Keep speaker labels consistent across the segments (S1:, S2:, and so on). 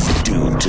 S1: to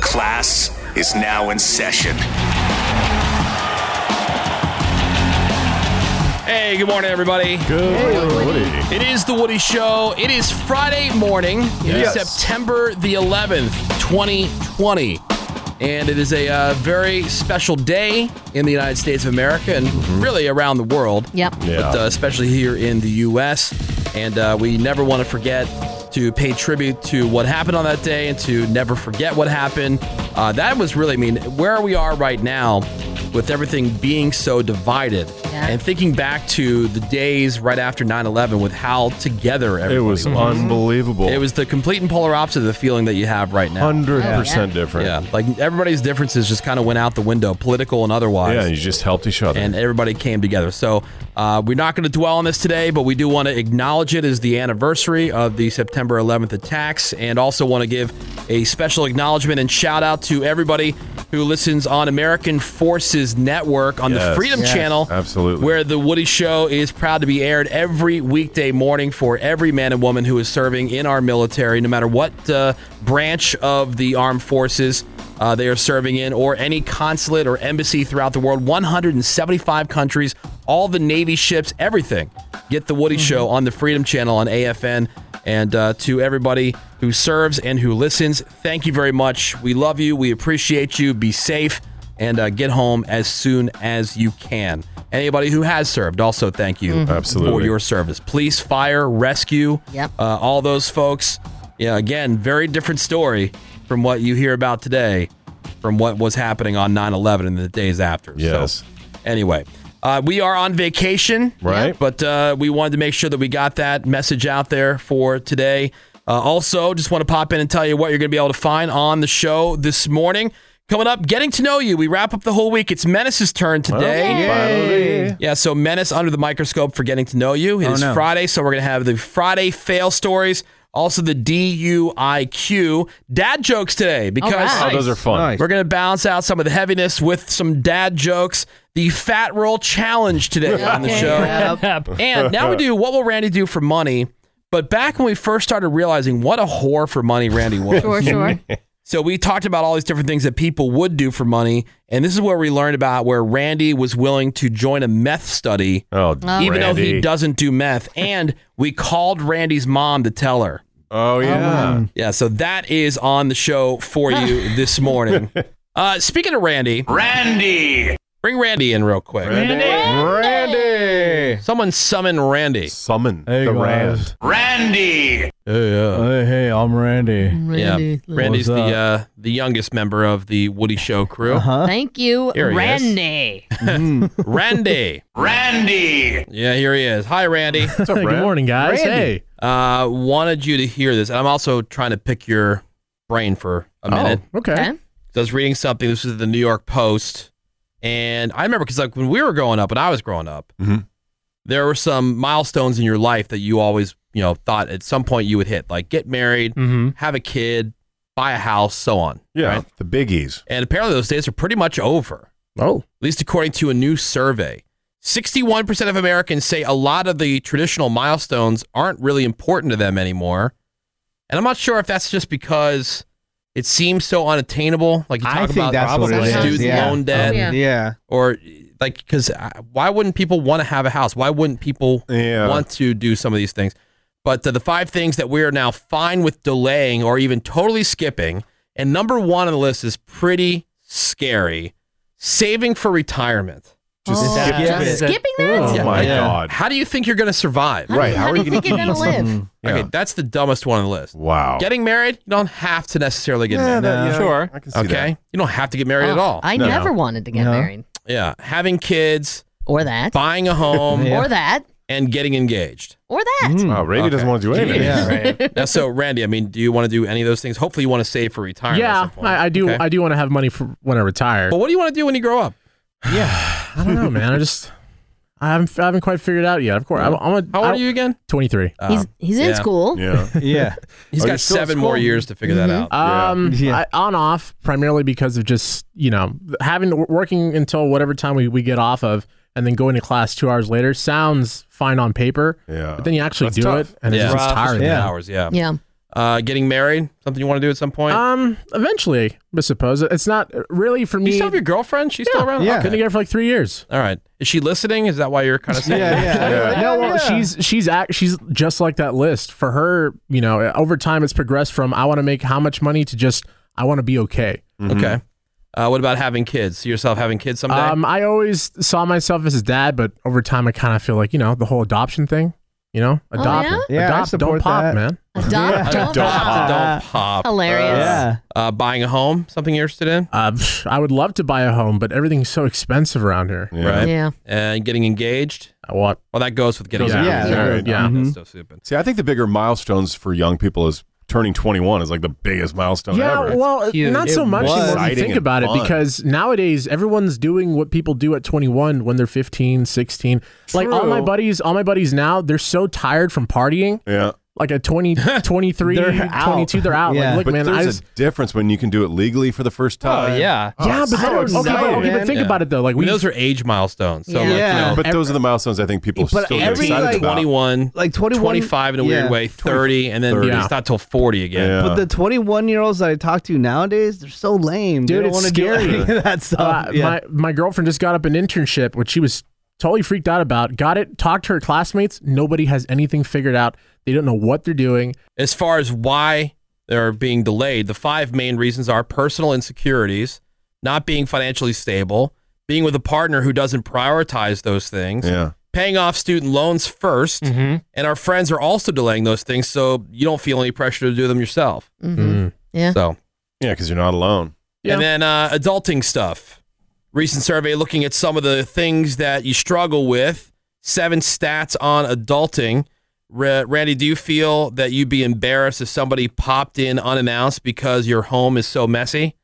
S1: Class is now in session.
S2: Hey, good morning, everybody.
S3: Good morning, Woody.
S2: It is the Woody Show. It is Friday morning. It is
S3: Yes.
S2: September the 11th, 2020. And it is a uh, very special day in the United States of America and really around the world.
S4: Yep.
S3: Mm-hmm. Yeah.
S2: But uh, especially here in the U.S. And uh, we never want to forget to pay tribute to what happened on that day and to never forget what happened. Uh, that was really, I mean, where we are right now with everything being so divided
S4: Yeah.
S2: and thinking back to the days right after 9 11 with how together
S3: It
S2: everybody
S3: was unbelievable.
S2: It was the complete and polar opposite of the feeling that you have right now.
S3: hundred
S4: Oh, yeah.
S3: percent different.
S2: Yeah, like everybody's differences just kind of went out the window, political and otherwise
S3: Yeah, you just helped each other.
S2: and everybody came together. So uh, we're not going to dwell on this today, but we do want to acknowledge it as the anniversary of the September 11th attacks, and also want to give a special acknowledgement and shout out to everybody who listens on American Forces Network on the
S3: Yes.
S2: Freedom
S3: Yes.
S2: Channel,
S3: Absolutely.
S2: where the Woody Show is proud to be aired every weekday morning for every man and woman who is serving in our military, no matter what uh, branch of the armed forces uh, they are serving in, or any consulate or embassy throughout the world. 175 countries, all the Navy ships, everything. Get the Woody Show on the Freedom Channel on AFN. And uh, to everybody who serves and who listens, thank you very much. We love you. We appreciate you. Be safe and uh, get home as soon as you can. Anybody who has served, also thank you for
S3: Absolutely.
S2: your service. Police, fire, rescue,
S4: Yep.
S2: uh, all those folks. Yeah, again, very different story from what you hear about today, from what was happening on 9 11 and the days after.
S3: Yes.
S2: So, anyway, uh, we are on vacation.
S3: Right.
S2: But uh, we wanted to make sure that we got that message out there for today. Uh, also, just want to pop in and tell you what you're going to be able to find on the show this morning. Coming up, getting to know you. We wrap up the whole week. It's Menace's turn today.
S3: Oh, Finally. Oh,
S2: Yeah, so Menace under the microscope for getting to know you. It is Friday, so we're gonna have the Friday fail stories, also the DUIQ dad jokes today because
S4: right.
S3: Oh, those are fun.
S2: we're gonna balance out some of the heaviness with some dad jokes. The fat roll challenge today on the
S4: Okay.
S2: show.
S4: Yep.
S2: And now we do what will Randy do for money? But back when we first started realizing what a whore for money Randy was.
S4: Sure, sure.
S2: So we talked about all these different things that people would do for money, and this is where we learned about where Randy was willing to join a meth study,
S3: Oh,
S2: even though he
S3: Randy.
S2: doesn't do meth. And we called Randy's mom to tell her.
S3: Oh yeah.
S2: Yeah, so that is on the show for you this morning. Uh, speaking of Randy, Randy, bring Randy in real quick.
S3: Randy.
S2: Someone summon Randy.
S3: Summon
S5: Hey,
S3: the
S5: guys.
S3: Rand.
S5: Hey, hey, I'm Randy.
S2: Yeah, Randy's
S5: What's
S2: the uh, the youngest member of the Woody Show crew.
S6: Uh-huh.
S4: Thank you,
S2: Here he is.
S4: Randy.
S6: Mm.
S2: Randy, Randy. Yeah, here he is. Hi, Randy.
S3: What's up,
S5: Good
S3: Rand?
S5: morning, guys. Hey.
S2: Uh, wanted you to hear this. And I'm also trying to pick your brain for
S3: Oh.
S2: a minute.
S5: Okay.
S4: Okay.
S2: So I was reading something. This was the New York Post, and I remember because like when we were growing up, and I was growing up,
S3: Mhm.
S2: there were some milestones in your life that you always, you know, thought at some point you would hit, like get married,
S5: Mm-hmm.
S2: have a kid, buy a house, so on.
S3: Yeah,
S2: Right?
S3: the biggies.
S2: And apparently those days are pretty much over. Oh. At least according to a new survey. 61% of Americans say a lot of the traditional milestones aren't really important to them anymore. And I'm not sure if that's just because it seems so unattainable. Like you talk
S7: I think
S2: about
S7: that's what it
S2: probably
S4: is,
S2: student
S7: yeah. Oh,
S2: loan debt
S4: Yeah.
S7: Yeah.
S2: or like, because why wouldn't people want to have a house? Why wouldn't people
S3: Yeah.
S2: want to do some of these things. But uh, the five things that we are now fine with delaying or even totally skipping, and number one on the list is pretty scary: saving for retirement.
S3: Just
S4: Oh,
S3: skip
S4: yeah.
S3: it.
S4: Skipping that?
S3: Oh
S2: Yeah.
S3: my
S7: Yeah.
S3: god.
S2: How do you think you're going to survive?
S4: How do
S3: Right,
S4: you-
S3: how
S4: How
S3: are
S4: do
S3: we
S4: you think you're
S3: gonna
S4: gonna live?
S3: Yeah.
S2: Okay, that's the dumbest one on the list.
S3: Wow.
S2: Getting married, you don't have to necessarily get married.
S3: that- yeah,
S5: Sure.
S3: I can see
S2: Okay, you don't have to get married at
S4: Oh,
S2: all.
S4: I
S3: No.
S4: never wanted to get
S5: No.
S4: married.
S2: yeah, having kids,
S4: Or that.
S2: buying a home,
S7: Yeah.
S4: Or that.
S2: and getting engaged.
S8: Or that.
S3: Mm-hmm. Wow, Randy doesn't want to do anything.
S2: now, so Randy, I mean, do you want to do any of those things? Hopefully, you want to save for retirement. at
S9: yeah,
S2: some point.
S9: I, I do.
S2: Okay.
S9: I do want to have money for when I retire.
S2: But what do you want to do when you grow up?
S9: I don't know, man. I just I haven't I haven't quite figured it out yet. Of course, I'm, I'm a,
S2: How old are you again? Oh.
S9: Twenty three.
S8: He's he's in
S2: yeah.
S8: school.
S3: Yeah.
S7: Yeah.
S2: He's
S3: Are you
S2: got
S3: still at
S2: seven more
S3: school?
S2: years to figure that out.
S9: Um,
S7: Yeah.
S9: I, on off primarily because of just you know having working until whatever time we, we get off of, and then going to class two hours later sounds fine on paper.
S3: Yeah.
S9: but then you actually
S3: That's
S9: do
S3: tough.
S9: it, and
S2: Yeah.
S9: it's just tiring.
S7: Yeah.
S2: Hours, yeah.
S8: Yeah.
S2: Uh, getting married, something you want to do at some point?
S9: Um, eventually, I suppose it's not really for
S2: you
S9: me.
S2: still have your girlfriend? She's still around?
S7: Yeah.
S9: Been
S2: Okay.
S9: together for like three years.
S2: All right. Is she listening? Is that why you're kind of saying
S7: Yeah, yeah.
S9: No, well, she's she's act, she's just like that list. For her, you know, over time it's progressed from I want to make how much money to just I want to be okay.
S3: Mm-hmm.
S2: Okay. Uh, what about having kids? See yourself having kids someday?
S9: Um, I always saw myself as a dad, but over time I kind of feel like you know the whole adoption thing. You know, adopt,
S8: yeah?
S7: Oh, Yeah, I
S9: adopt, don't
S7: support
S9: pop,
S7: that.
S9: man.
S8: Adopt. Don't
S2: Don't
S8: adopt.
S2: pop. Don't pop.
S8: Hilarious.
S7: Yeah.
S2: Uh, buying a home, something you're interested in?
S9: Uh, pff, I would love to buy a home, but everything's so expensive around here.
S3: Yeah.
S2: Right.
S8: Yeah.
S2: And getting engaged?
S9: I want.
S2: Well, that goes with getting
S9: Yeah.
S2: engaged.
S7: Yeah.
S2: Alright,
S9: Yeah.
S3: Mm-hmm.
S9: Mm-hmm.
S2: no, That's so stupid.
S3: See, I think the bigger milestones for young people is turning 21 is like the biggest milestone
S9: yeah,
S3: ever.
S9: well, uh, not so
S7: It
S9: much anymore when
S7: was.
S9: you
S3: Exciting
S9: think
S3: and
S9: about it
S3: fun.
S9: because nowadays everyone's doing what people do at 21 when they're 15, 16. Like all my
S3: True.
S9: buddies, all my buddies now, they're so tired from partying.
S3: yeah.
S9: Like at 20, 23,
S7: They're out.
S9: 22, they're out.
S7: Yeah.
S9: Like,
S3: But
S9: look, man, I
S3: there's
S9: just.
S3: a difference when you can do it legally for the first time.
S7: Oh, yeah.
S9: yeah, but,
S3: so
S9: that- okay, but,
S3: exciting,
S9: okay, but
S7: man.
S9: think
S2: Yeah.
S9: about it though. Like
S2: I mean,
S9: we,
S2: those are age milestones. So, like,
S8: Yeah.
S2: you know,
S3: But those are the milestones I think people
S7: But
S3: still
S7: every,
S3: get excited
S7: like,
S3: about.
S2: 21,
S7: Like 21
S2: 25 in a
S7: yeah.
S2: weird way, 30, and then
S3: 30.
S2: it's not till 40 again.
S3: Yeah.
S7: But the 21 year olds that I talk to nowadays, they're so lame.
S9: Dude,
S7: they
S9: it's
S7: don't wanna
S9: scary.
S7: Do any of that
S9: uh,
S7: stuff. yeah.
S9: my my girlfriend just got up an internship, which she was totally freaked out about. Got it. Talked to her classmates. Nobody has anything figured out. They don't know what they're doing.
S2: As far as why they're being delayed, the five main reasons are personal insecurities, not being financially stable, being with a partner who doesn't prioritize those things,
S3: yeah.
S2: paying off student loans 1st and our friends are also delaying those things, so you don't feel any pressure to do them yourself.
S8: hmm Yeah.
S2: So,
S3: Mm. Yeah, because you're not alone.
S9: Yeah.
S2: and then uh, adulting stuff. Recent survey looking at some of the things that you struggle with. Seven stats on adulting. Ra- Randy, do you feel that you'd be embarrassed if somebody popped in unannounced because your home is so messy?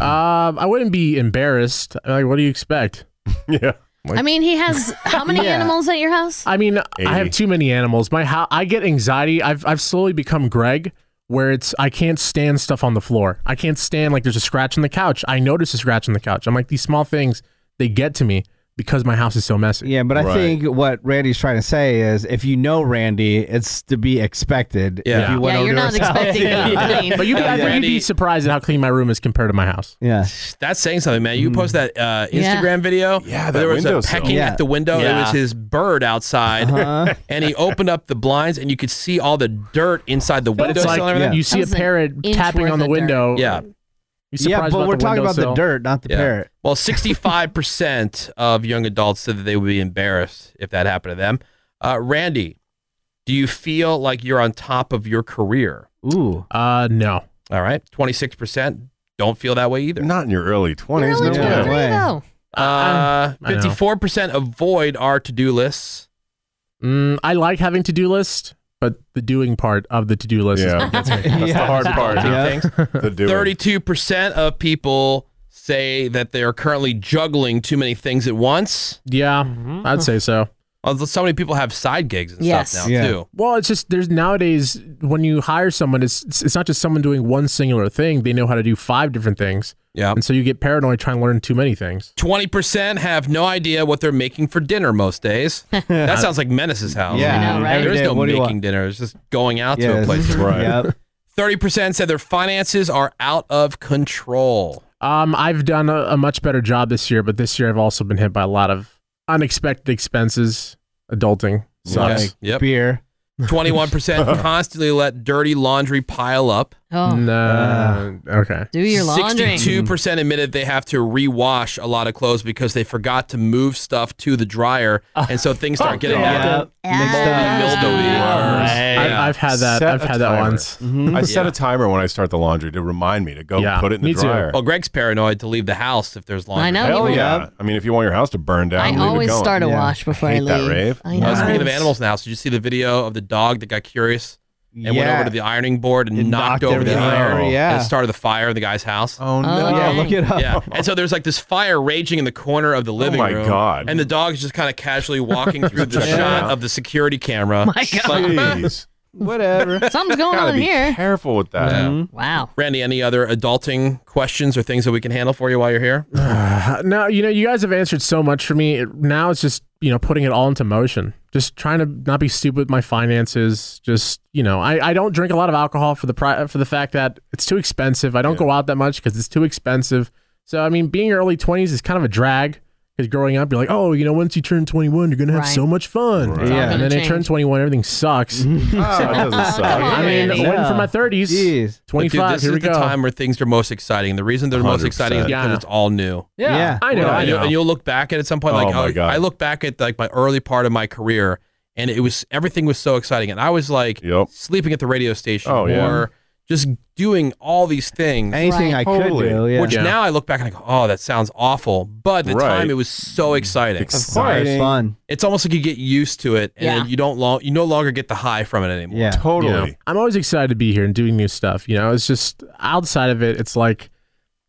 S9: Um, I wouldn't be embarrassed. Like, what do you expect?
S3: Yeah.
S8: I mean, he has how many
S7: Yeah.
S8: animals at your house?
S9: I mean, I have
S3: Eighty.
S9: too many animals. My ho- I get anxiety. I've I've slowly become Greg, where it's I can't stand stuff on the floor. I can't stand like there's a scratch on the couch. I notice a scratch on the couch. I'm like these small things. They get to me because my house is so messy.
S7: Yeah, but I
S3: Right.
S7: think what Randy's trying to say is if you know Randy, it's to be expected.
S2: Yeah.
S7: If you went
S8: yeah, you're
S7: over
S8: not
S7: to his house.
S8: expecting it to be clean.
S9: But you'd be, I think you'd
S2: Randy-
S9: be surprised at how clean my room is compared to my house.
S7: Yeah.
S2: That's saying something, man. You post that uh,
S8: Yeah.
S2: Instagram video.
S3: Yeah,
S2: where
S3: that
S2: there was a
S3: windowsill.
S2: pecking
S7: Yeah.
S2: at the window. There
S7: Yeah.
S2: was his bird outside,
S7: Uh-huh.
S2: and he opened up the blinds, and you could see all the dirt inside the
S9: But
S2: window.
S9: it's like
S7: everything?
S9: you see
S8: That
S9: a
S8: was an
S9: parrot
S8: inch
S9: tapping
S8: worth
S9: on the
S8: of dirt.
S9: window.
S2: yeah,
S9: You
S7: yeah,
S9: surprised
S7: but we're talking about the
S9: windowsill?
S7: dirt, not the
S2: Yeah.
S7: parrot.
S2: Well, 65% of young adults said that they would be embarrassed if that happened to them. Uh, Randy, do you feel like you're on top of your career?
S7: Ooh.
S9: Uh, no.
S2: All right. 26% don't feel that way either.
S3: Not in your early 20s.
S8: You're only
S3: no way.
S8: 23
S7: way.
S8: though.
S2: Uh,
S9: I know.
S2: 54% avoid our to do lists.
S9: Mm, I like having to do list, but the doing part of the to do list.
S3: Yeah.
S9: Is
S3: That's the hard part.
S7: Yeah.
S2: Things.
S3: The doing.
S2: 32% of people say that they are currently juggling too many things at once.
S9: yeah, I'd say so.
S2: Although so many people have side gigs and
S8: Yes.
S2: stuff now,
S7: Yeah.
S2: too.
S9: Well, it's just there's nowadays when you hire someone, it's it's it's not just someone doing one singular thing. They know how to do five different things,
S2: Yeah.
S9: and so you get paranoid trying to learn too many things.
S2: 20% have no idea what they're making for dinner most days. that sounds like Menace's house.
S7: Yeah.
S8: I know, right?
S7: Every
S2: There is
S7: day,
S2: no
S7: what do you
S2: making
S7: want?
S2: dinner. It's just going out to a
S7: Yes.
S2: place.
S3: Right.
S7: Yep.
S2: 30% said their finances are out of control.
S9: Um, I've done a, a much better job this year, but this year I've also been hit by a lot of unexpected expenses. Adulting sucks.
S2: Okay. Yep.
S7: Beer.
S2: 21% constantly let dirty laundry pile up.
S8: Oh,
S9: No.
S7: Uh,
S9: okay.
S8: do your laundry.
S2: 62% admitted they have to rewash a lot of clothes because they forgot to move stuff to the dryer. And so things start getting
S7: Yeah.
S2: out.
S7: Mixed
S8: Ah.
S7: up.
S2: Mildewy.
S7: Mildewy.
S2: Yeah.
S9: I, I've had that.
S3: Set
S9: I've
S3: a
S9: had that
S3: timer.
S9: once.
S7: Mm-hmm.
S3: I set
S2: Yeah.
S3: a timer when I start the laundry to remind me to go
S9: Yeah,
S3: put it in
S9: me
S3: the
S9: too.
S3: dryer.
S2: Well, Greg's paranoid to leave the house if there's laundry.
S8: I know.
S3: Hell
S8: you
S3: yeah!
S8: won't.
S3: I mean, if you want your house to burn down,
S8: I
S3: leave it
S8: always
S3: going.
S8: start a
S7: Yeah.
S8: wash before I,
S3: hate that
S8: leave.
S3: rave.
S8: I
S2: I
S8: know.
S2: was speaking of animals now. So did you see the video of the dog that got curious and went over to the ironing board and
S7: It
S2: knocked,
S7: knocked
S2: over the
S7: everything
S2: iron
S7: over, yeah.
S2: and it started the fire in the guy's house?
S3: Oh no!
S8: Oh,
S7: yeah, look it up. Oh
S2: Yeah, and so there's like this fire raging in the corner of the living
S3: my
S2: room.
S3: God.
S2: And the dog's just kind of casually walking through the
S3: Yeah.
S2: shot of the security camera.
S8: My God.
S3: Jeez,
S7: Whatever.
S8: Something's going
S3: gotta
S8: on
S3: be
S8: here.
S3: careful with that.
S2: Yeah.
S8: Wow.
S2: Randy, any other adulting questions or things that we can handle for you while you're here?
S9: Uh, no, you know, you guys have answered so much for me. It- Now it's just you know putting it all into motion. Just trying to not be stupid with my finances. Just you know, I, I don't drink a lot of alcohol for the pri- for the fact that it's too expensive. I don't go out that much because it's too expensive. So I mean, being your early twenties is kind of a drag. Because growing up, you're like, oh, you know, once you turn 21, you're gonna have
S8: Right.
S9: so much fun.
S3: Right. It's all
S9: Yeah, and
S8: gonna
S9: then I turn
S8: change.
S9: 21, everything sucks.
S3: Oh, that doesn't suck.
S8: Come on.
S9: I mean,
S8: Randy.
S9: waiting for my 30s,
S7: Jeez.
S9: 25.
S2: But dude, this
S9: here
S2: is
S9: we
S2: the
S9: go.
S2: time where things are most exciting. The reason they're the most exciting is
S3: 100%.
S2: because
S9: Yeah.
S2: it's all new.
S7: Yeah. Yeah.
S9: I know.
S3: Right.
S9: I
S2: and, you,
S9: know.
S2: and you'll look back at it at some point. Like
S3: Oh, my
S2: I-
S3: God.
S2: I look back at like my early part of my career, and it was everything was so exciting, and I was like
S3: Yep.
S2: sleeping at the radio station
S3: Oh, yeah.
S2: or just doing all these things.
S7: Anything I could
S3: Totally.
S7: do. Yeah.
S2: Which
S9: Yeah.
S2: now I look back and I go, oh, that sounds awful. But at the
S3: Right.
S2: time, it was so exciting.
S7: of course,
S3: Exciting.
S7: fun.
S2: It's almost like you get used to it, and then
S8: Yeah.
S2: you don't long, you no longer get the high from it anymore.
S7: Yeah.
S3: Totally.
S9: You know, I'm always excited to be here and doing new stuff. You know, it's just outside of it, it's like,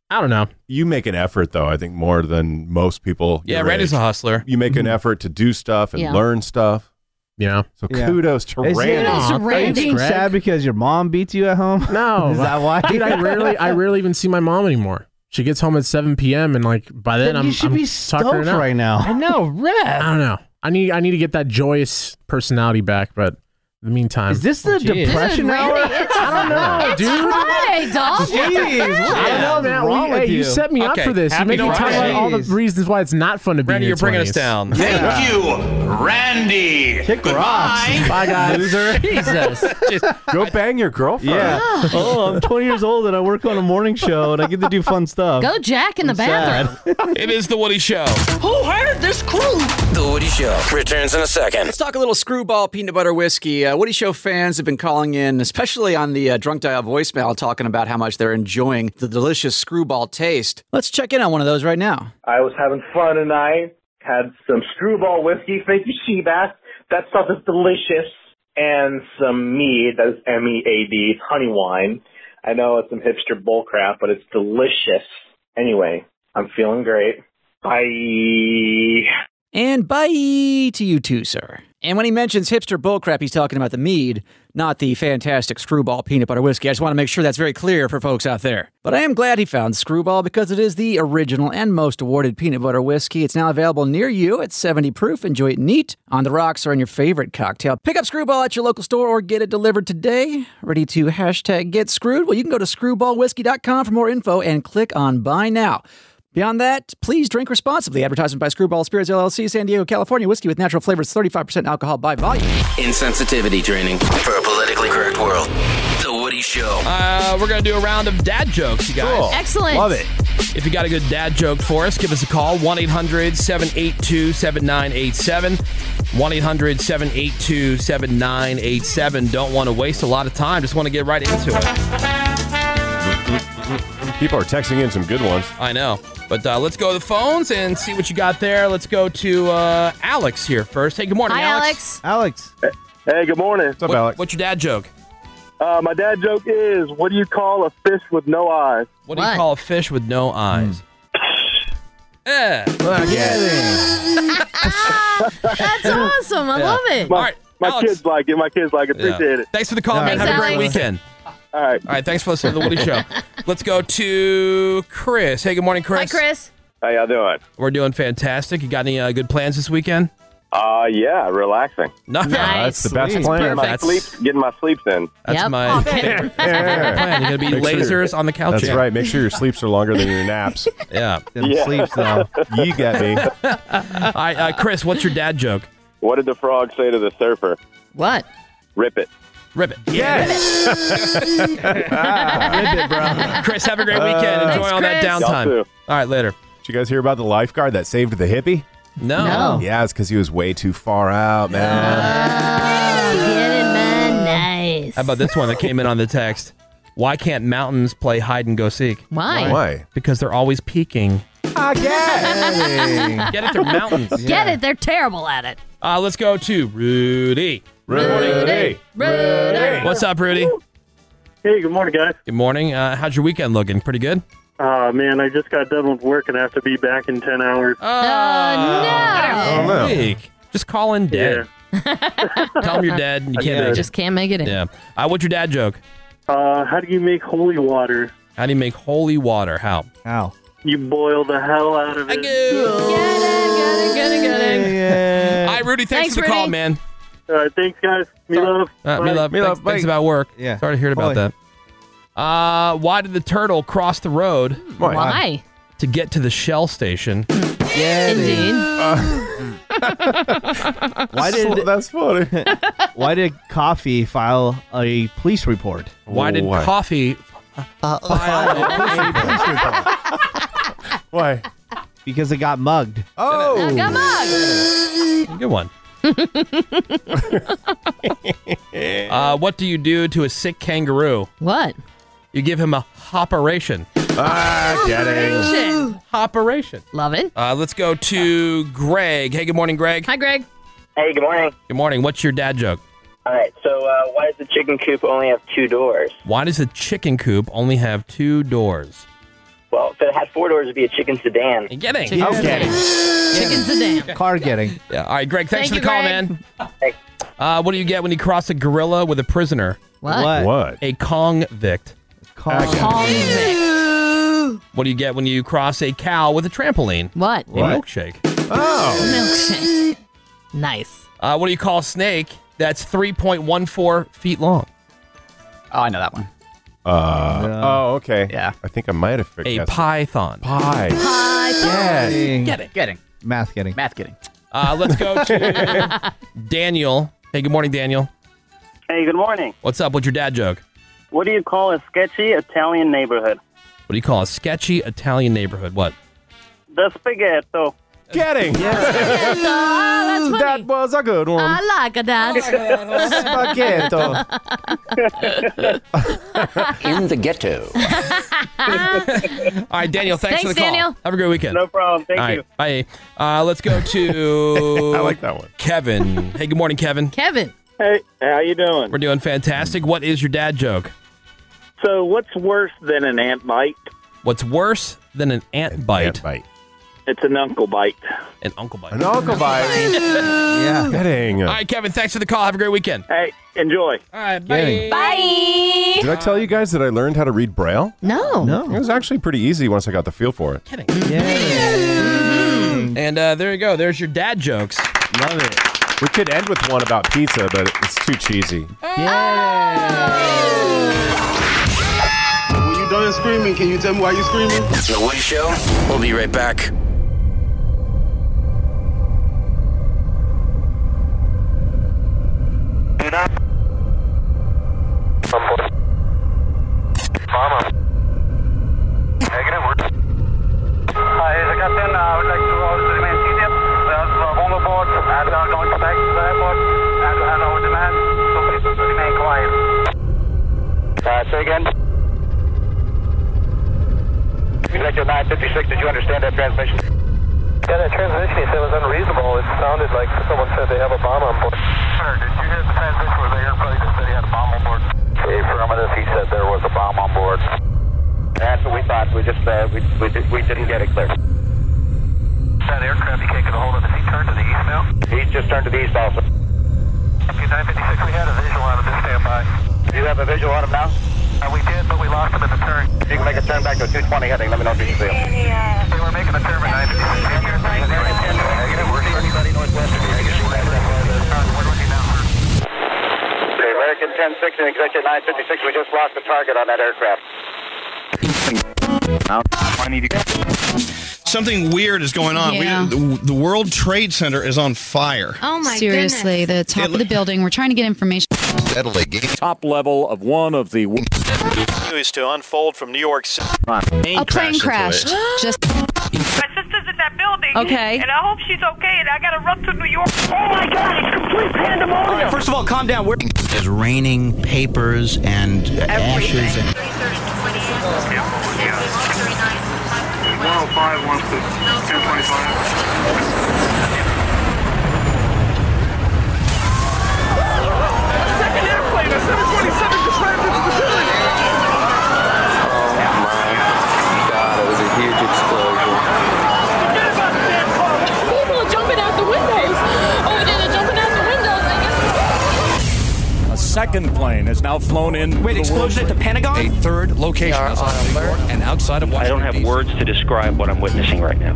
S9: I don't know.
S3: You make an effort though, I think more than most people.
S2: yeah.
S3: your
S2: Randy's
S3: age.
S2: a hustler.
S3: You make an effort to do stuff and
S8: Yeah.
S3: learn stuff.
S9: You know,
S3: So
S7: Yeah.
S3: kudos to
S7: Is it-
S3: Randy.
S8: Kudos to
S9: Aw,
S7: Are you
S8: Randy.
S7: being
S9: Greg.
S7: sad because your mom beats you at home?
S9: no,
S7: Is that why?
S9: dude, I rarely, I rarely even see my mom anymore. She gets home at 7 p.m. and like by then,
S7: Then
S9: I'm,
S7: you should
S9: I'm
S7: be
S9: tuckering
S7: stoked
S9: out.
S7: right now.
S10: I know, Rev.
S9: I don't know. I need, I need to get that joyous personality back. But in the meantime,
S7: Is this the
S10: Jeez.
S7: depression hour? I don't know,
S8: Dude. Hi, dog.
S7: Jeez,
S9: I don't know, man.
S7: Wrong
S9: We- hey,
S7: with
S9: you?
S7: you?
S9: set me up
S2: Okay,
S9: for this. You
S2: happy
S9: make me talk
S2: Friday.
S9: about all the
S7: Jeez.
S9: reasons why it's not fun to be
S2: Randy,
S9: in
S2: you're
S9: your
S2: bringing us
S9: 20s.
S2: down.
S11: Thank you, Randy.
S7: Kick rocks.
S9: Bye, guys.
S10: Jesus.
S2: Just-
S3: Go bang your girlfriend.
S7: Yeah. oh, I'm 20 years old and I work on a morning show and I get to do fun stuff.
S8: Go Jack in the bathroom.
S2: it is the Woody Show.
S11: Who hired this crew?
S12: The Woody Show returns in a second.
S13: Let's talk a little screwball peanut butter whiskey. Uh, Woody Show fans have been calling in, especially on the uh, Drunk Dial voicemail, talking about how much they're enjoying the delicious screwball taste. Let's check in on one of those right now.
S6: I was having fun tonight. Had some screwball whiskey, thank you, Shebass. That stuff is delicious. And some mead, that is M-E-A-D, it's honey wine. I know it's some hipster bullcrap, but it's delicious. Anyway, I'm feeling great. Bye.
S13: And bye to you too, sir. And when he mentions hipster bullcrap, he's talking about the mead, not the fantastic screwball peanut butter whiskey. I just want to make sure that's very clear for folks out there. But I am glad he found screwball because it is the original and most awarded peanut butter whiskey. It's now available near you at 70 proof. Enjoy it neat on the rocks or in your favorite cocktail. Pick up screwball at your local store or get it delivered today. Ready to hashtag get screwed? Well, you can go to screwballwhiskey.com for more info and click on buy now. Beyond that, please drink responsibly. Advertisement by Screwball Spirits LLC, San Diego, California. Whiskey with natural flavors, 35% alcohol by volume.
S12: Insensitivity training for a politically correct world. The Woody Show.
S2: Uh, we're gonna do a round of dad jokes, you guys.
S8: Excellent. Love it.
S2: If you got a good dad joke for us, give us a call 1 800 782 7987. 1 800 782 7987. Don't want to waste a lot of time, just want to get right into it.
S3: People are texting in some good ones.
S2: I know. But uh, let's go to the phones and see what you got there. Let's go to uh, Alex here first. Hey, good morning,
S8: Hi, Alex.
S7: Alex,
S6: Hey, good morning.
S3: What's up,
S2: What-
S3: Alex?
S2: What's your dad joke?
S6: Uh, my dad joke is, what do you call a fish with no eyes?
S2: What, do you
S8: What?
S2: call a fish with no eyes?
S3: Hmm.
S2: Eh.
S8: That's awesome. I love it.
S6: My,
S2: All right,
S6: my
S2: Alex.
S6: kids like it. My kids like it.
S2: Yeah.
S6: Appreciate it.
S2: Thanks for the call,
S7: All
S2: man.
S7: right.
S2: Have a great
S8: Thanks,
S2: weekend.
S6: All right.
S2: All right, thanks for listening to the Woody Show. Let's go to Chris. Hey, good morning,
S8: Hi, Chris.
S6: How y'all doing?
S2: We're doing fantastic. You got any uh, good plans this weekend?
S6: Uh, yeah, relaxing.
S2: No,
S8: Nice.
S3: That's the best
S7: Sweet.
S3: plan.
S6: My
S2: That's-
S6: sleep, getting my sleeps in.
S2: That's
S8: Yep.
S2: my favorite, that's my favorite plan. You're gonna be
S3: Make
S2: lasers
S3: sure-
S2: on the couch.
S3: That's
S2: here.
S3: right. Make sure your sleeps are longer than your naps.
S2: Yeah.
S7: them sleeps though.
S3: you get me.
S2: All right, uh, Chris. What's your dad joke?
S6: What did the frog say to the surfer?
S8: What?
S6: Rip it.
S2: Rip it. Yes. Rip it, bro. Chris, have a great weekend. Enjoy
S8: Thanks,
S2: all that
S8: Chris.
S2: downtime.
S6: Y'all too.
S2: All right, later.
S3: Uh, Did you guys hear about the lifeguard that saved the hippie?
S2: No.
S8: No.
S3: Yeah, it's because he was way too far out, man.
S8: Get in my night. Nice.
S2: How about this one that came in on the text? Why can't mountains play hide and go seek?
S8: Why? Why?
S2: Because they're always peaking.
S8: Get
S2: Get it through mountains.
S8: Get it? They're terrible at it.
S2: Uh, let's go to Rudy. Rudy. Rudy. What's up, Rudy?
S14: Hey, good morning, guys.
S2: Good morning. Uh, how's your weekend looking? Pretty good?
S14: Ah, man, I just got done with work and I have to be back in 10 hours.
S2: Oh, no. Week. Just call in dead. Tell him you're dead. You can't
S14: Yeah.
S2: make it.
S8: Just can't make it in.
S2: Yeah. Uh, what's your dad joke?
S14: Uh, how do you make holy water?
S2: How do you make holy water? How?
S7: How?
S14: You boil the hell out of it.
S2: Hi, Rudy. Thanks, for the call, man.
S14: All right, thanks, guys. Me love.
S2: Uh, me love. Thanks, thanks about work.
S7: Yeah.
S2: Sorry to hear
S14: Bye.
S2: about that. Uh, why did the turtle cross the road?
S8: Why? Why?
S2: To get to the shell station.
S7: Yeah.
S8: Indeed.
S7: Why did
S3: that's funny?
S7: why did coffee file a police report?
S2: Why did coffee?
S9: Uh, oh,
S3: Why?
S7: Because it got mugged.
S3: Oh.
S8: Come on.
S2: Good one. uh, what do you do to a sick kangaroo?
S8: What?
S2: You give him a operation. Ah,
S8: Operation.
S2: Operation.
S8: Love it.
S2: Uh, let's go to Greg. Hey, good morning, Greg.
S8: Hi, Greg.
S15: Hey, good morning.
S2: Good morning. What's your dad joke?
S15: All right, so uh, why does the chicken coop only have two doors?
S2: Why does a chicken coop only have two doors?
S15: Well, if it had four doors, it'd be a chicken sedan.
S2: Getting. Chicken Okay. sedan.
S8: Chicken's a damn.
S7: Car getting.
S2: Yeah. All right, Greg. Thanks
S8: Thank
S2: for the call,
S8: you, Greg.
S2: man. Uh, what do you get when you cross a gorilla with a prisoner?
S8: What? What?
S3: What?
S2: A convict. What do you get when you cross a cow with a trampoline?
S8: What?
S2: A
S8: What?
S2: milkshake.
S8: Oh. Milkshake. Nice.
S2: Uh, what do you call a snake that's 3.14 feet long?
S13: Oh, I know that one.
S3: Uh, Oh, okay.
S13: Yeah.
S3: I think I might have figured
S2: A
S3: that's-
S2: python.
S3: Pie.
S7: Getting.
S2: Getting.
S13: Getting.
S7: Math getting.
S13: Math getting.
S2: Uh, let's go to Daniel. Hey, good morning, Daniel.
S16: Hey, good morning.
S2: What's up? What's your dad joke?
S16: What do you call a sketchy Italian neighborhood?
S2: What do you call a sketchy Italian neighborhood? What?
S16: The spaghetto.
S3: Getting.
S8: that
S3: was a good one.
S8: I like a dance.
S7: Spaghetto.
S12: In the ghetto.
S2: All right, Daniel, thanks, for
S8: Thanks,
S2: the call.
S8: Daniel.
S2: Have a great weekend.
S16: No problem. Thank
S2: All right,
S16: you.
S2: Bye. Uh, let's go to. I like
S3: that one.
S2: Kevin. Hey, good morning, Kevin.
S8: Kevin.
S16: Hey, how you doing?
S2: We're doing fantastic. What is your dad joke?
S16: So, what's worse than an ant bite?
S2: What's worse than an ant bite?
S3: bite.
S16: It's an uncle bite.
S2: An uncle bite.
S3: An uncle bite. yeah. Getting.
S2: All right, Kevin, thanks for the call. Have a great weekend.
S16: Hey, enjoy.
S2: All right,
S3: Getting.
S8: Bye.
S3: Did I tell you guys that I learned how to read Braille?
S8: No.
S3: No. It was actually pretty easy once I got the feel for it.
S2: Mm-hmm. And uh, there you go. There's your dad jokes.
S3: Love it. We could end with one about pizza, but it's too cheesy.
S9: When you done screaming, can you tell me why you screaming?
S12: The Woody Show. We'll be right back.
S6: Uh, say again. Electro 956, did you understand that transmission? Yeah, that transmission he said was unreasonable. It sounded like someone said they have a bomb on board. Sir, did you hear the transmission where the airplane just said he had a bomb on board? Affirmative, he said there was a bomb on board. That's what we thought. We just, uh, we, we, di- we didn't get it clear. That aircraft he can't get a hold of, has he turned to the east now? He's just turned to the east also. Okay, 956, we had a visual on him. Just stand by. You have a visual on him now? Uh, we did, but we lost him at the turn. If you can make a turn back to a 220 heading, let me know if you can see him. They were making a turn at 956. Ten years, right? Negative, we're seeing anybody northwest of you. Negative, we're looking down. Okay, American 10-6 and Executive 956, we just lost the target on that aircraft.
S17: Something weird is going on.
S18: Yeah.
S17: We, the, the World Trade Center is on fire.
S18: Oh my Seriously, the top of the building. We're trying to get information.
S17: Top level of one of the
S19: news to unfold from New York City.
S18: A plane crashed. Just
S19: My sister's in that building.
S20: Okay.
S19: And I hope she's okay. And I got to run to New York. Oh my God! It's complete pandemonium.
S21: All right, first of all, calm down. We're there's raining papers and uh, ashes and.
S6: Second airplane, a 727 just rammed into the building. Oh,
S22: God, it was a huge explosion.
S6: People are jumping out the windows. Over there, they're jumping out the windows.
S7: A second plane has now flown in. Wait, explosion at the Pentagon? A third location outside of New York and outside of Washington. I don't have words to describe what I'm witnessing right now.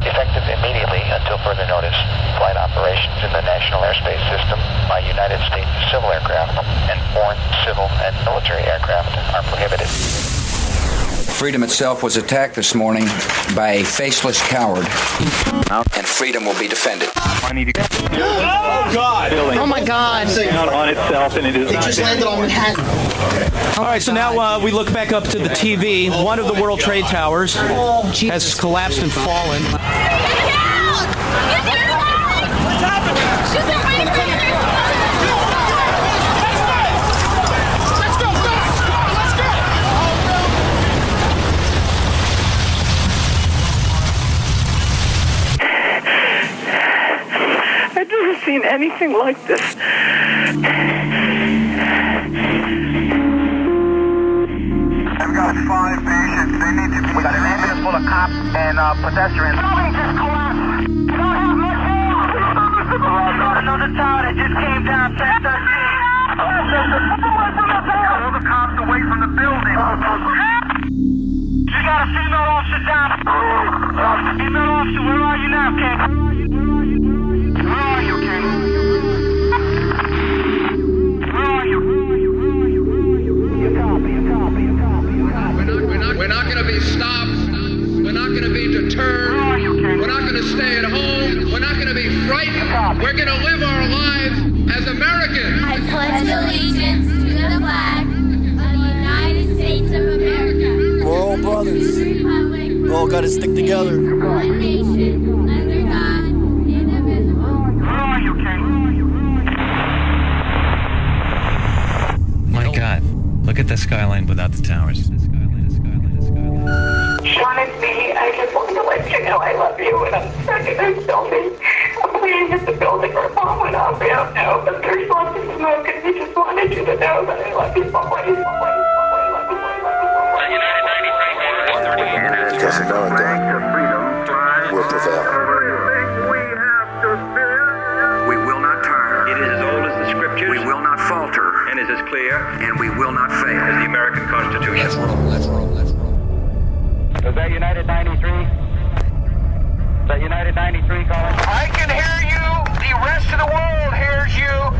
S6: Effective immediately until further notice. Flight operations in the National Airspace System by United States civil aircraft and foreign civil and military aircraft are prohibited.
S16: Freedom itself was attacked this morning by a faceless coward, and freedom will be defended. I need to.
S6: Oh God!
S16: Oh, my
S6: God!
S16: Not on itself, and it is
S6: not just landed on Manhattan.
S7: All right, so now uh, we look back up to the TV. One of the World Trade Towers has collapsed and fallen.
S6: I've never seen anything like this. I've got five patients. They need to be. We got an ambulance full of cops and uh, pedestrians. Building just collapsed. Don't have missing. Another tower that just came down. 1013. Hold the cops away from the building. You got a female officer down. Female officer, where are you now, King?
S1: We're not going to be stopped. We're not going to be deterred. We're not going to stay at home. We're not going to be frightened. We're going to live our lives as Americans. I pledge allegiance to the flag of the United States of America.
S13: We're all brothers. We all got to stick together.
S1: One nation under God, indivisible. Where are you,
S23: My God, look at the skyline without the towers.
S1: Sean, it's me. I just want to let you know I love you, and I'm sorry that I'm filming. I'm waiting at the building where bomb went off. I don't know, but there's lots of smoke, and we just wanted you to know that I love you.
S6: Doesn't know it will prevail. We will not turn. It is as old as the scriptures. We will not falter. And is as clear. And we will not fail. As the American Constitution. Let's roll, let's roll, let's roll. Is that United 93? Is that United 93 calling? I can hear you. The rest of the world hears you.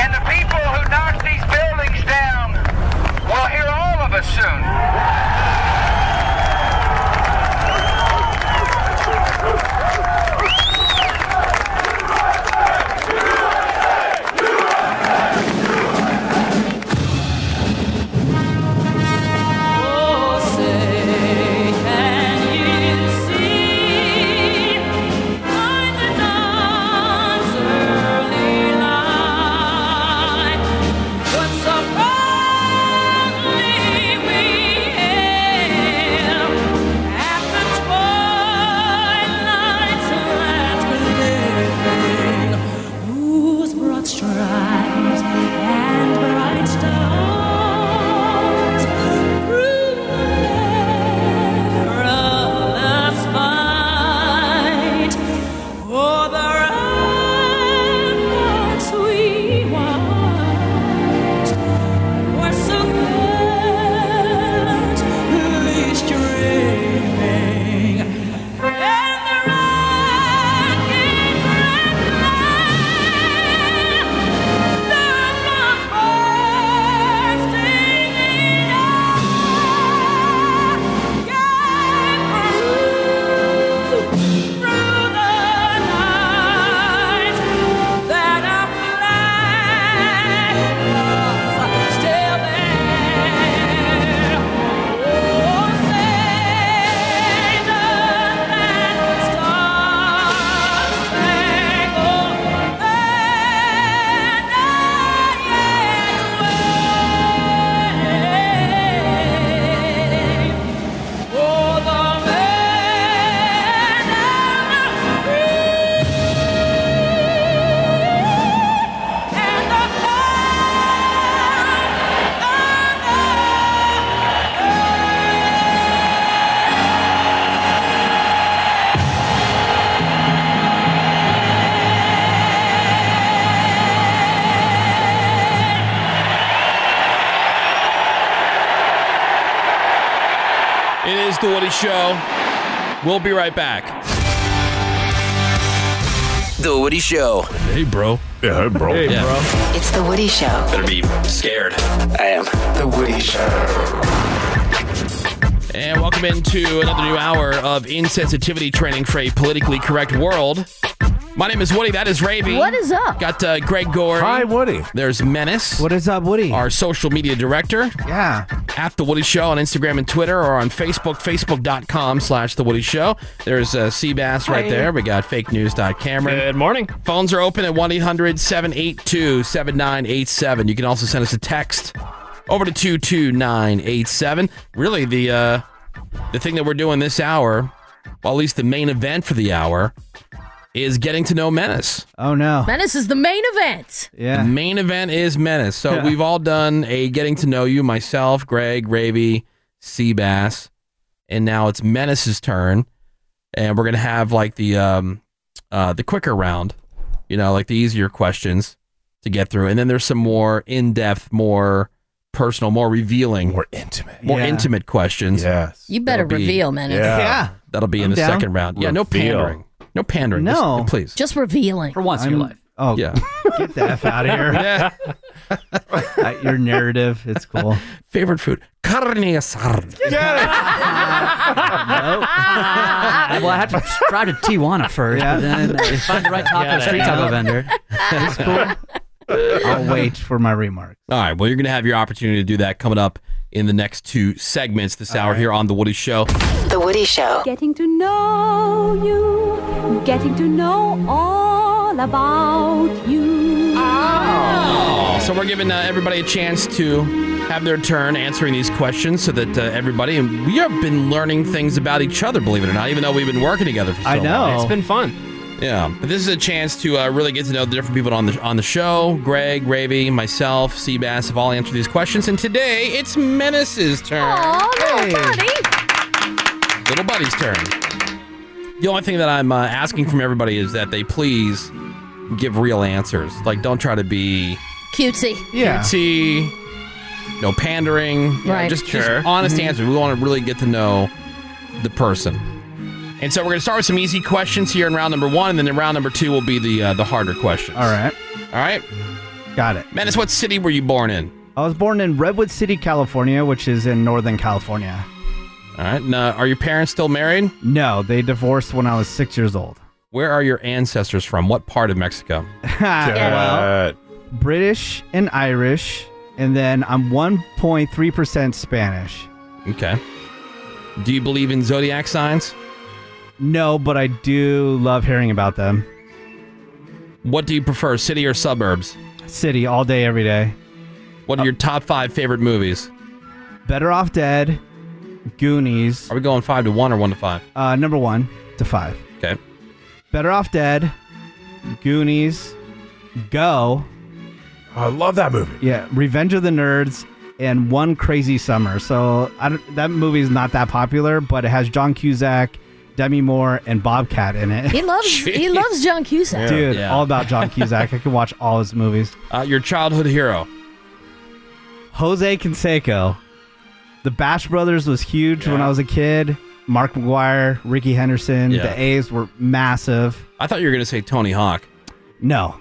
S6: And the people who knocked these buildings down will hear all of us soon. Can
S2: is The Woody Show. We'll be right back.
S12: The Woody Show.
S2: Hey, bro.
S3: Yeah, hey, bro.
S2: Hey, bro.
S12: It's The Woody Show. Better be scared. I am. The Woody Show.
S2: And welcome into another new hour of insensitivity training for a politically correct world. My name is Woody. That is Ravy. What is up? Got uh, Greg Gore. Hi, Woody. There's Menace. What
S7: is up, Woody?
S2: Our social media director.
S7: Yeah.
S2: At The Woody Show on Instagram and Twitter or on Facebook, facebook.com slash The Woody Show. There's uh, Seabass right
S1: Hi.
S2: there. We got fake news. Cameron. Good morning. Phones are open at 1 800 782 7987. You can also send us a text over to 22987. Really, the uh, the thing that we're doing this hour, well, at least the main event for the hour, is getting to know Menace.
S7: Oh, no.
S8: Menace is the main event.
S2: Yeah. The main event is Menace. So
S8: Yeah.
S2: we've all done a getting to know you, myself, Greg, Raby, Seabass, and now it's Menace's turn. And we're gonna have like the um uh the quicker round, you know, like the easier questions to get through. And then there's some more in depth, more personal, more revealing. More intimate. More
S8: Yeah.
S2: intimate questions. Yes.
S8: You better reveal, Menace.
S2: That'll be in
S8: I'm
S2: the
S8: down.
S2: second round. Yeah, no
S8: Reveal.
S2: pandering. No pandering. Just-
S8: No.
S2: please.
S8: Just revealing. For
S13: once
S7: I'm- Oh,
S2: Yeah.
S7: get the F out of here.
S2: Yeah.
S7: Uh, your narrative. It's cool.
S2: Favorite food? Carne asada.
S13: Uh, well, I have to drive to Tijuana first,
S7: Yeah.
S13: but then uh, find the right taco
S7: Yeah,
S13: street taco
S7: yeah.
S13: vendor.
S7: It's cool. I'll wait for my remark.
S2: All right. Well, you're going to have your opportunity to do that coming up in the next two segments this hour here on The Woody Show.
S1: The Woody Show. Getting to know you, getting to know all about you. Oh.
S2: So we're giving uh, everybody a chance to have their turn answering these questions so that uh, everybody, and we have been learning things about each other, believe it or not, even though we've been working together for so
S7: I know.
S2: long.
S7: It's been
S2: fun. Yeah. But this is a chance to uh, really get to know the different people on the on the show. Greg, Ravy, myself, Seabass have all answered these questions. And today it's Menace's turn. Little Buddy's turn. The only thing that I'm uh, asking from everybody is that they please give real answers. Like, don't try to be
S8: Cutesy.
S2: cutesy, no pandering. you know,
S8: Right.
S2: Just, just
S8: Sure.
S2: honest
S7: Mm-hmm.
S8: Mhm.
S2: answers. We want to really get to know the person. And so we're going to start with some easy questions here in round number one, and then in round number two will be the uh, the harder questions. All
S7: right.
S2: All right.
S7: Got it.
S2: Menace, what city were you born in?
S7: I was born in Redwood City, California, which is in Northern California.
S2: All right. Now, uh, are your parents still married?
S7: No, they divorced when I was six years old.
S2: Where are your ancestors from? What part of Mexico?
S7: well, British and Irish, and then I'm 1.3% Spanish.
S2: Okay. Do you believe in zodiac signs?
S7: No, but I do love hearing about them.
S2: What do you prefer, city or suburbs?
S7: City all day, every day.
S2: What are your top five favorite movies?
S7: Better Off Dead, Goonies.
S2: Are we going five to one or one to five?
S7: Uh, number one to five.
S2: Okay.
S7: Better Off Dead, Goonies, Go. I love that movie. Yeah, Revenge of the Nerds and One Crazy Summer. So I don't, that movie is not that popular, but it has John Cusack, Demi Moore, and Bobcat in it.
S8: He loves he loves John Cusack.
S7: Dude,
S2: Yeah.
S7: all about John Cusack. I could watch all his movies.
S2: Uh, your childhood hero.
S7: Jose Canseco. The Bash Brothers was huge when I was a kid. Mark McGuire, Ricky Henderson,
S2: Yeah.
S7: the A's were massive.
S2: I thought you were going to say Tony Hawk.
S7: No.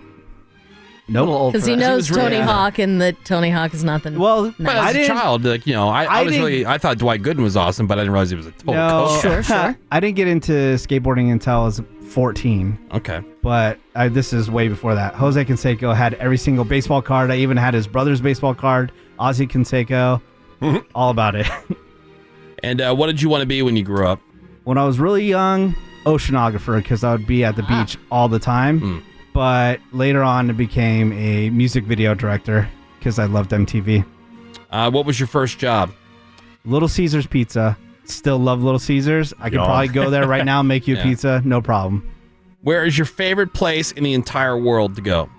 S7: Nope.
S8: Because he knows Tony Hawk and that Tony Hawk is nothing.
S7: Well,
S2: uh, But as a child, like you know, I, I,
S7: I
S2: was
S7: didn't-
S2: really I thought Dwight Gooden was awesome, but I didn't realize he was a total
S7: No,
S2: coach.
S7: I didn't get into skateboarding until I was 14.
S2: Okay.
S7: But I, this is way before that. Jose Canseco had every single baseball card. I even had his brother's baseball card. Ozzy Canseco, all about it.
S2: And uh, what did you want to be when you grew up?
S7: when I was really young, oceanographer because I would be at the beach all the time. But later on, it became a music video director because I loved MTV.
S2: Uh, what was your first job?
S7: Little Caesars Pizza. Still love Little Caesars. I could
S2: Yawn.
S7: probably go there right now and make you a
S2: Yeah.
S7: pizza, no problem.
S2: Where is your favorite place in the entire world to go?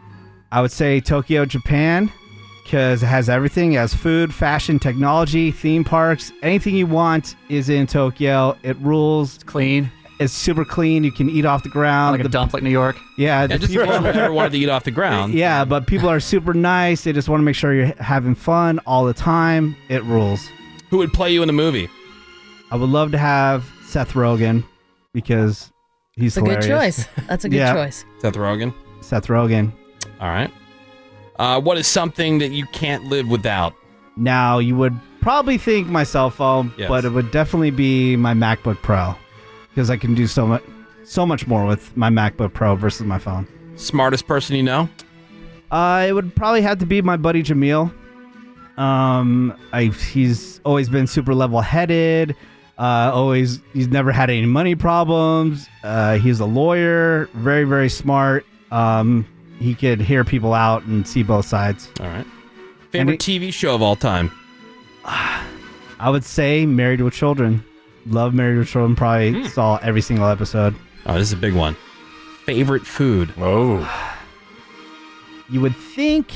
S7: I would say Tokyo, Japan, because it has everything. It has food, fashion, technology, theme parks. Anything you want is in Tokyo. It rules. It's
S13: clean.
S7: It's super clean. You can eat off the ground.
S13: Like a dump like New York.
S7: Yeah,
S2: Yeah,
S7: the
S2: just
S7: people-
S2: whatever wanted to eat off the ground.
S7: Yeah, but people are super nice. They just want to make sure you're having fun all the time. It rules.
S2: Who would play you in a movie?
S7: I would love to have Seth Rogen because
S8: It's
S7: he's
S8: a good
S7: hilarious.
S8: choice. That's a good
S7: Yeah.
S8: choice.
S2: Seth Rogen.
S7: Seth Rogen.
S2: All right. Uh, what is something that you can't live without?
S7: Now you would probably think my cell phone,
S2: Yes.
S7: but it would definitely be my MacBook Pro because I can do so much, so much more with my MacBook Pro versus my phone.
S2: Smartest person you know?
S7: Uh, it would probably have to be my buddy Jamil. Um, I he's always been super level headed. Uh, always he's never had any money problems. Uh, he's a lawyer, very very smart. Um, he could hear people out and see both sides.
S2: All right. Favorite TV show of all time?
S7: I would say Married with Children. Love Married with Children. Probably
S2: Hmm.
S7: saw every single episode.
S2: Oh, this is a big one. Favorite food?
S3: Oh.
S7: You would think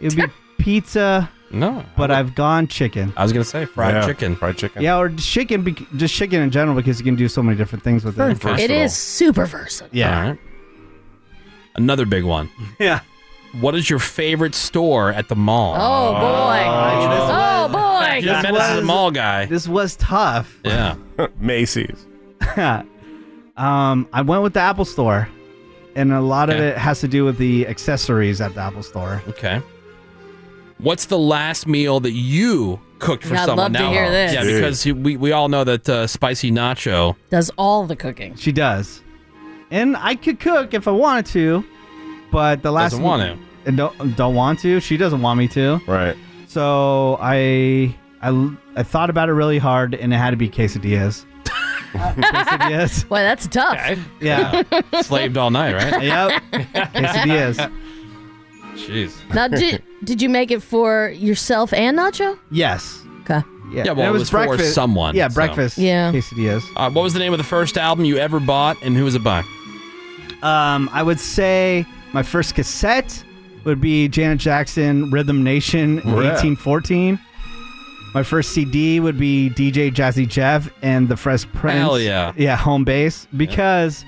S7: it would be pizza.
S2: No,
S7: but I've gone chicken.
S2: I was gonna say fried
S7: Yeah,
S2: chicken.
S3: Fried chicken.
S7: Yeah, or chicken, bec- just chicken in general, because you can do so many different things with it.
S8: It is super versatile.
S7: Yeah.
S2: All right. Another big one.
S7: Yeah.
S2: What is your favorite store at the mall?
S8: Oh boy. Oh, boy.
S2: Just meant as a mall guy.
S7: This was tough.
S2: Yeah.
S3: Macy's.
S7: um, I went with the Apple Store, and a lot of
S2: Okay.
S7: it has to do with the accessories at the Apple Store.
S2: Okay. What's the last meal that you cooked for
S8: Yeah, I'd
S2: someone?
S8: love to hear this.
S2: Yeah,
S8: Dude.
S2: because we, we all know that uh, spicy nacho.
S8: Does all the cooking.
S7: She does, and I could cook if I wanted to, but the last
S2: Doesn't want to.
S7: and don't don't want to. She doesn't want me to.
S3: Right.
S7: So I I I thought about it really hard, and it had to be quesadillas. yes.
S8: Boy, that's tough.
S7: Yeah.
S2: Slaved all night, right?
S7: Yep. Quesadillas.
S2: Jeez.
S8: Now, did, did you make it for yourself and Nacho?
S7: Yes.
S8: Okay.
S2: Yeah,
S7: Yeah.
S2: well,
S7: And
S2: it was for someone,
S7: Yeah,
S2: so.
S7: breakfast.
S8: Yeah.
S7: Quesadillas.
S2: Uh, what was the name of the first album you ever bought, and who was it by?
S7: Um, I would say my first cassette would be Janet Jackson, Rhythm Nation, in
S3: Yeah.
S7: 1814. My first CD would be DJ Jazzy Jeff and the Fresh Prince.
S2: Hell yeah.
S7: Yeah, home base. Because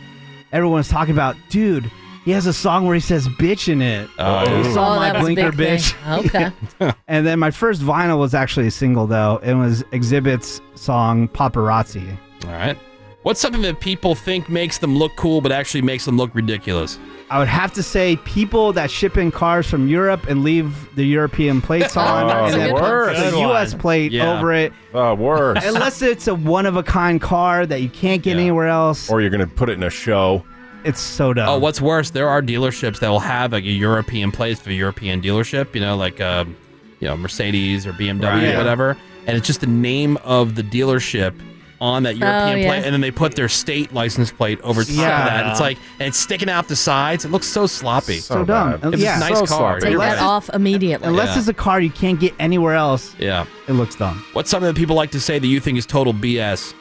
S7: everyone's talking about, dude, he has a song where he says bitch in it.
S2: Oh.
S7: you saw
S2: Oh,
S7: my
S2: that was a
S7: blinker
S2: big
S7: bitch.
S8: thing.
S7: and then my first vinyl was actually a single, though. It was Exhibit's song Paparazzi.
S2: All right. What's something that people think makes them look cool, but actually makes them look ridiculous?
S7: I would have to say people that ship in cars from Europe and leave the European plates on
S3: Oh,
S7: and then put
S3: word.
S7: the
S3: Good one.
S7: U.S. plate
S3: Yeah.
S7: over it.
S3: Uh, worse.
S7: Unless it's a one of a kind car that you can't get anywhere else.
S3: or you're gonna put it in a show.
S7: It's so dumb.
S2: Oh, what's worse? There are dealerships that will have like a European place for a European dealership, you know, like um, you know, Mercedes or BMW
S7: Right.
S2: or whatever, and it's just the name of the dealership on
S7: Oh,
S2: that European
S8: yeah.
S2: plate, and then they put their state license plate over top
S7: Yeah.
S2: of that. It's like and it's sticking out the sides. It looks so sloppy.
S7: So dumb. bad.
S2: It's
S7: Yeah.
S2: a nice car.
S7: So sloppy. Take
S2: You're
S7: that
S2: right.
S8: Off immediately.
S7: Unless it's a car you can't get anywhere else,
S2: Yeah.
S7: it looks dumb.
S2: What's something that people like to say that you think is total BS?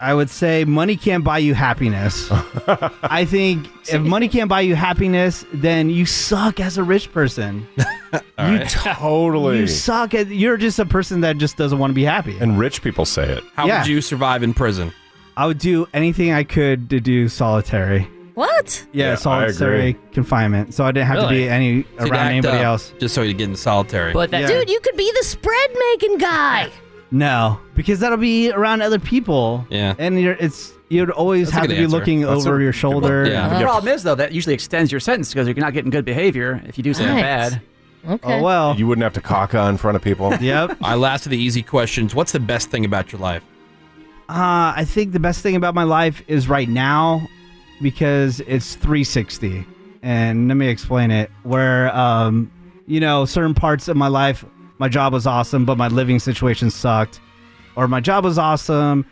S7: I would say money can't buy you happiness. I think if money can't buy you happiness, then you suck as a rich person. you
S3: totally.
S7: You suck at. You're just a person that just doesn't want to be happy.
S3: And rich people say it.
S2: How
S7: Yeah.
S2: would you survive in prison?
S7: I would do anything I could to do solitary.
S8: What?
S7: Yeah, solitary confinement. So I didn't have to
S2: Really? uh,
S7: be any
S2: So you'd
S7: around
S2: act
S7: anybody
S2: up
S7: else.
S2: Just so you get in solitary.
S7: Yeah.
S8: Dude, you could be the spread making guy.
S7: no, because that'll be around other people.
S2: Yeah.
S7: and you're it's you'd always
S13: That's a
S7: have to
S13: good
S7: be
S13: answer.
S7: looking
S13: That's
S7: over
S13: a
S7: your
S13: good
S7: shoulder.
S13: The problem is, though, that usually extends your sentence because you're not getting good behavior if you do something
S7: Right.
S13: bad.
S7: Oh well.
S3: You wouldn't have to caca in front of people.
S7: yep.
S2: I last of the easy questions. What's the best thing about your life?
S7: Uh, I think the best thing about my life is right now because it's 360. And let me explain it. Where, um, you know, certain parts of my life, my job was awesome, but my living situation sucked. Or my job was awesome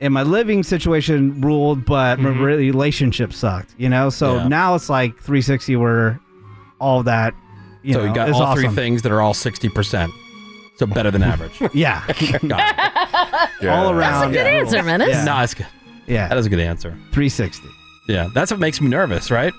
S7: and my living situation ruled, but my relationship sucked, you know? So
S2: Mm-hmm. Yeah.
S7: now it's like 360 where all that, you
S2: so
S7: know,
S2: you got
S7: is
S2: all
S7: awesome.
S2: three things that are all 60%. So better than average.
S7: Yeah.
S2: Got it.
S7: All around.
S8: good answer, Menace.
S2: Yeah. No, that's good.
S7: Yeah.
S2: That is a good answer.
S7: 360.
S2: Yeah. That's what makes me nervous, right?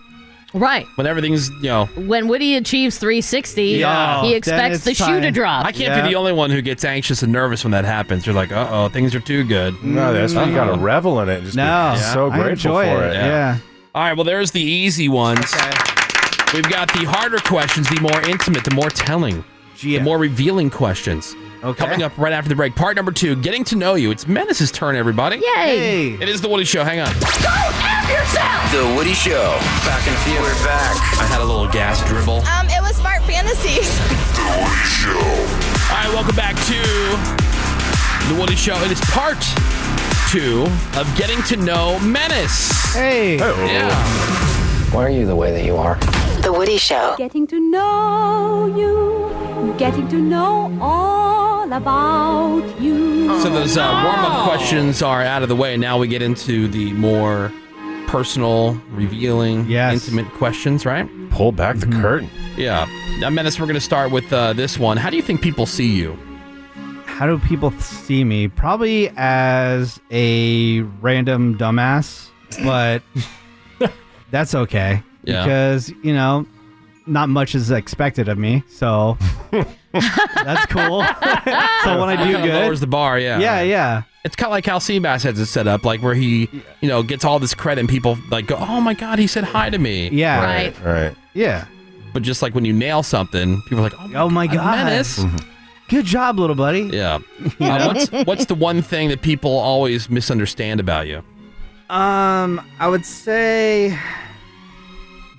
S8: Right.
S2: When everything's, you know.
S8: When Woody achieves 360,
S2: Yeah,
S8: he
S2: then
S8: expects
S2: it's
S8: the shoe to
S2: time.
S8: drop.
S2: I can't be the only one who gets anxious and nervous when that happens. You're like, uh oh, things are too good.
S3: No, that's why you gotta
S2: Uh-oh.
S3: revel in it. and Just be
S2: No,
S3: so
S2: I
S3: grateful
S2: enjoy
S3: for
S2: it,
S3: it.
S2: yeah. All right. Well, there's the easy ones. We've got the harder questions, the more intimate, the more telling. the more revealing questions. Coming up right after the break. Part number two, getting to know you. It's Menace's turn, everybody.
S8: Yay!
S2: It is the Woody Show. Hang on.
S12: The Woody Show. Back in a few. We're back.
S2: I had a little gas dribble.
S24: Um, it was Smart Fantasies.
S2: All right, welcome back to the Woody Show. It is part two of getting to know Menace.
S7: Hey.
S2: Yeah.
S16: Why are you the way that you are?
S1: The Woody Show. Getting to know you, getting to know all about you.
S2: So those uh, warm-up questions are out of the way. Now we get into the more personal, revealing, intimate questions. Right?
S3: Pull back
S7: Mm-hmm.
S3: the curtain.
S2: Yeah. Now, Menace, we're going to start with uh, this one. How do you think people see you?
S7: How do people see me? Probably as a random dumbass, but that's okay.
S2: Yeah.
S7: Because, you know, not much is expected of me. So that's cool. so when I do
S2: Kinda
S7: good,
S2: lowers the bar. Yeah.
S7: Yeah, yeah.
S2: It's kind of like how Seabass has it set up, like where he, you know, gets all this credit and people like go, "Oh my God, he said hi to me."
S7: Yeah. Right.
S2: Right.
S7: Yeah.
S2: But just like when you nail something, people are like, "Oh my,
S7: oh my God.
S2: Menace."
S3: Mm-hmm.
S7: Good job, little buddy.
S2: Yeah. Uh, what's what's the one thing that people always misunderstand about you?
S7: Um, I would say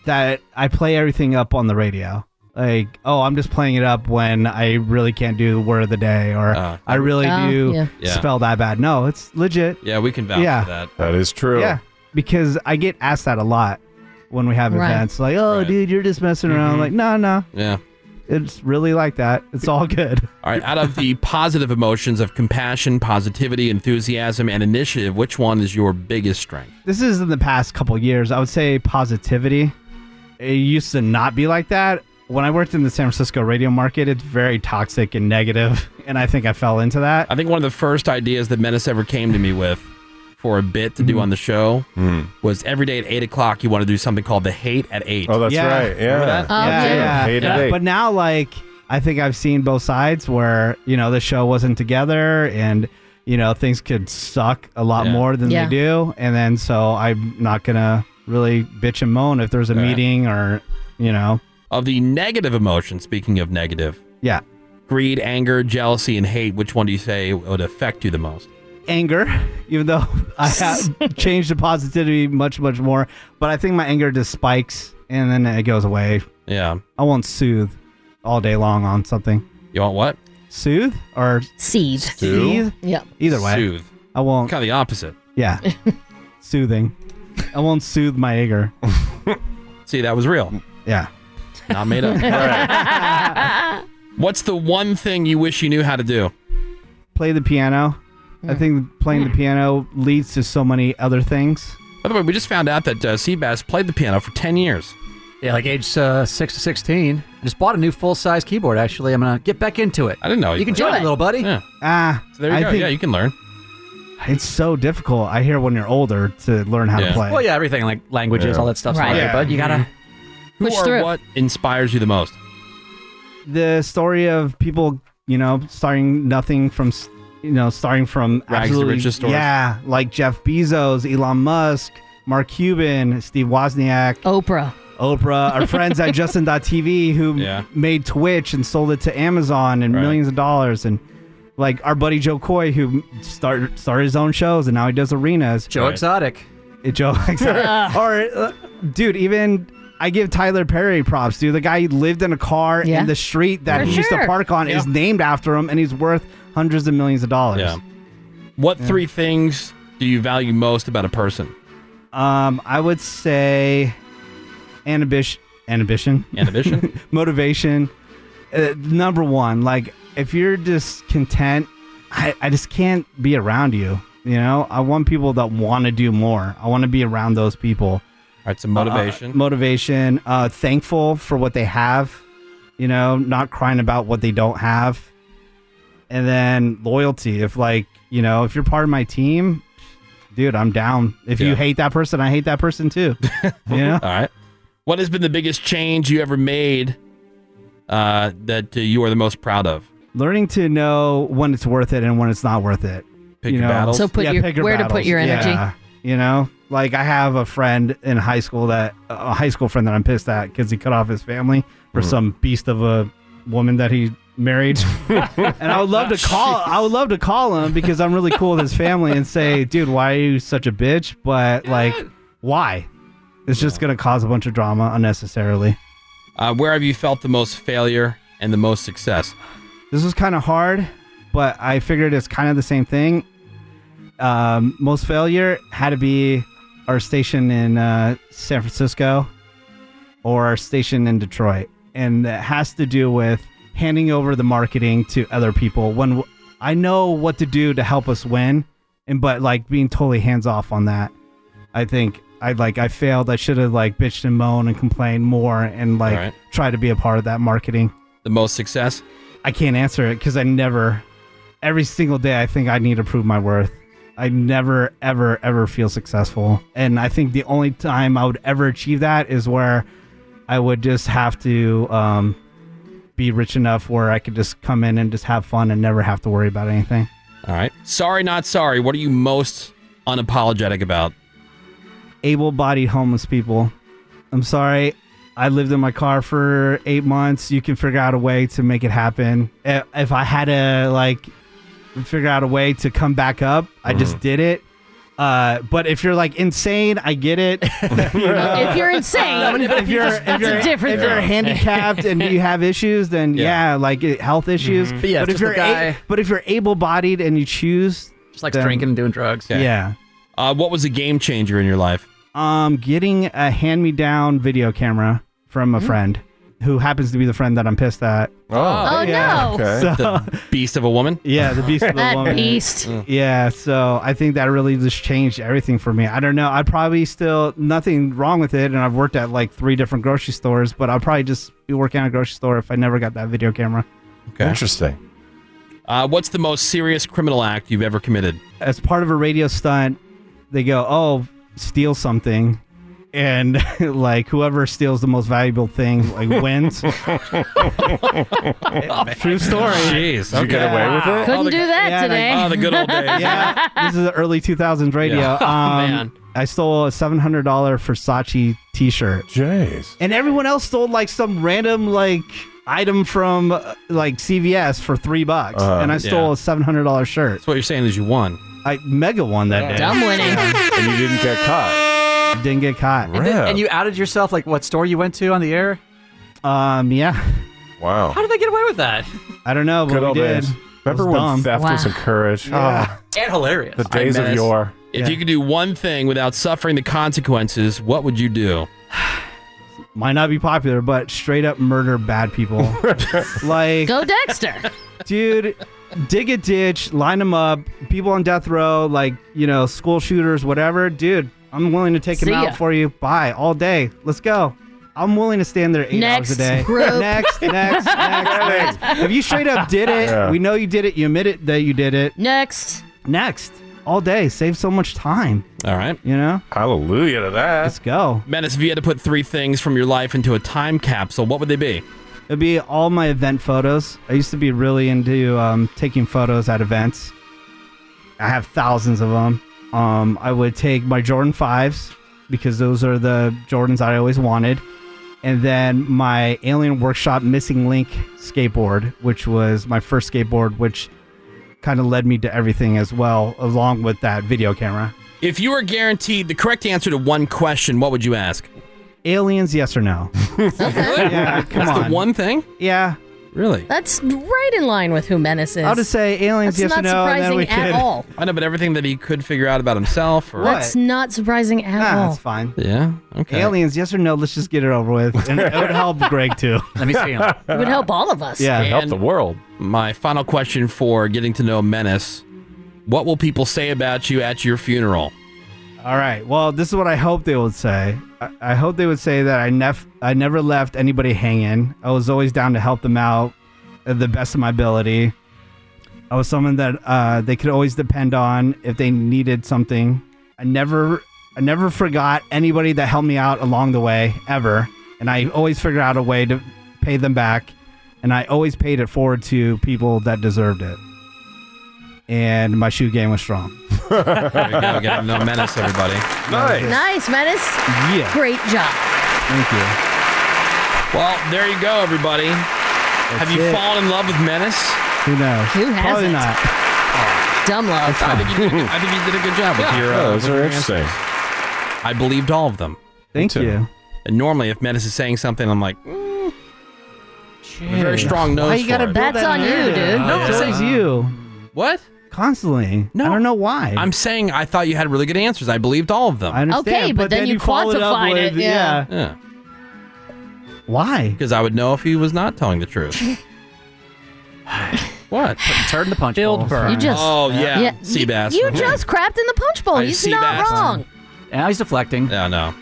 S7: that I play everything up on the radio. Like, oh, I'm just playing it up when I really can't do the word of the day, or
S2: Uh.
S7: I really
S3: Oh,
S7: do
S3: yeah. Yeah.
S7: spell that bad. No, it's legit.
S2: Yeah, we can
S7: vouch Yeah. for
S2: that.
S3: That is true.
S7: Yeah, because I get asked that a lot when we have
S3: Right.
S7: events. Like, oh, dude, you're just messing around.
S2: Mhm.
S7: Like, no, no,
S2: Yeah.
S7: it's really like that. It's all good.
S2: All right. Out of the positive emotions of compassion, positivity, enthusiasm, and initiative, which one is your biggest strength?
S7: This is in the past couple years. I would say positivity. It used to not be like that. When I worked in the San Francisco radio market, it's very toxic and negative, and I think I fell into that.
S2: I think one of the first ideas that Menace ever came to me with for a bit to do
S3: Mm-hmm.
S2: on the show
S3: Mm.
S2: was every day at eight o'clock you want to do something called the hate at eight.
S3: Oh, that's
S7: Yeah. Oh,
S3: right. Yeah.
S7: yeah, yeah.
S3: Hated
S7: Yeah.
S3: it.
S7: But now, like, I think I've seen both sides where you know the show wasn't together, and you know things could suck a lot more than
S8: Yeah.
S7: they do, and then so I'm not gonna really bitch and moan if there's a meeting or you know.
S2: Of the negative emotions, speaking of negative,
S7: yeah,
S2: greed, anger, jealousy, and hate. Which one do you say would affect you the most?
S7: anger, even though I have changed the positivity much, much more. But I think my anger just spikes and then it goes away.
S2: Yeah.
S7: I won't soothe all day long on something.
S2: You want what?
S7: Soothe or
S8: seethe?
S7: Soothe?
S8: Yep.
S7: Either way.
S2: Soothe.
S7: I won't.
S2: Kind of the opposite.
S7: Yeah. Soothing. I won't soothe my anger.
S2: See, that was
S5: Mm.
S2: real.
S7: Yeah.
S2: Not made up. What's the one thing you wish you knew how to do?
S7: Play the piano.
S8: Mm.
S7: I think playing the piano leads to so many other things.
S2: By the way, we just found out that uh, Seabass played the piano for 10 years.
S5: Yeah, like age uh, six to sixteen. I just bought a new full size keyboard. Actually, I'm gonna get back into it. I
S2: didn't know
S5: you can
S2: played.
S5: join me, little buddy.
S2: Yeah.
S7: Ah,
S2: So there you
S7: I
S2: go.
S7: think
S2: yeah, you can learn.
S7: it's so difficult. I hear when you're older to learn how to play.
S5: Well, Oh, yeah, everything like languages,
S7: Yeah.
S5: all that stuff's
S7: Right.
S5: right. there,
S7: Yeah.
S5: but you gotta.
S2: Who
S5: Push
S2: or
S5: through.
S2: what inspires you the most?
S7: the story of people, you know, starting nothing from, s- you know, starting from
S2: Rags to
S7: absolutely,
S2: riches stories.
S7: yeah, like Jeff Bezos, Elon Musk, Mark Cuban, Steve Wozniak,
S8: Oprah,
S7: Oprah, our friends at Justin.tv who
S2: Yeah.
S7: made Twitch and sold it to Amazon and millions of dollars and. Like our buddy Joe Coy, who started started his own shows and now he does arenas.
S5: Joe Right. Exotic,
S7: Joe Exotic, or uh, dude, even I give Tyler Perry props, dude. The guy lived in a car
S5: Yeah.
S7: in the street that
S5: For
S7: he used to
S5: sure.
S7: park on is
S5: Yeah.
S7: named after him, and he's worth hundreds of millions of dollars.
S2: Yeah. What three things do you value most about a person?
S7: Um, I would say ambition, ambition,
S2: ambition,
S7: motivation. Uh, number one, like if you're just content, I, I just can't be around you. You know, I want people that want to do more. I want to be around those people.
S2: All right, so motivation.
S7: Uh, motivation. Uh, thankful for what they have. You know, not crying about what they don't have. And then loyalty. If like you know, if you're part of my team, dude, I'm down. If
S2: Yeah.
S7: you hate that person, I hate that person too. you know.
S2: All right. What has been the biggest change you ever made uh, that uh, you are the most proud of?
S7: learning to know when it's worth it and when it's not worth it.
S2: Pick your battles. So put your-
S7: pick
S2: where to put your energy.
S7: Yeah, you know, like I have a friend in high school that a high school friend that I'm pissed at because he cut off his family for
S2: Mhm.
S7: some beast of a woman that he married, and I would love to call. I would love to call him because I'm really cool with his family and say, "Dude, why are you such a bitch?" But like, why? It's just gonna cause a bunch of drama unnecessarily.
S2: Uh, where have you felt the most failure and the most success?
S7: This was kind of hard, but I figured it's kind of the same thing. Um, most failure had to be our station in uh, San Francisco or our station in Detroit. And that has to do with handing over the marketing to other people when w- I know what to do to help us win, and but like being totally hands off on that. I think I like I failed. I should have like bitched and moaned and complained more and like
S2: Alright.
S7: tried to be a part of that marketing.
S2: The most success?
S7: I can't answer it because I never, every single day, I think I need to prove my worth. I never, ever, ever feel successful. And I think the only time I would ever achieve that is where I would just have to um, be rich enough where I could just come in and just have fun and never have to worry about anything.
S2: All right. Sorry, not sorry. What are you most unapologetic about?
S7: able bodied homeless people. I'm sorry. I lived in my car for eight months. You can figure out a way to make it happen. I- If I had to, like, figure out a way to come back up, I just did it. Uh, but if you're like insane, I get it. You know?
S8: If you're insane,
S7: if you're, if
S8: that's
S7: you're,
S8: a different
S7: if you're
S8: thing.
S7: handicapped and you have issues, then yeah, like it- health issues.
S5: Mhm. But yeah,
S7: if
S5: it's
S7: you're
S5: just the
S7: a-
S5: guy-
S7: but if you're able-bodied and you choose,
S5: Just likes drinking and doing drugs.
S7: Yeah.
S2: Uh, what was a game changer in your life?
S7: Um, getting a hand-me-down video camera from a
S5: Mm.
S7: friend who happens to be the friend that I'm pissed at.
S2: Oh,
S8: Oh, no.
S2: The beast of a woman?
S7: Yeah, the beast of the
S8: That
S7: woman.
S8: beast.
S7: Yeah, so I think that really just changed everything for me. I don't know. I'd probably still nothing wrong with it, and I've worked at like three different grocery stores, but I'll probably just be working at a grocery store if I never got that video camera.
S2: Okay. Interesting. Uh, what's the most serious criminal act you've ever committed?
S7: as part of a radio stunt, they go, "Oh, steal something," and like whoever steals the most valuable thing like wins. Eh, True story.
S2: Jeez. Did you get away with it?
S8: Couldn't do that
S7: Yeah,
S8: today.
S7: like- Yeah, this is the early 2000s radio.
S8: Yeah. Oh,
S7: Um,
S8: man.
S7: I stole a $700 Versace T-shirt. Jeez. And everyone else stole like some random like item from uh, like CVS for three bucks,
S2: Uh,
S7: and I stole
S2: yeah.
S7: a $700 shirt.
S2: That's what you're saying is you won.
S7: I mega won that day.
S8: Dumb winning.
S7: And you didn't get caught. Didn't get caught.
S5: And, then, and you outed yourself like what store you went to on the air?
S7: um, yeah.
S3: Wow.
S5: How did they get away with that?
S7: I don't know, but
S3: Good
S7: we
S3: old
S7: did.
S3: days. Remember
S7: It
S3: when
S7: dumb.
S3: theft was encouraged? Ah,
S5: And hilarious.
S3: the days of
S2: Menace.
S3: yore.
S2: If you could do one thing without suffering the consequences, what would you do?
S7: Might not be popular, but straight up murder bad people. like,
S8: Go Dexter.
S7: dude, dig a ditch, line them up. People on death row, like you know, school shooters, whatever. Dude, I'm willing to take
S8: See
S7: them out
S8: ya.
S7: for you. Bye, all day. Let's go. I'm willing to stand there eight hours
S8: Next
S7: a day.
S8: group.
S7: Next, next, next, next. If you straight up did it,
S8: Yeah.
S7: we know you did it. You admit it that you did it.
S8: Next.
S7: Next. All day. Save so much time.
S2: All right.
S7: You know?
S2: Hallelujah to that. Let's
S7: go.
S2: Menace, if you had to put three things from your life into a time capsule, what would they be?
S7: It'd be all my event photos. I used to be really into um, taking photos at events. I have thousands of them. Um, I would take my Jordan 5s because those are the Jordans I always wanted. And then my Alien Workshop Missing Link skateboard, which was my first skateboard, which kind of led me to everything as well, along with that video camera.
S2: If you were guaranteed the correct answer to one question, what would you ask?
S7: Aliens, yes or no? yeah, come
S2: That's
S7: on.
S2: the one thing?
S7: Yeah.
S2: Really?
S8: That's right in line with who Menace is.
S2: I'll just
S7: say aliens,
S8: That's not surprising at all.
S2: I know, but everything that he could figure out about himself or
S8: That's not surprising at all.
S7: That's fine.
S2: Yeah. Okay.
S7: Aliens, yes or no? Let's just get it over with. And it would help Greg too.
S2: Let me see him.
S8: It would help all of us.
S2: world. My final question for getting to know Menace: What will people say about you at your funeral?
S7: All right. Well, this is what I hope they would say. I, I hope they would say that I nef- I never left anybody hanging. I was always down to help them out at the best of my ability. I was someone that uh, they could always depend on if they needed something. I never I never forgot anybody that helped me out along the way ever, and I always figured out a way to pay them back, and I always paid it forward to people that deserved it. And my shoe game was strong.
S2: There we go. Get to know Menace, everybody.
S8: Nice, Menace.
S7: Yeah.
S8: Great job.
S7: Thank you.
S2: Well, there you go, everybody. Have you
S7: it.
S2: fallen in love with Menace?
S7: Who knows?
S2: Who hasn't?
S7: Probably not.
S8: Dumb love.
S2: I think you did, a- I think you did a good job with
S7: Yeah.
S2: your.
S7: Yeah,
S2: Uh,
S7: those
S2: with
S7: are
S2: your
S7: interesting.
S2: answers. I believed all of them.
S7: Thank you.
S2: And normally, if Menace is saying something, I'm like, mm. a very strong nose.
S7: Why you gotta
S2: for it.
S7: build That's that on you, narrative? dude.
S2: No, I'm
S7: Yeah.
S2: saying
S7: It's you.
S2: What?
S7: Constantly. No. I don't know why.
S2: I'm saying I thought you had really good answers. I believed all of them.
S7: I understand,
S8: Okay, but but then then you you followed up quantified with- it, yeah.
S2: yeah.
S7: Why?
S2: Because I would know if he was not telling the truth. what? Turn the punch. Build
S8: You just.
S2: Oh yeah.
S8: yeah.
S2: Sea bass.
S8: You just crapped in the punch
S5: Oh,
S8: bowl.
S2: I
S8: He's
S2: sea
S8: not
S2: bass.
S8: wrong.
S2: Yeah, he's deflecting. Yeah, no.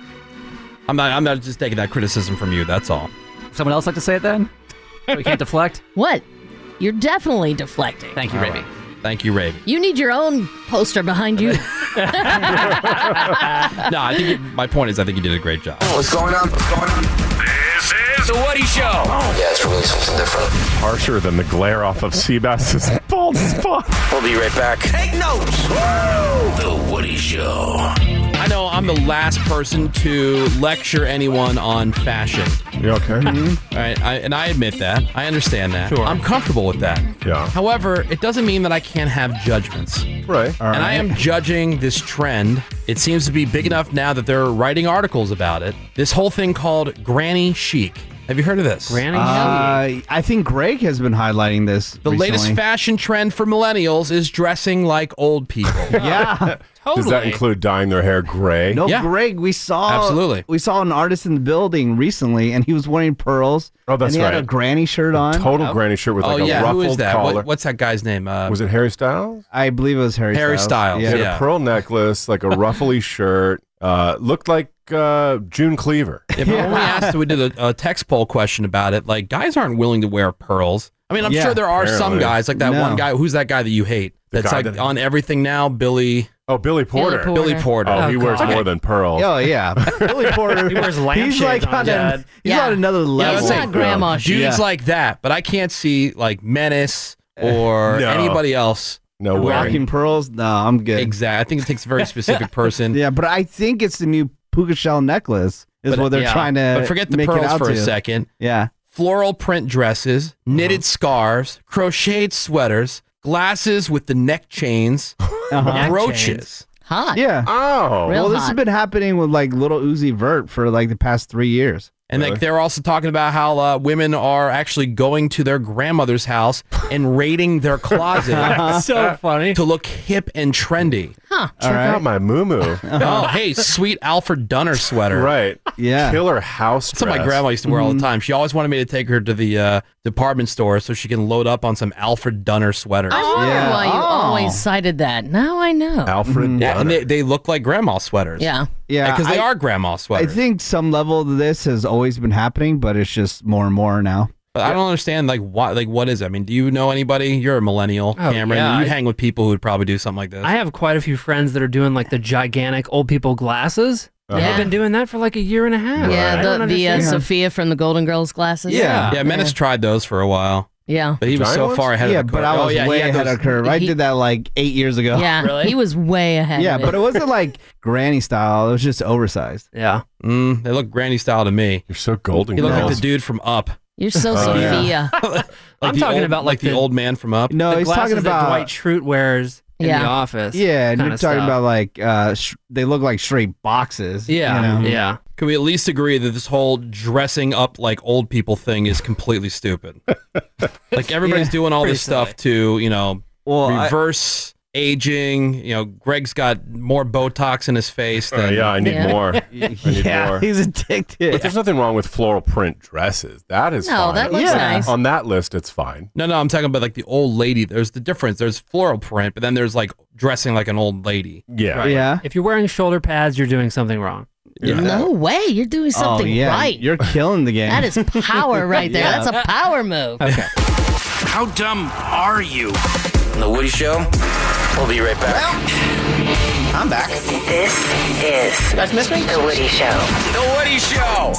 S2: I'm not. I'm not just taking that criticism from you. That's all.
S5: Someone else like to say it then? we can't deflect?
S8: What? You're definitely deflecting.
S5: Thank you,
S2: All
S5: Raby.
S2: right. Thank you, Raven.
S8: You need your own poster behind you.
S2: no, I think you- my point is I think you did a great job.
S6: Oh,
S16: What's going on? What's going on? This is the Woody Show. Yeah, it's really something different.
S3: Harsher than the glare off of Seabass's bald spot.
S16: We'll be right back. Take notes. Woo! The Woody Show.
S2: I know I'm the last person to lecture anyone on fashion.
S3: You okay?
S2: All right, I, and I admit that. I understand that.
S3: Sure.
S2: I'm comfortable with that.
S3: Yeah.
S2: However, it doesn't mean that I can't have judgments.
S3: Right.
S2: and I am judging this trend. It seems to be big enough now that they're writing articles about it. This whole thing called granny chic. Have you heard of this? Granny
S7: Uh, I think Greg has been highlighting this.
S2: The latest fashion trend for millennials is dressing like old people.
S7: yeah.
S3: Does that include dyeing their hair gray?
S7: No, Greg, we saw
S3: Absolutely.
S7: We saw an artist in the building recently, and he was wearing pearls.
S3: Oh, that's
S7: and he
S3: right.
S7: had a granny shirt on.
S3: total granny shirt with
S2: oh
S3: like a
S2: yeah, who
S3: ruffled
S2: is that? What-
S3: collar.
S2: what's that guy's name? Uh,
S3: was it Harry Styles?
S7: I believe it was Harry.
S2: Harry Styles. Styles,
S3: He had
S2: yeah.
S3: a pearl necklace, like a ruffly shirt. Uh, looked like uh, June Cleaver.
S2: If only asked, we did a, a text poll question about it. Like, guys aren't willing to wear pearls. I mean, I'm
S3: Yeah.
S2: sure there are some
S3: Apparently.
S2: guys like that
S3: No.
S2: one guy. Who's that guy that you hate?
S3: The
S2: That's
S3: guy
S2: like
S3: that-
S2: on everything now. Billy.
S3: Oh, Billy Porter. Porter.
S2: Billy Porter.
S3: Oh, he wears
S2: Okay.
S3: more than pearls.
S7: Oh yeah, Billy Porter. he wears He's like on, a, he's on another level.
S2: I was saying, Dudes like that, but I can't see like Menace or
S7: No.
S2: anybody else.
S3: No
S7: way. Eh. Rocking pearls? No, I'm good.
S2: Exactly. I think it takes a very specific person.
S7: yeah, but I think it's the new puka shell necklace is
S2: But-
S7: what they're
S2: yeah.
S7: trying to.
S2: But forget the
S7: make it
S2: pearls
S7: out
S2: for a
S7: to.
S2: second.
S7: Yeah. Mm-hmm.
S2: Floral print dresses, knitted scarves, crocheted sweaters, glasses with the neck chains,
S7: Neck
S2: brooches.
S8: Hot.
S7: Uh-huh. Yeah.
S2: Real
S3: Oh.
S7: well, this has
S2: hot.
S7: been happening with like little Uzi Vert for like the past three years.
S2: And like they're also talking about how uh, women are actually going to their grandmother's house and raiding their closet.
S5: So
S2: funny to look hip and trendy.
S8: Huh.
S3: Check out my moo moo.
S7: Uh-huh.
S2: Oh, hey, sweet Alfred Dunner sweater.
S3: Right.
S7: Yeah.
S3: Killer house
S2: That's what my
S3: dress.
S2: grandma used to wear all
S7: Mm-hmm.
S2: the time. She always wanted me to take her to the uh, department store so she can load up on some Alfred Dunner sweaters.
S8: I wonder why
S7: Oh.
S8: you always cited that. Now I know.
S2: Oh. Yeah, and they, they look like grandma sweaters.
S8: Yeah.
S7: Mm-hmm. Yeah,
S2: Because they
S7: I-
S2: are grandma
S7: I
S2: sweaters.
S7: think some level of this has always been happening, but it's just more and more now.
S2: But I don't understand like why like what is it? I mean, do you know anybody? You're a millennial,
S4: Oh,
S2: Cameron.
S4: yeah,
S2: you
S4: I-
S2: hang with people who would probably do something like this.
S4: I have quite a few friends that are doing like the gigantic old people glasses. And
S2: Uh-huh.
S4: They've been doing that for like a year and a half. I
S8: Yeah, the,
S4: don't
S8: the uh,
S4: understand.
S8: Sophia from the Golden Girls glasses.
S2: Yeah, Menace tried those for a while.
S8: Yeah.
S2: But he was
S7: Giant
S2: so
S7: ones?
S2: far ahead
S7: Yeah,
S2: of the
S7: but
S2: curve. Oh,
S7: I was
S2: he
S7: way
S2: had
S7: ahead
S2: those-
S7: of curve. I did that like eight years ago.
S8: Yeah, he was way ahead.
S7: Yeah,
S8: of
S7: but it wasn't like granny style. It was just oversized.
S4: Yeah.
S2: Mm, they look granny style to me.
S3: You're so golden.
S2: You look like
S3: girls. Oh,
S2: the dude from Up.
S8: You're so Sophia.
S2: Oh, Like
S4: I'm
S2: the
S4: talking
S2: old-
S4: about like,
S2: the, old man from Up.
S7: No,
S4: the
S7: he's
S4: glasses
S7: talking about-
S4: that Dwight Schrute wears in
S7: Yeah.
S4: the office.
S7: Yeah, and you're
S4: kinda
S7: talking
S4: stuff.
S7: about like uh, sh- they look like straight boxes. you know?
S2: Can we at least agree that this whole dressing up like old people thing is completely stupid? like everybody's
S7: Yeah.
S2: doing all
S7: Pretty
S2: this stuff to, you know,
S7: I-
S2: reverse aging. You know, Greg's got more Botox in his face. Than,
S3: Oh, yeah, I need Yeah. more. I need Yeah, more. he's
S7: addicted.
S3: But there's nothing wrong with floral print dresses. That is
S8: No,
S3: fine.
S8: that looks Yeah. nice.
S3: On that list, it's fine.
S2: No, no, I'm talking about like the old lady. There's the difference. There's floral print, but then there's like dressing like an old lady.
S3: Yeah.
S4: If you're wearing shoulder pads, you're doing something wrong.
S2: Yeah.
S8: No way. You're doing something right.
S7: Oh, You're killing the game.
S8: That is power right there.
S12: Yeah.
S8: That's a power move. Okay.
S12: How dumb are you? The Woody Show. We'll be right back. I'm back. This is. You guys miss me? The Woody Show. The Woody Show.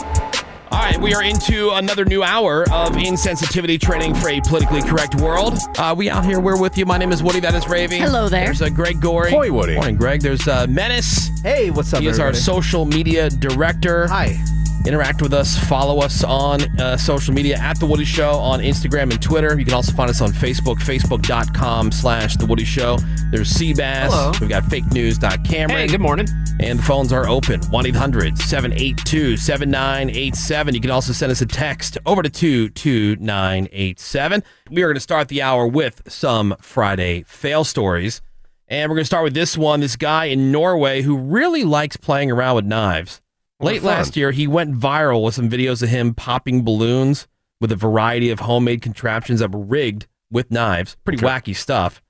S2: All right, we are into another new hour of insensitivity training for a politically correct world. Uh, we out here, we're with you. My name is Woody. That is Ravy.
S8: Hello there.
S2: There's uh, Greg Gorey.
S3: Hoi, Woody.
S2: Morning, Greg. There's uh, Menace.
S7: Hey, what's up?
S2: He is our
S7: everybody?
S2: social media director.
S7: Hi.
S2: Interact with us. Follow us on uh, social media at The Woody Show on Instagram and Twitter. You can also find us on Facebook, facebook.com slash The Woody Show. There's
S4: Hello.
S2: Seabass. We've got fake news.cameron.
S4: Hey, good morning.
S2: And the phones are open 1 800 782 7987. You can also send us a text over to 22987. We are going to start the hour with some Friday fail stories. And we're going to start with this one this guy in Norway who really likes playing around with knives.
S3: What
S2: Late
S3: fun.
S2: last year, he went viral with some videos of him popping balloons with a variety of homemade contraptions that were rigged with knives. Pretty wacky stuff.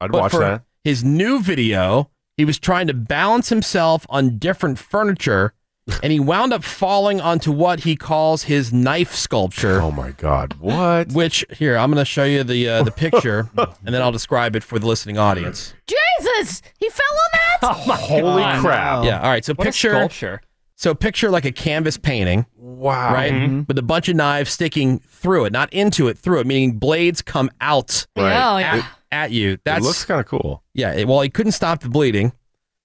S2: I'd
S3: watch that.
S2: His new video, he was trying to balance himself on different furniture and he wound up falling onto what he calls his knife sculpture. Oh my god, what? Which here, I'm going to show you the uh, the picture and then I'll describe it for the listening audience.
S8: Jesus, he fell on that. Oh my
S2: Holy crap. Yeah, all right, so
S8: What a
S2: picture
S8: sculpture.
S2: So picture like a canvas painting. Wow. Right?
S8: Mhm.
S2: With a bunch of knives sticking through it, not into it, through it, meaning blades come out
S8: Right. Oh, yeah.
S2: at, at you. That's
S3: looks
S2: kind of cool. Yeah, it- well, he couldn't stop the bleeding.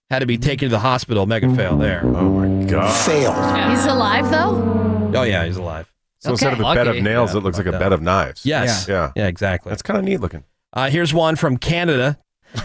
S2: Had to be taken to the hospital. Mega fail there. Oh my god. Failed.
S8: He's alive though.
S2: Oh yeah, he's alive.
S3: So instead of a bed of nails, it looks like a bed of knives.
S2: Yes.
S3: Yeah.
S2: Yeah, exactly.
S3: That's kind of neat looking.
S2: Uh, here's one from Canada.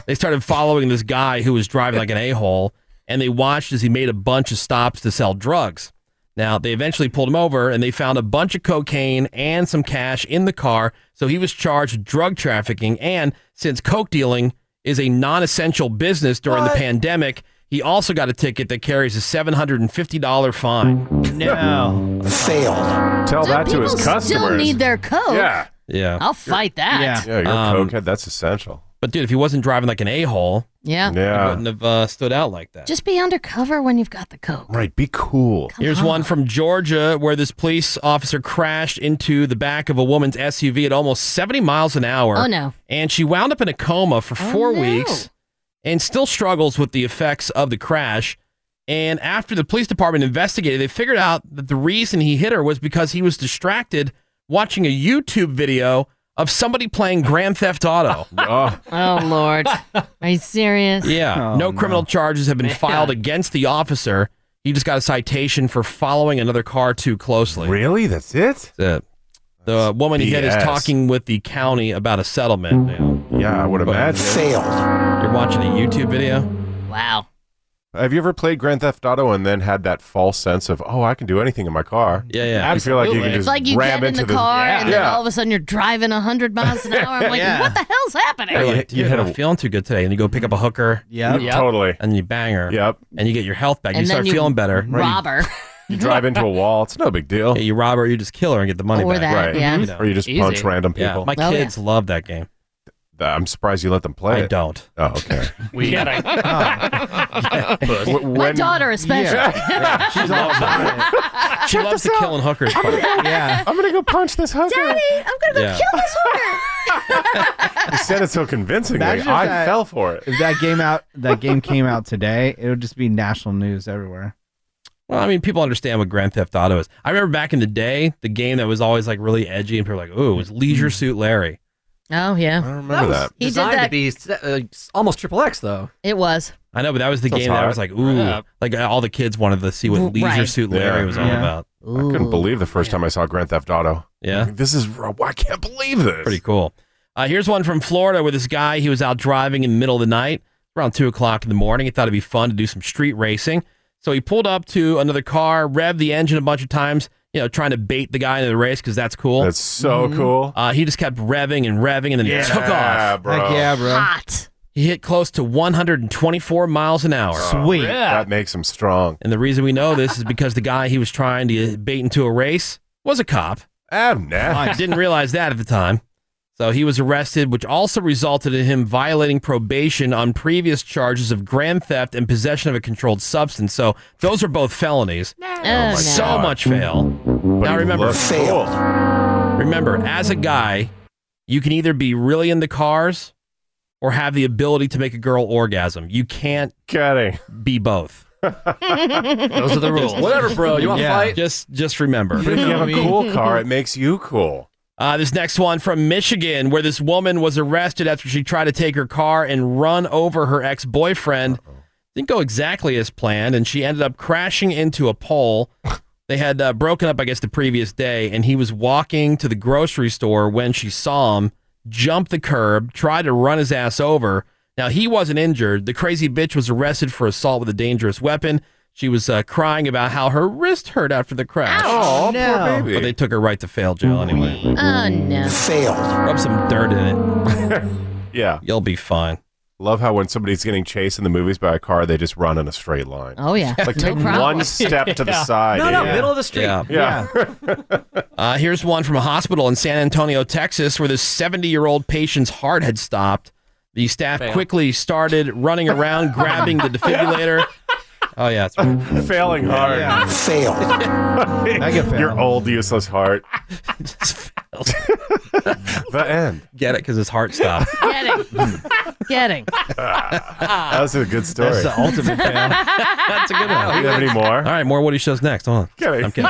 S2: They started following this guy who was driving like an a hole, and they watched as he made a bunch of stops to sell drugs. Now, they eventually pulled him over, and they found a bunch of cocaine and some cash in the car. So he was charged with drug trafficking. And since coke dealing is a non essential business during the pandemic, he also got a ticket that carries a $750 fine. No. Failed.
S3: Tell that to his
S8: People Still
S3: customers.
S8: need their coke.
S3: Yeah.
S2: Yeah.
S8: I'll fight that.
S3: Yeah, your
S2: Um,
S3: coke head, that's essential.
S2: But, dude, if he wasn't driving like an a hole,
S8: Yeah.
S2: he wouldn't have uh, stood out like that.
S8: Just be undercover when you've got the coke.
S2: Right, be cool. Here's one from Georgia where this police officer crashed into the back of a woman's SUV at almost 70 miles an hour.
S8: Oh, no.
S2: And she wound up in a coma for
S8: Oh,
S2: four
S8: no.
S2: weeks and still struggles with the effects of the crash. And after the police department investigated, they figured out that the reason he hit her was because he was distracted watching a YouTube video of somebody playing Grand Theft Auto.
S8: Oh Lord, are you serious?
S2: Yeah. Oh, no criminal charges have been filed against the officer. He just got a citation for following another car too closely. Really? That's it? The uh, woman he hit is
S3: BS.
S2: talking with the county about a settlement now.
S3: Mm-hmm. Yeah, I would imagine.
S2: Failed. You're watching a YouTube video?
S8: Wow.
S3: Have you ever played Grand Theft Auto and then had that false sense of, oh, I can do anything in my car?
S2: Yeah, yeah.
S3: You feel like you can
S8: Absolutely.
S3: just
S8: it's like you
S3: ram
S8: get in
S3: into
S8: the car
S3: yeah.
S8: and then all of a sudden you're driving 100 miles an hour. I'm like,
S2: Yeah.
S8: what the hell's happening?
S2: You're like, dude, I'm not feeling too good today. And you go pick up a hooker.
S3: Yeah. Yep. Totally.
S2: And you bang her. Yep. And you get your health back.
S8: And
S2: you
S8: then
S2: start feeling better.
S8: Robber.
S3: You drive into a wall. It's no big deal.
S2: you rob her, you just kill her and get the money
S8: Or
S2: back.
S8: that, Right. yeah.
S2: You
S3: Or you just punch Easy. random
S2: Yeah,
S3: people.
S2: My
S3: Oh, yeah.
S2: kids love that game.
S3: I'm surprised you let them play
S2: I
S3: it.
S2: don't.
S3: Oh, okay.
S2: We- Yeah,
S3: W-
S8: My
S3: when-
S8: daughter especially.
S2: She's all about it. She loves the killing hookers part.
S3: Yeah. I'm gonna go punch this hooker.
S8: Daddy, I'm gonna
S2: go Yeah. kill
S8: this
S3: You said it so convincingly.
S7: Imagine if
S3: I
S7: that-
S3: fell for it.
S7: If that game out, that game came out today, it would just be national news everywhere.
S2: Well, I mean, people understand what Grand Theft Auto is. I remember back in the day, the game that was always like really edgy and people were like, "Ooh, it was Leisure
S3: Hmm.
S2: Suit Larry."
S8: Oh, yeah. I
S2: remember that.
S8: He did
S5: designed
S8: that.
S5: to be uh, almost triple X though.
S8: It was.
S2: I know, but that was the
S5: Sounds
S2: game that
S5: hot.
S2: was like, "Ooh,"
S5: Yeah.
S2: like all the kids wanted to see what Leisure
S8: right.
S2: Suit Larry
S3: Yeah.
S2: was all
S3: Yeah.
S2: about.
S3: I couldn't believe the first time I saw Grand Theft Auto.
S2: Yeah.
S3: Like, this is r- I can't believe this.
S2: Pretty cool. Uh, here's one from Florida where this guy he was out driving in the middle of the night, around two o'clock in the morning. He thought it'd be fun to do some street racing, so he pulled up to another car, revved the engine a bunch of times, you know, trying to bait the guy into the race because that's cool. That's
S3: so Mhm. cool.
S2: Uh, he just kept revving and revving, and then
S3: Yeah,
S2: he took off.
S3: bro. Heck yeah, bro.
S8: Hot.
S2: He hit close to 124 miles an hour.
S3: Sweet. Yeah. That makes him strong.
S2: And the reason we know this is because the guy he was trying to bait into a race was a cop.
S3: Oh, no.
S2: I didn't realize that at the time. So he was arrested, which also resulted in him violating probation on previous charges of grand theft and possession of a controlled substance. So those are both felonies.
S8: Oh,
S2: so
S8: no.
S2: much fail. now
S3: he
S2: remember,
S3: looks Failed.
S2: Remember, as a guy, you can either be really into cars or have the ability to make a girl orgasm. You can't be both.
S4: Those are the rules. Whatever, bro. You want to
S2: Yeah.
S4: fight?
S2: Just, just remember.
S3: But if you have a cool car, it makes you cool.
S2: Uh, this next one from Michigan, where this woman was arrested after she tried to take her car and run over her ex boyfriend. Didn't go exactly as planned, and she ended up crashing into a pole. They had uh, broken up, I guess, the previous day, and he was walking to the grocery store when she saw him, jumped the curb, tried to run his ass over. Now, he wasn't injured. The crazy bitch was arrested for assault with a dangerous weapon. She was uh, crying about how her wrist hurt after the crash.
S8: Oh, no.
S2: But they took her right to fail jail anyway.
S8: Oh, no.
S2: Rub some dirt in it.
S3: Yeah.
S2: You'll be fine.
S3: Love how when somebody's getting chased in the movies by a car, they just run in a straight line.
S8: Oh, yeah.
S3: Like take one step to the side. Yeah. Yeah. yeah.
S2: uh, here's one from a hospital in San Antonio, Texas, where this 70 year old patient's heart had stopped. The staff
S3: Fail.
S2: quickly started running around, grabbing the defibrillator. Oh, yeah. It's
S3: Failing hard.
S2: Fail.
S3: I
S2: get failed.
S3: Your old useless heart. the end.
S2: Get it? Because his heart stopped.
S8: Getting. Getting.
S3: that was a good story.
S2: That's the ultimate fail. That's a good one.
S3: You have any more? All
S2: right, more Woody shows next. Hold on.
S3: Kidding.
S2: I'm kidding.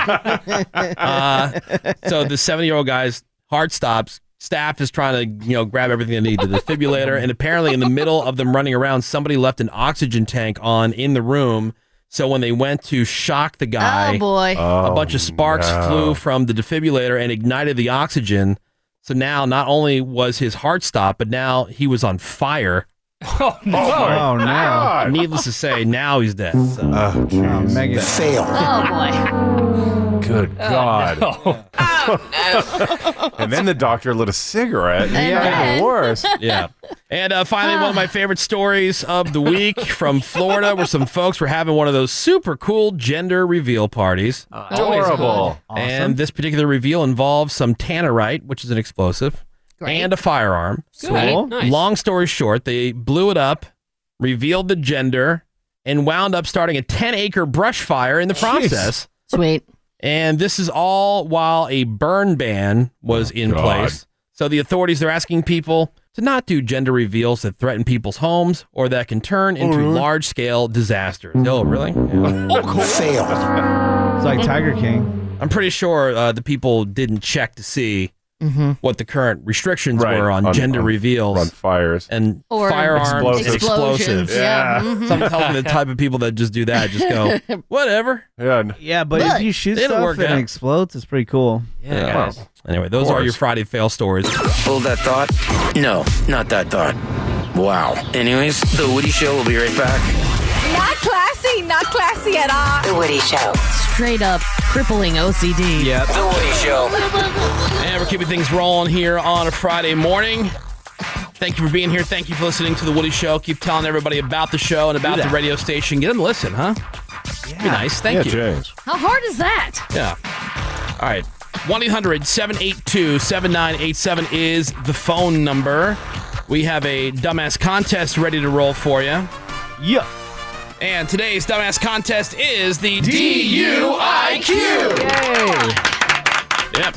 S2: uh, so the 70 year old guy's heart stops. Staff is trying to you know grab everything they need, the defibrillator, and apparently in the middle of them running around, somebody left an oxygen tank on in the room. So when they went to shock the guy,
S8: Oh, boy.
S2: a bunch of sparks
S8: no.
S2: flew from the defibrillator and ignited the oxygen. So now not only was his heart stopped, but now he was on fire.
S4: Oh, no.
S7: Oh, no. God.
S2: Needless to say, now he's dead. So. Oh,
S7: Megan.
S8: Oh, boy.
S3: Good God.
S2: Oh,
S3: and then the doctor lit a cigarette.
S2: Yeah.
S3: Even worse.
S2: Yeah. And uh, finally, one of my favorite stories of the week from Florida, where some folks were having one of those super cool gender reveal parties.
S3: always Adorable. good.
S2: And this particular reveal involves some tannerite, which is an explosive, and a firearm.
S3: Good. Cool. Nice.
S2: Long story short, they blew it up, revealed the gender, and wound up starting a 10 acre brush fire in the process.
S8: Sweet.
S2: And this is all while a burn ban was in
S3: Oh, God.
S2: place. So the authorities they're asking people to not do gender reveals that threaten people's homes or that can turn into
S3: Mm-hmm.
S7: really?
S2: large scale disasters. Oh, really? oh, cool.
S7: It's
S8: Mm-hmm.
S7: like Tiger King.
S2: I'm pretty sure uh, the people didn't check to see
S7: Mhm.
S2: what the current restrictions
S3: Right,
S2: were on,
S3: on-
S2: gender
S3: on-
S2: reveals,
S3: on fires,
S2: and
S8: Or
S2: firearms, and
S8: Explosives.
S2: explosives.
S8: Explosions, yeah. Yeah. Mhm.
S2: Something tells me the type of people that just do that just go, whatever.
S3: Yeah.
S7: Yeah, but if you shoot
S2: it'll
S7: stuff
S2: work
S7: and it
S2: out.
S7: explodes, it's pretty cool.
S2: Yeah. Well, Anyway, those
S3: Of
S2: are your
S3: course.
S2: Friday fail stories.
S12: Hold that thought. No, not that thought. Wow. Anyways, The Woody Show will be right back.
S24: Not classy, not classy at all.
S12: The Woody Show.
S8: Straight up crippling OCD.
S2: Yep.
S12: The Woody Show.
S2: And we're keeping things rolling here on a Friday morning. Thank you for being here. Thank you for listening to The Woody Show. Keep telling everybody about the show and about
S8: Do
S2: the
S8: that.
S2: radio station. Get them to listen, huh? Be nice. Thank you.
S8: How hard is that?
S2: Yeah. All right. 1 800 782 7987 is the phone number. We have a dumbass contest ready to roll for you.
S7: Yeah.
S2: And today's dumbass contest is the
S12: DUIQ.
S2: Yep.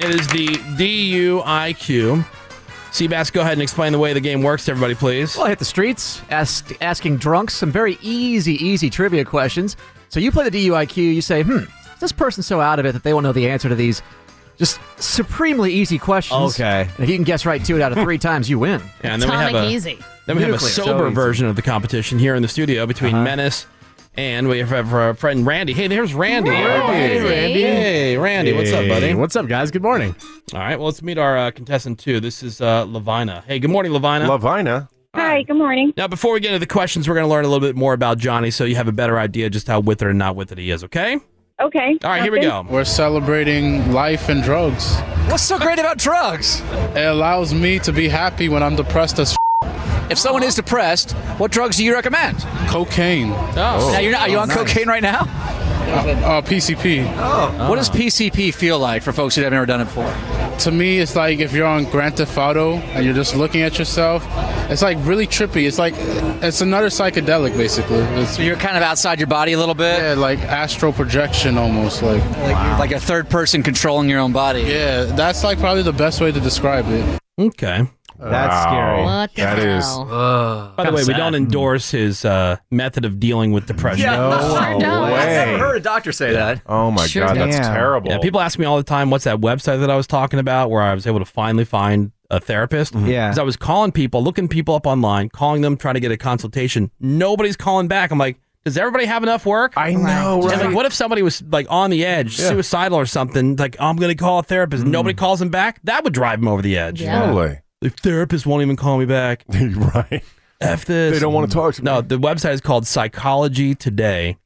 S2: It is the DUIQ. Seabass, go ahead and explain the way the game works to everybody, please.
S4: Well, I hit the streets, ask, asking drunks some very easy, easy trivia questions. So you play the DUIQ, you say, hmm, is this person so out of it that they won't know the answer to these just supremely easy questions?
S7: Okay.
S4: And if you can guess right two out of three times, you win.
S2: Yeah, and then we have a, Then we have a
S4: Nuclear.
S2: sober
S4: So easy.
S2: version of the competition here in the studio between
S21: Uh-huh.
S2: Menace and we have our friend Randy. Hey, there's Randy. Hey, Randy. Hey, Randy. What's up, buddy?
S21: Hey, what's up, guys? Good morning.
S2: All right. Well, let's meet our uh, contestant two. This is uh, Lavina. Hey, good morning, Lavina.
S3: Lavina.
S25: Hi, good morning.
S2: Now, before we get into the questions, we're going to learn a little bit more about Johnny, so you have a better idea just how with it or not with it he is. Okay.
S25: Okay.
S2: All right, here we go.
S21: We're celebrating life and drugs.
S13: What's so great about drugs?
S21: It allows me to be happy when I'm depressed as
S13: If someone is depressed, what drugs do you recommend?
S21: cocaine.
S13: Now you're not, are you on cocaine right now?
S21: Uh, PCP. Oh.
S13: What does PCP feel like for folks who have never done it before?
S21: To me, it's like if you're on Grand Theft Auto and you're just looking at yourself. It's like really trippy. It's like it's another psychedelic, basically. It's,
S13: You're kind of outside your body a little bit.
S21: yeah, like astral projection almost, like
S13: Like, like a third person controlling your own body.
S21: yeah. That's like probably the best way to describe it.
S2: Okay.
S7: That's scary.
S8: What the
S21: That is-
S8: hell?
S2: By the
S21: Kinda
S2: way, we
S21: sad.
S2: don't endorse his uh, method of dealing with depression.
S4: Yeah,
S3: No
S4: sure don't. I've
S3: way.
S4: never heard a doctor say that.
S3: Oh my
S4: Sure
S3: God, that's
S4: damn.
S3: terrible.
S2: Yeah, people ask me all the time, what's that website that I was talking about where I was able to finally find a therapist?
S3: Mm-hmm.
S7: Yeah.
S2: Because I was calling people, looking people up online, calling them, trying to get a consultation. Nobody's calling back. I'm like, Does everybody have enough work? I know.
S3: right?
S2: And like, what if somebody was like on the edge,
S3: Yeah.
S2: suicidal or something? Like, I'm going to call a therapist. Nobody calls him back. That would drive him over the edge.
S3: Yeah. Totally.
S2: The therapist won't even call me back.
S3: right.
S2: F this.
S3: They don't wanna
S2: talk to me. No, the website is called Psychology Today.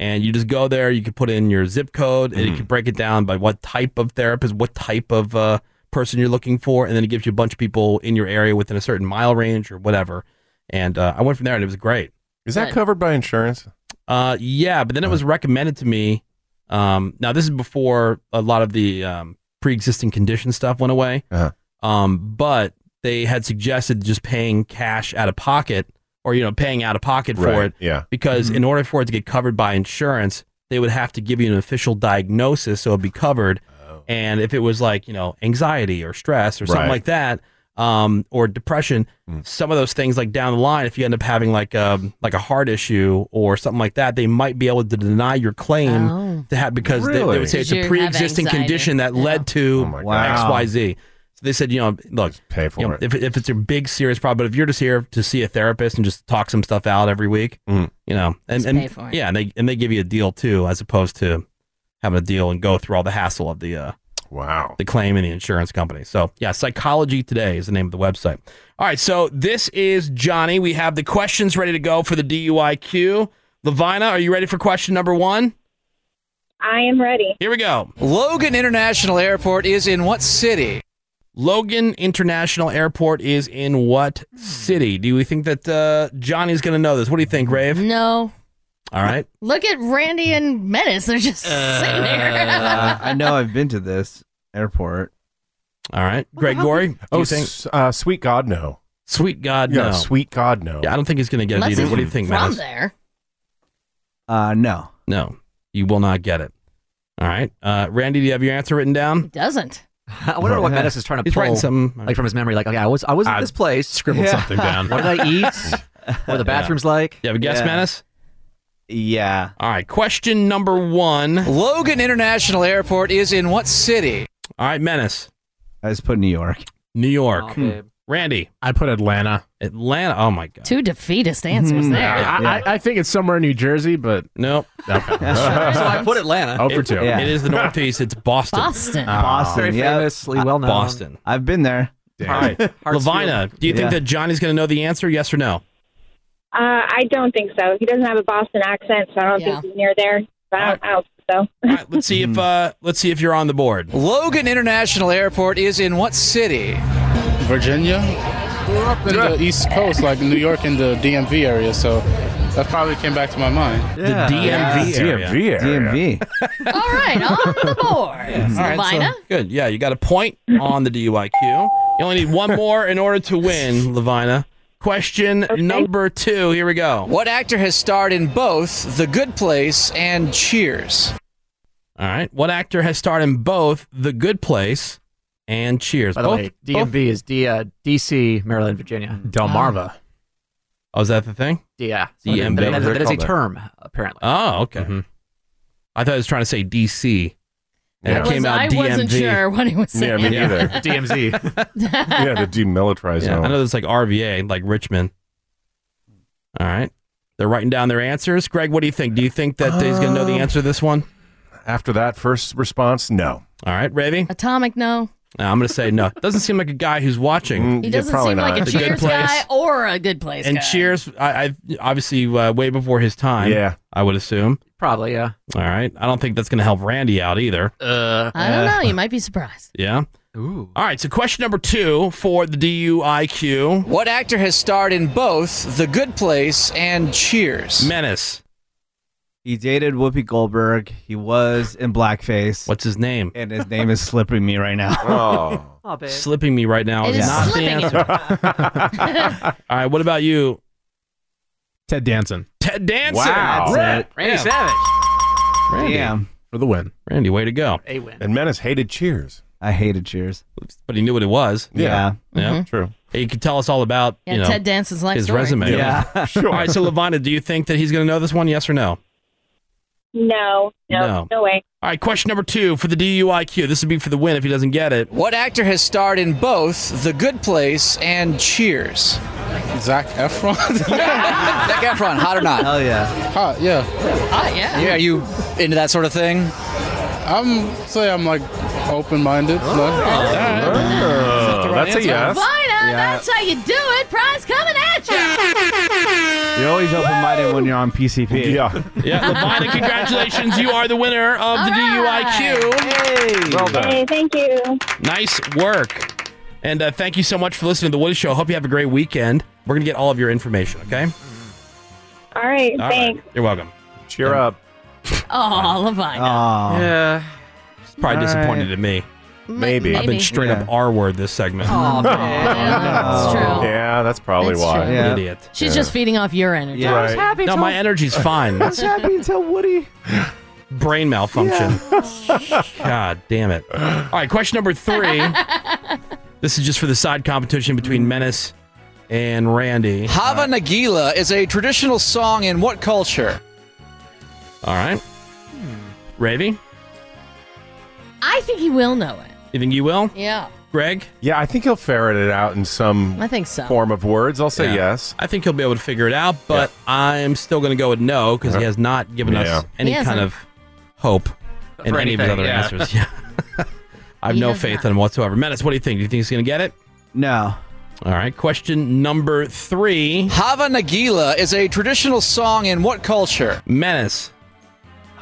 S2: And you just go there. You can put in your zip code. And
S3: Hmm.
S2: it can break it down by what type of therapist, what type of uh, person you're looking for. And then it gives you a bunch of people in your area within a certain mile range or whatever. And uh, I went from there and it was great.
S3: Is that covered by insurance?
S2: Uh, yeah, but then it was recommended to me. Um, now this is before a lot of the um, pre-existing condition stuff went away.
S3: Uh-huh.
S2: Um, but they had suggested just paying cash out of pocket, or you know, paying out of pocket for
S3: Right,
S2: it.
S3: yeah.
S2: Because in order for it to get covered by insurance, they would have to give you an official diagnosis, so it'd be covered. And if it was like you know anxiety or stress or something
S3: Oh. Right. Hmm.
S2: like that, um, or depression, some of those things like down the line, if you end up having like um like a heart issue or something like that, they might be able to deny your claim
S3: Oh.
S2: to have because they, they
S3: Really?
S2: would say it's
S3: You
S2: a
S3: have
S2: pre-existing
S3: anxiety.
S2: condition that led to
S3: Oh my
S2: X
S3: God.
S2: Y Z. So they said, you know, look,
S3: pay for
S2: you know,
S3: it.
S2: If, if it's a big serious problem, but if you're just here to see a therapist and just talk some stuff out every week,
S3: Mm.
S2: you know, and,
S3: Just
S2: and
S3: pay for it.
S2: yeah, and they and they give you a deal too, as opposed to having a deal and go through all the hassle of the uh,
S3: wow
S2: the claim and the insurance company. So yeah, Psychology Today is the name of the website. All right, so this is Johnny. We have the questions ready to go for the DUIQ. Levina, are you ready for question number one?
S25: I am ready.
S2: Here we go.
S13: Logan International Airport is in what city?
S2: Logan International Airport is in what city? Do we think that uh, Johnny's going to know this? What do you think, Rave?
S8: No.
S2: All right.
S8: Look at Randy and Menace. They're just sitting
S26: Uh,
S8: there.
S26: I know I've been to this airport.
S2: All right, Greg Gory.
S3: Oh,
S2: you think-
S3: s- uh, sweet God, no.
S2: Sweet God,
S3: yeah,
S2: no.
S3: Sweet God, no.
S2: Yeah, I don't think he's going to get it
S8: Unless
S2: either.
S8: he's
S2: What do you think,
S8: from
S2: Menace?
S8: there.
S2: Uh, no. No, you will not get it. All right. Uh, Randy, do you have your answer written down?
S8: Doesn't.
S4: I wonder what Menace is trying to
S2: He's
S4: pull,
S2: writing something.
S4: like from his memory. Like, okay, I was I was at
S2: I
S4: this place.
S2: scribbled Yeah. something down.
S4: What did I eat? what the bathrooms like?
S2: You have a guess,
S4: Yeah.
S2: Menace? Yeah. All right. Question number one.
S13: Logan International Airport is in what city?
S2: All right, Menace.
S26: I just put New York.
S2: New York.
S26: Oh, babe.
S2: Randy.
S9: I put Atlanta.
S2: Atlanta. Oh my god.
S8: Two defeatist answers there.
S9: Hmm. I, I, I think it's somewhere in New Jersey, but
S2: no.
S9: Okay. so
S13: I put Atlanta.
S9: Oh for
S2: It-
S9: two. Ah.
S2: It is the Northeast. It's Boston.
S8: Boston.
S26: Boston,
S2: Very
S26: yep.
S2: famously well known. Boston.
S26: I've been there.
S2: All right. Levina, do you think
S26: Yeah.
S2: that Johnny's going to know the answer? Yes or no?
S25: Uh, I don't think so. He doesn't have a Boston accent, so I don't think he's near there. But I, don't, I don't think so.
S2: All right, let's see if uh, let's see if you're on the board.
S13: Logan International Airport is in what city?
S21: Virginia? Grew up in the East Coast, like New York in the DMV area, so that probably came back to my mind.
S2: Yeah. DMV area.
S26: DMV.
S8: All right, on the board. Levina?
S2: Good. Yeah, you got a point on the DUIQ. You only need one more in order to win, Levina. Question number two. Here we go.
S13: What actor has starred in both The Good Place and Cheers?
S2: All right. What actor has starred in both The Good Place and Cheers?
S4: By the
S2: both,
S4: way,
S2: both-
S4: DMV is D, uh, DC, Maryland, Virginia.
S8: Ah.
S2: Delmarva. Oh, is that the thing?
S4: Yeah.
S2: DMV.
S4: That- that- that is a term, apparently.
S2: Oh, okay.
S3: Mm-hmm.
S2: I thought I was trying to say DC. And
S8: I
S2: it
S8: was-
S2: came out
S8: I
S2: DMV.
S8: wasn't sure what he was
S3: Yeah,
S8: saying.
S3: me neither. yeah, the demilitarized
S2: Yeah,
S3: zone.
S2: I know there's like RVA, like Richmond. All right. They're writing down their answers. Greg, what do you think? Do you think that he's going to know the
S3: Um,
S2: answer to this one?
S3: After that first response, no.
S2: All right, Ravy?
S8: Atomic, no.
S2: No, I'm going to say no. Doesn't seem like a guy who's
S3: Mm,
S2: watching.
S8: He doesn't seem like a
S2: The good
S8: Cheers
S2: place.
S8: guy or a good place
S2: And
S8: guy.
S2: Cheers, I, I obviously uh, way before his time.
S4: Yeah.
S2: I would assume.
S4: Probably, yeah.
S2: All right. I don't think that's going to help Randy out either.
S4: Uh,
S8: I don't know. You might be surprised.
S2: Yeah. Ooh. All right. So question number two for the DUIQ.
S13: What actor has starred in both The Good Place and Cheers?
S2: Menace.
S26: He dated Whoopi Goldberg. He was in blackface.
S2: What's his name?
S26: And his name is slipping me right now.
S2: Oh.
S4: Oh, babe.
S2: Slipping me right now
S26: It
S2: is,
S26: is
S2: not
S26: slipping
S2: the answer. All right. What about you?
S9: Ted Danson.
S2: Ted Danson.
S9: Wow.
S2: That's it.
S4: Randy
S2: Damn.
S4: Savage.
S2: Randy.
S9: Damn. For the win.
S2: Randy, way to go.
S4: A win.
S2: And Menace hated Cheers.
S26: I hated Cheers.
S2: But he knew what it was.
S26: Yeah.
S2: Yeah. Mm-hmm. True. He could tell us all about
S8: Yeah,
S2: you know,
S8: Ted Danson's life
S2: his
S8: story.
S2: resume.
S8: Yeah.
S2: All right. So, Levina, do you think that he's going to know this one? Yes or no?
S25: No, no,
S2: No.
S25: no, way.
S2: All right, question number two for the DUIQ. This would be for the win if he doesn't get it.
S13: What actor has starred in both The Good Place and Cheers?
S21: Zach Efron? Zach
S13: Efron, hot or not?
S21: Hell
S26: yeah.
S21: Hot, yeah.
S8: Hot,
S13: Yeah, are you into that sort of thing?
S21: I'm say I'm like open minded.
S3: Oh.
S21: Oh,
S3: that's a yes.
S8: Vina, uh,
S7: Yeah.
S8: that's how you do it. Prize coming at you.
S7: You're always open minded when you're on PCP.
S3: Yeah.
S2: Yeah, Levina, congratulations. You are the winner of the DUIQ.
S3: Well
S25: Hey, thank you.
S2: Nice work. And uh, thank you so much for listening to The Woody Show. Hope you have a great weekend. We're going to get all of your information, okay?
S25: All right,
S2: All
S25: thanks.
S2: right. You're welcome. Cheer up.
S8: Oh, Levina.
S2: Yeah. She's probably
S8: All right.
S2: disappointed in me.
S8: Maybe.
S2: I've been
S8: Maybe.
S2: straight up R word this segment.
S8: Aw, man. That's true.
S3: Yeah, that's
S8: probably That's why. true.
S2: An
S8: Yeah.
S2: Idiot.
S8: She's just feeding off your energy.
S2: Yeah. Right. No, my energy's fine.
S7: I was happy until Woody.
S2: Brain malfunction. God damn it. All right, question number three. this is just for the side competition between Menace and Randy. Uh,
S13: Hava Nagila is a traditional song in what culture?
S2: All right. Ravy,
S8: I think he will know it.
S2: you think you will?
S8: Yeah.
S2: Greg?
S3: Yeah, I think he'll ferret it out in some
S8: I think so.
S3: form of words. I'll say
S2: Yeah.
S3: yes.
S2: I think he'll be able to figure it out, but I'm still going to go with no because he has not given
S3: Uh-huh. Yeah.
S2: us any
S3: He
S2: kind
S3: hasn't.
S2: of hope in
S3: For
S2: any of his
S3: anything,
S2: other
S3: yeah.
S2: answers. Yeah. I have
S3: He
S2: no
S3: has
S2: faith
S3: not.
S2: in him whatsoever. Menace, what do you think? Do you think he's going to get it?
S7: No.
S2: All right. Question number three.
S13: Hava Nagila is a traditional song in what culture?
S2: Menace.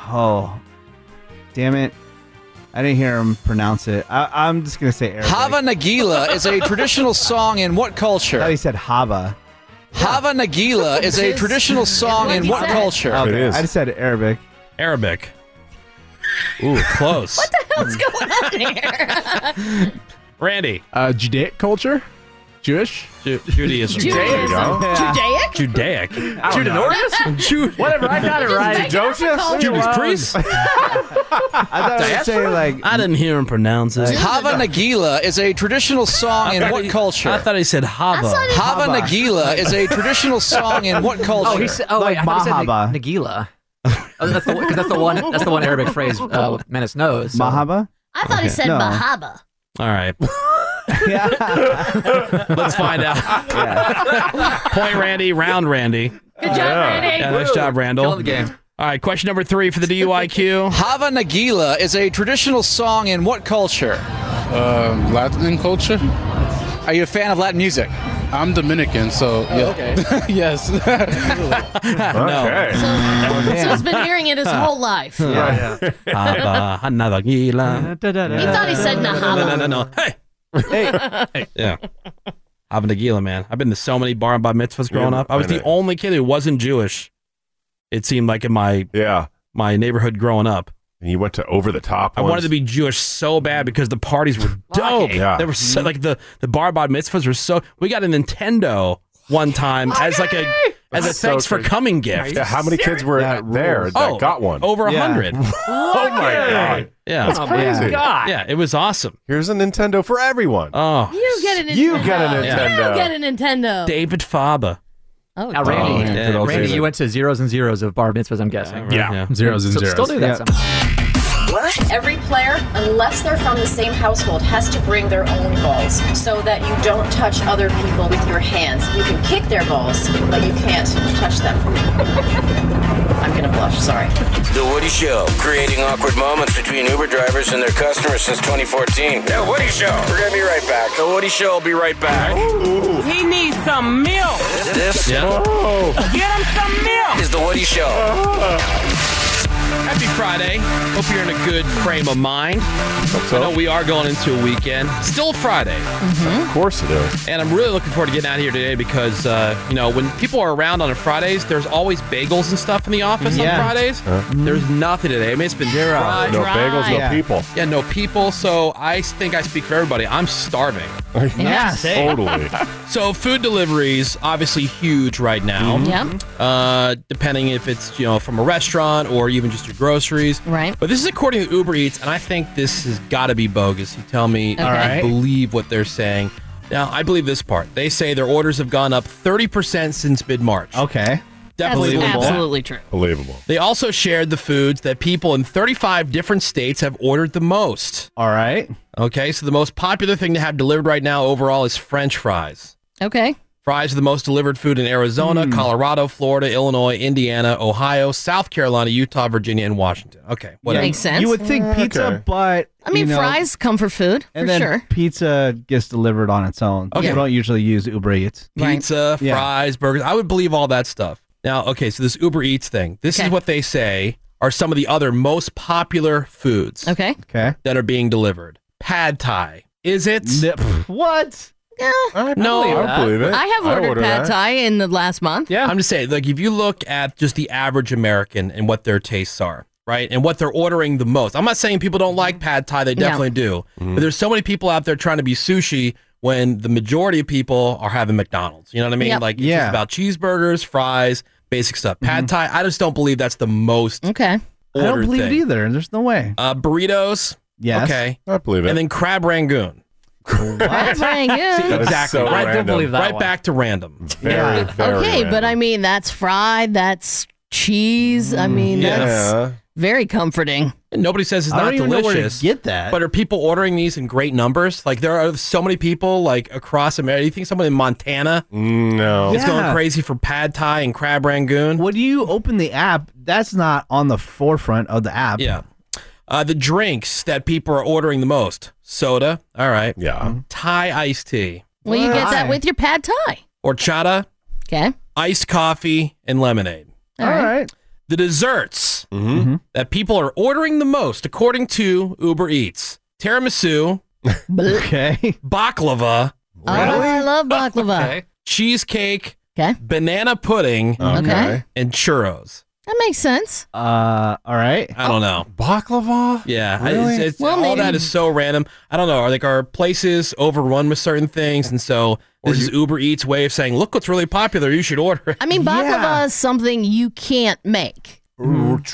S7: Oh, damn it! I didn't hear him pronounce it. I, I'm just gonna say Arabic.
S13: Hava Nagila is a traditional song in what culture?
S7: I thought he said Hava.
S13: Hava Nagila is a
S7: It is.
S13: traditional song
S7: Like
S13: in
S7: he
S13: what
S7: said.
S13: culture?
S7: Okay, I just said Arabic.
S2: Arabic. Ooh, close. what
S8: the
S6: Hmm.
S8: hell's going on here?
S2: Randy.
S9: Uh, Judaic culture? Jewish?
S2: Ju- Judaism.
S9: There you go.
S8: Judaic?
S2: Judaic.
S9: Judaic? Jude. Whatever, I got it right.
S7: Joseph?
S2: Judas Priest?
S7: I thought I was saying like
S2: I didn't hear him pronounce it.
S13: Hava Nagila is a traditional song
S2: I
S13: in
S2: thought
S13: what
S2: he-
S13: culture?
S2: I thought he said Hava.
S13: Hava Nagila is a traditional song in what culture?
S4: Oh, he said, oh wait, I thought he said Nag- Nagila. Oh, that's, the, 'cause that's the one. That's the one Arabic phrase uh, Menace knows. so-
S7: Mahaba.
S8: I thought he
S4: Okay.
S8: said
S4: No.
S8: Bahaba.
S2: All right. Let's find out. Point Randy, round Randy. Good
S8: job, Randy.
S2: Yeah, nice job, Randall.
S13: Killing the game.
S2: All right, question number three for the DUIQ.
S13: Hava Nagila is a traditional song in what culture?
S21: Uh, Latin culture?
S13: Are you a fan of Latin music? Oh,
S21: I'm Dominican, so yeah.
S13: okay.
S21: yes.
S2: Okay.
S8: So he's been hearing it his whole life.
S2: Abba, Hanavagila.
S8: He thought he said
S2: No,
S8: Nahaba.
S2: no, no. Hey. Hey. Yeah. Abba Nagila, man. I've been to so many bar and bat mitzvahs growing
S3: Yeah,
S2: up. I was the
S3: I know.
S2: only kid who wasn't Jewish. It seemed like in my
S3: yeah
S2: my neighborhood growing up.
S3: And you went to over the top.
S2: I wanted to be Jewish so
S3: Mm.
S2: bad because the parties were dope.
S3: Yeah.
S2: They were so like the the bar bat mitzvahs were so. We got a Nintendo one time as like a as a
S3: So
S2: thanks for
S3: crazy.
S2: coming gift.
S3: Yeah, how many kids were
S2: That
S3: there
S2: rules.
S3: that
S2: Oh,
S3: got one?
S2: Over a
S3: Yeah.
S2: hundred.
S3: Oh my god!
S2: Yeah,
S3: that's crazy.
S2: Yeah, it was awesome.
S3: Here's a Nintendo for everyone.
S2: Oh,
S8: You get a Nintendo.
S3: You get a
S8: You
S3: Nintendo.
S8: get a Nintendo.
S2: David Faba.
S8: Oh,
S4: Now,
S2: Oh,
S4: Randy,
S2: yeah, good old
S4: Randy,
S2: David.
S4: you went to zeros and zeros of bar mitzvahs, I'm guessing.
S2: Yeah, right, yeah.
S9: zeros and
S4: So-
S9: zeros.
S4: Still do
S9: Yeah.
S4: that. sometimes.
S18: Every player, unless they're from the same household, has to bring their own balls so that you don't touch other people with your hands. You can kick their balls, but you can't touch them. I'm gonna blush, sorry.
S12: The Woody Show, creating awkward moments between Uber drivers and their customers since 2014. The Woody Show. We're going to be right back. The Woody Show will be right back.
S27: He needs some milk.
S12: This
S27: Get him some milk.
S12: is The Woody Show.
S2: Happy Friday. Hope you're in a good frame of mind. I know we are going into a weekend. Still Friday. Uh-huh.
S3: Of course it is.
S2: And I'm really looking forward to getting out of here today because, uh, you know, when people are around on Fridays, there's always bagels and stuff in the office
S3: Yeah.
S2: on Fridays.
S3: Huh?
S2: There's nothing today. I mean, it's been dry,
S3: No
S2: dry.
S3: bagels, no people.
S2: Yeah, no people. So I think I speak for everybody. I'm starving.
S3: Yes.
S2: Sick.
S3: Totally.
S2: so food deliveries obviously huge right now.
S6: Mm-hmm.
S8: Mhm. Yeah.
S2: Uh, depending if it's you know from a restaurant or even just your groceries.
S8: Right.
S2: But this is according to Uber Eats, and I think this has got to be bogus. You tell me.
S8: Okay. All right.
S2: I believe what they're saying. Now I believe this part. They say their orders have gone up thirty percent since mid March.
S7: Okay.
S2: Definitely
S8: That's absolutely true.
S3: Believable.
S2: They also shared the foods that people in 35 different states have ordered the most.
S7: All right.
S2: Okay, so the most popular thing to have delivered right now overall is French fries.
S8: Okay.
S2: Fries are the most delivered food in Arizona,
S7: Hmm.
S2: Colorado, Florida, Illinois, Indiana, Ohio, South Carolina, Utah, Virginia, and Washington. Okay, whatever.
S8: Makes sense.
S7: You would think pizza, but
S8: I mean,
S7: you know,
S8: fries comfort food
S7: and
S8: for
S7: then
S8: sure.
S7: pizza gets delivered on its own.
S2: Okay.
S7: People don't usually use Uber Eats.
S2: pizza,
S7: Yeah.
S2: fries, burgers. I would believe all that stuff. Now, okay, so this Uber Eats thing. This is what they say are some of the other most popular foods.
S8: Okay.
S7: Okay.
S2: That are being delivered. Pad Thai. Is it?
S7: What?
S8: Yeah.
S2: no,
S8: I have ordered pad thai in the last month.
S2: Yeah. I'm just saying, like, if you look at just the average American and what their tastes are, right? And what they're ordering the most. I'm not saying people don't like pad thai, they
S8: No.
S2: definitely do.
S7: Mm-hmm.
S2: But there's so many people out there trying to be sushi when the majority of people are having McDonald's. You know what I mean?
S8: Yep.
S2: Like, it's
S8: Yeah.
S2: just about cheeseburgers, fries, basic stuff. Pad thai, I just don't believe that's the most.
S8: Okay.
S7: Mm-hmm. I don't believe it either. There's no way.
S2: Uh, burritos.
S7: Yes.
S2: Okay.
S3: I believe it.
S2: And then crab rangoon.
S8: That's very good.
S2: exactly.
S3: so
S2: right
S3: random. believe that
S2: right
S3: one.
S2: back to random.
S3: Very, very
S8: okay, but I mean, that's fried. That's cheese. I mean,
S2: yeah.
S8: that's very comforting.
S2: Mm. Nobody says it's
S8: I
S2: not
S8: don't even know
S2: delicious.
S8: where to get that.
S2: But are people ordering these in great numbers? Like there are so many people like across America. You think someone in Montana
S3: no
S2: is
S7: Yeah.
S2: going crazy for pad thai and crab rangoon?
S7: When you open the app, that's not on the forefront of the app.
S2: Yeah. Uh, the drinks that people are ordering the most: soda. All right.
S3: Yeah.
S2: Thai iced tea.
S8: Well, you get that with your pad thai.
S2: Horchata.
S8: Okay.
S2: Iced coffee and lemonade.
S8: All right.
S2: The desserts
S8: Mm-hmm.
S2: that people are ordering the most, according to Uber Eats: tiramisu.
S7: okay.
S2: Baklava.
S8: Oh, I love baklava.
S2: cheesecake, banana pudding,
S8: Okay.
S2: and churros.
S8: That makes sense.
S7: Uh, all right.
S2: I don't know.
S3: Baklava?
S2: Yeah, I-
S8: Really?
S2: it's, it's,
S8: Oh. Well,
S2: all
S8: maybe-
S2: that is so random. I don't know. Are like our places overrun with certain things, and so this is Uber Eats' way of saying, "Look, what's really popular. You should order." it."
S8: I mean, baklava is something you can't make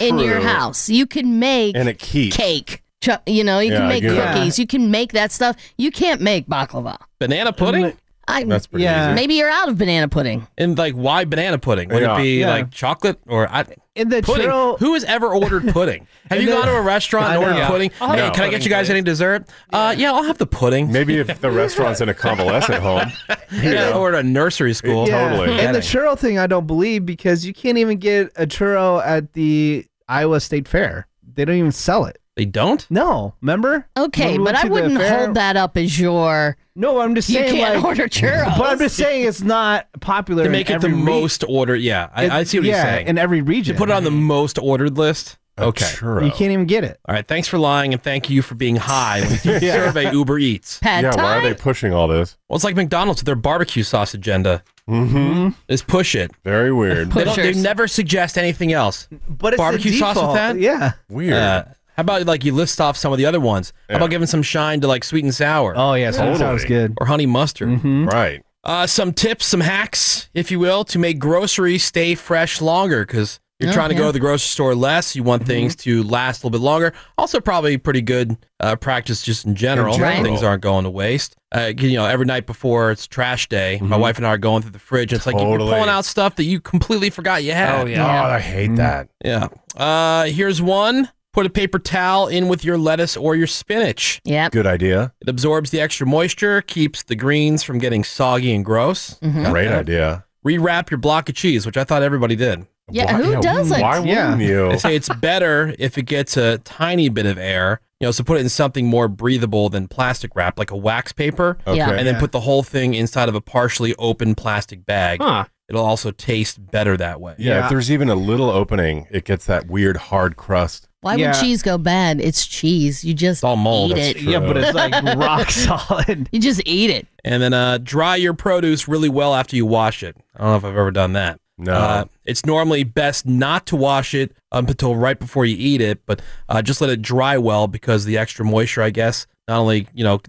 S8: in your
S2: true.
S8: house. You can make
S2: And it keeps.
S8: cake. Chu- you know, you
S2: Yeah,
S8: can
S2: I
S8: make
S2: get it.
S8: cookies. You can make that stuff. You can't make baklava.
S2: banana pudding.
S8: I,
S2: That's pretty Yeah. easy.
S8: Maybe you're out of banana pudding.
S2: And like, why banana pudding? Would
S3: Yeah.
S2: it be
S3: Yeah.
S2: like chocolate or I?
S7: In the
S2: pudding.
S3: churro-
S2: Who has ever ordered pudding? Have
S3: In
S2: you
S3: the-
S2: gone to a restaurant
S3: I
S2: and ordered
S3: know.
S2: pudding?
S7: Oh,
S3: I'll have
S2: Hey,
S3: a
S2: can I
S3: pudding,
S2: get you guys any dessert? Uh, yeah, I'll have the pudding.
S3: Maybe if the restaurant's in a convalescent home.
S2: You know, or at a nursery school.
S7: Yeah. And the churro thing, I don't believe because you can't even get a churro at the Iowa State Fair. They don't even sell it.
S2: They don't.
S7: No, remember?
S8: Okay,
S7: When we
S8: but
S7: went
S8: I
S7: to the
S8: wouldn't
S7: fair-
S8: hold that up as your.
S7: No, I'm just
S8: you
S7: saying
S8: can't
S7: like,
S8: order churros.
S7: But I'm just saying it's not popular.
S2: to
S7: in
S2: make it the
S7: every re-
S2: most ordered. Yeah, I,
S7: It-
S2: I see what
S7: yeah,
S2: you're saying.
S7: in every region.
S2: to put it on the most ordered list. Okay,
S7: You can't even get it.
S2: All right, thanks for lying and thank you for being high. When you
S7: Yeah.
S2: Survey Uber Eats.
S8: Pad
S3: yeah, why are
S8: Thai?
S3: they pushing all this?
S2: Well, it's like McDonald's with their barbecue sauce agenda. Mm-hmm. Just push it.
S3: Very weird.
S2: They, don't, they never suggest anything else.
S7: But it's the
S2: barbecue sauce with
S7: default,
S2: that.
S7: yeah.
S3: Weird.
S2: Uh, how about like you list off some of the other ones? How about giving some shine to like sweet and sour?
S7: Oh yeah, sweet and sour is Totally. good. Mm-hmm.
S2: Or honey mustard.
S3: Right.
S2: Uh, some tips, some hacks, if you will, to make groceries stay fresh longer because you're
S3: Oh,
S2: trying to go
S3: yeah.
S2: to the grocery store less. You
S7: Mm-hmm.
S2: want things to last a little bit longer. Also, probably pretty good uh, practice just in general.
S3: general.
S2: Things aren't going to waste. Uh, you know, every night before it's trash day, my
S3: Mm-hmm.
S2: wife and I are going through the fridge. And it's like you're
S3: Totally.
S2: pulling out stuff that you completely forgot you had.
S3: Oh, I hate
S8: Mm.
S3: that.
S2: Yeah. Uh, here's one. Put a paper towel in with your lettuce or your spinach.
S8: Yep.
S3: Good idea.
S2: It absorbs the extra moisture, keeps the greens from getting soggy and gross.
S8: Mhm.
S3: Great idea.
S2: Rewrap your block of cheese, which I thought everybody did.
S8: Yeah, who doesn't?
S3: you?
S2: They say it's better if it gets a tiny bit of air, you know, so put it in something more breathable than plastic wrap, like a wax paper.
S3: Okay. Yeah.
S2: And then
S3: Yeah.
S2: put the whole thing inside of a partially open plastic bag.
S3: Huh.
S2: It'll also taste better that way.
S3: Yeah, if there's even a little opening, it gets that weird hard crust.
S8: Why would cheese go bad? It's cheese. You just eat
S2: That's
S8: it.
S2: true. Yeah, but it's, like, rock
S7: solid.
S8: You just eat it.
S2: And then uh, dry your produce really well after you wash it. I don't know if I've ever done that. No. Uh, it's normally best not to wash it up until right before you eat it, but uh, just let it dry well because the extra moisture, I guess, not only, you know,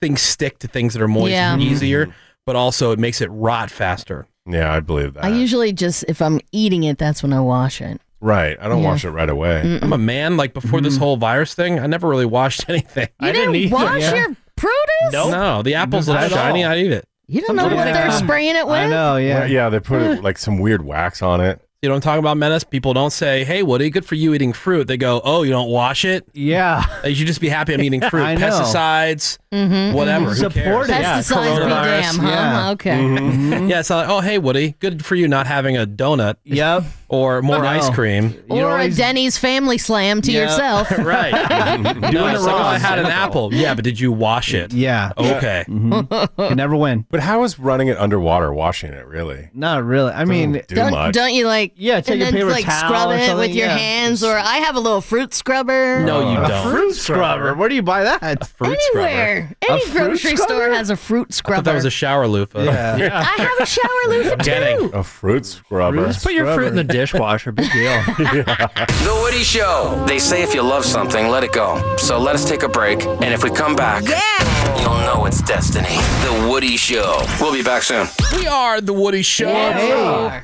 S2: things stick to things that are moist
S8: Yeah.
S2: easier, but also it makes it rot faster.
S3: Mm-hmm. Yeah, I believe
S8: I usually just, if I'm eating it, that's when I wash it.
S3: Right. I
S8: don't Yeah. wash
S3: it right away. Mm-hmm.
S2: I'm a man. Like before this whole virus thing, I never really washed anything.
S8: You didn't, wash your produce?
S2: No, the apples
S3: Not
S2: are
S3: at all.
S2: shiny. I eat it.
S8: You don't know what they're spraying it with?
S3: yeah, they put
S8: Eh.
S3: like some weird wax on it.
S2: You know what I'm talking about, Menace? People don't say, hey, Woody, good for you eating fruit. They go, oh, you don't wash it?
S7: Yeah.
S2: You should just be happy I'm eating fruit.
S7: I know.
S2: Pesticides,
S8: Mhm.
S2: whatever.
S8: Support
S2: Who cares?
S8: it. Pesticides be damn, huh? Yeah. Okay.
S2: Mm-hmm.
S3: Mm-hmm.
S8: Mhm.
S2: yeah, it's not like, oh, hey, Woody, good for you not having a donut. Yep. Or more
S8: No.
S2: ice cream.
S8: Or a Denny's family slam to
S2: Yeah,
S8: yourself.
S2: right. No,
S7: Doing it
S2: it's like, oh,
S7: wrong.
S2: I had an apple. Yeah, but did you wash it? Oh,
S7: Yeah.
S2: Okay.
S7: Mhm. You never win.
S3: But how is running it underwater washing it really?
S7: Not really. I mean,
S3: do Don't- much.
S8: Don't you like? Yeah,
S7: take
S8: and
S7: a
S8: then
S7: paper
S8: like
S7: towel
S8: scrub
S7: or
S8: it with
S7: something,
S8: your
S7: yeah.
S8: hands, or I have a little fruit scrubber.
S2: No, you
S7: A
S2: don't.
S7: Fruit scrubber. Where do you buy that?
S2: fruit
S8: Anywhere, any grocery store has a fruit
S2: I thought
S8: scrubber.
S2: that was a shower loofah.
S7: Yeah.
S8: I have a shower loofah
S2: Getting
S8: too.
S3: a fruit scrubber.
S2: Just put your fruit in the
S4: dishwasher. Big deal.
S16: The Woody Show. They say if you love something, let it go. So let us take a break, and if we come back, yeah. you'll know it's destiny. The Woody Show. We'll be back soon.
S2: We are the Woody Show.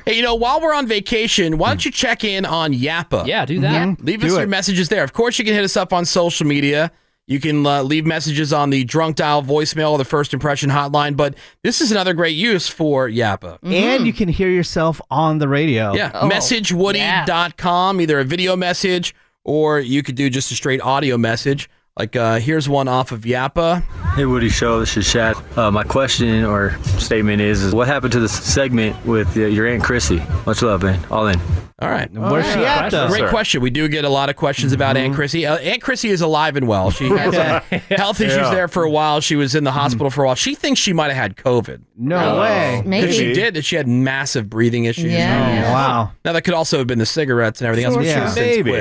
S2: Hey, you know, while we're on vacation, why don't you check in on Yappa? Yeah, do
S9: that. Mhm.
S2: Leave
S9: Do
S2: us your
S9: it.
S2: messages there. Of course, you can hit us up on social media. You can uh, leave messages on the drunk dial voicemail or the first impression hotline. But this is another great use for Yappa.
S9: Mm.
S8: Mm-hmm.
S7: And you can hear yourself on the radio.
S2: Yeah,
S8: Oh.
S9: Oh.
S2: messagewoody.com, either a video message or you could do just a straight audio message. Like, uh, here's one off of Yappa.
S28: Hey Woody Show, this is Chad. Uh, my question or statement is, is what happened to the segment with uh, your Aunt Chrissy? Much love, man. All in.
S2: All right.
S28: Where's she at, though?
S2: Oh, Great
S28: Sir.
S2: question. We do get a lot of questions about
S7: Mm-hmm.
S2: Aunt Chrissy. Uh, Aunt Chrissy is alive and well. She had some health issues
S28: Yeah.
S2: there for a while. She was in the hospital for a while. She thinks she might have had COVID.
S7: Mm-hmm. No Oh. way.
S2: 'Cause
S7: Maybe.
S2: She did. She had massive breathing issues.
S7: Yeah. Oh, wow.
S2: Now, that could also have been the cigarettes and everything
S7: Sure,
S2: else. which
S7: sure.
S2: has since
S7: Maybe. Hmm.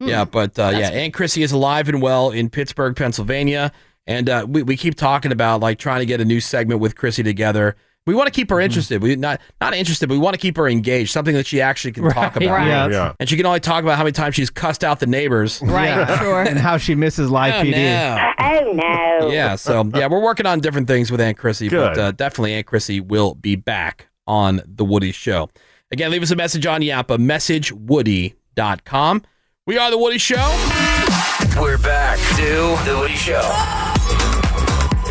S2: quit. Yeah, but uh, yeah, Aunt Chrissy is alive and well in Pittsburgh, Pennsylvania. And uh, we, we keep talking about like trying to get a new segment with Chrissy together. We want to keep
S7: Mm-hmm.
S2: her interested. We not not interested, but we want to keep her engaged. Something that she actually can talk
S7: Right.
S2: about.
S7: Yeah. Yeah.
S2: And she can only talk about how many times she's cussed out the neighbors.
S7: Yeah. And how she misses live
S2: Oh,
S7: PD.
S2: no.
S7: Oh, no.
S2: yeah. So yeah, we're working on different things with Aunt Chrissy, but
S7: Good.
S2: uh, definitely Aunt Chrissy will be back on the Woody Show. Again, leave us a message on Yappa, messagewoody.com. We are the Woody Show.
S16: We're back to The Woody Show.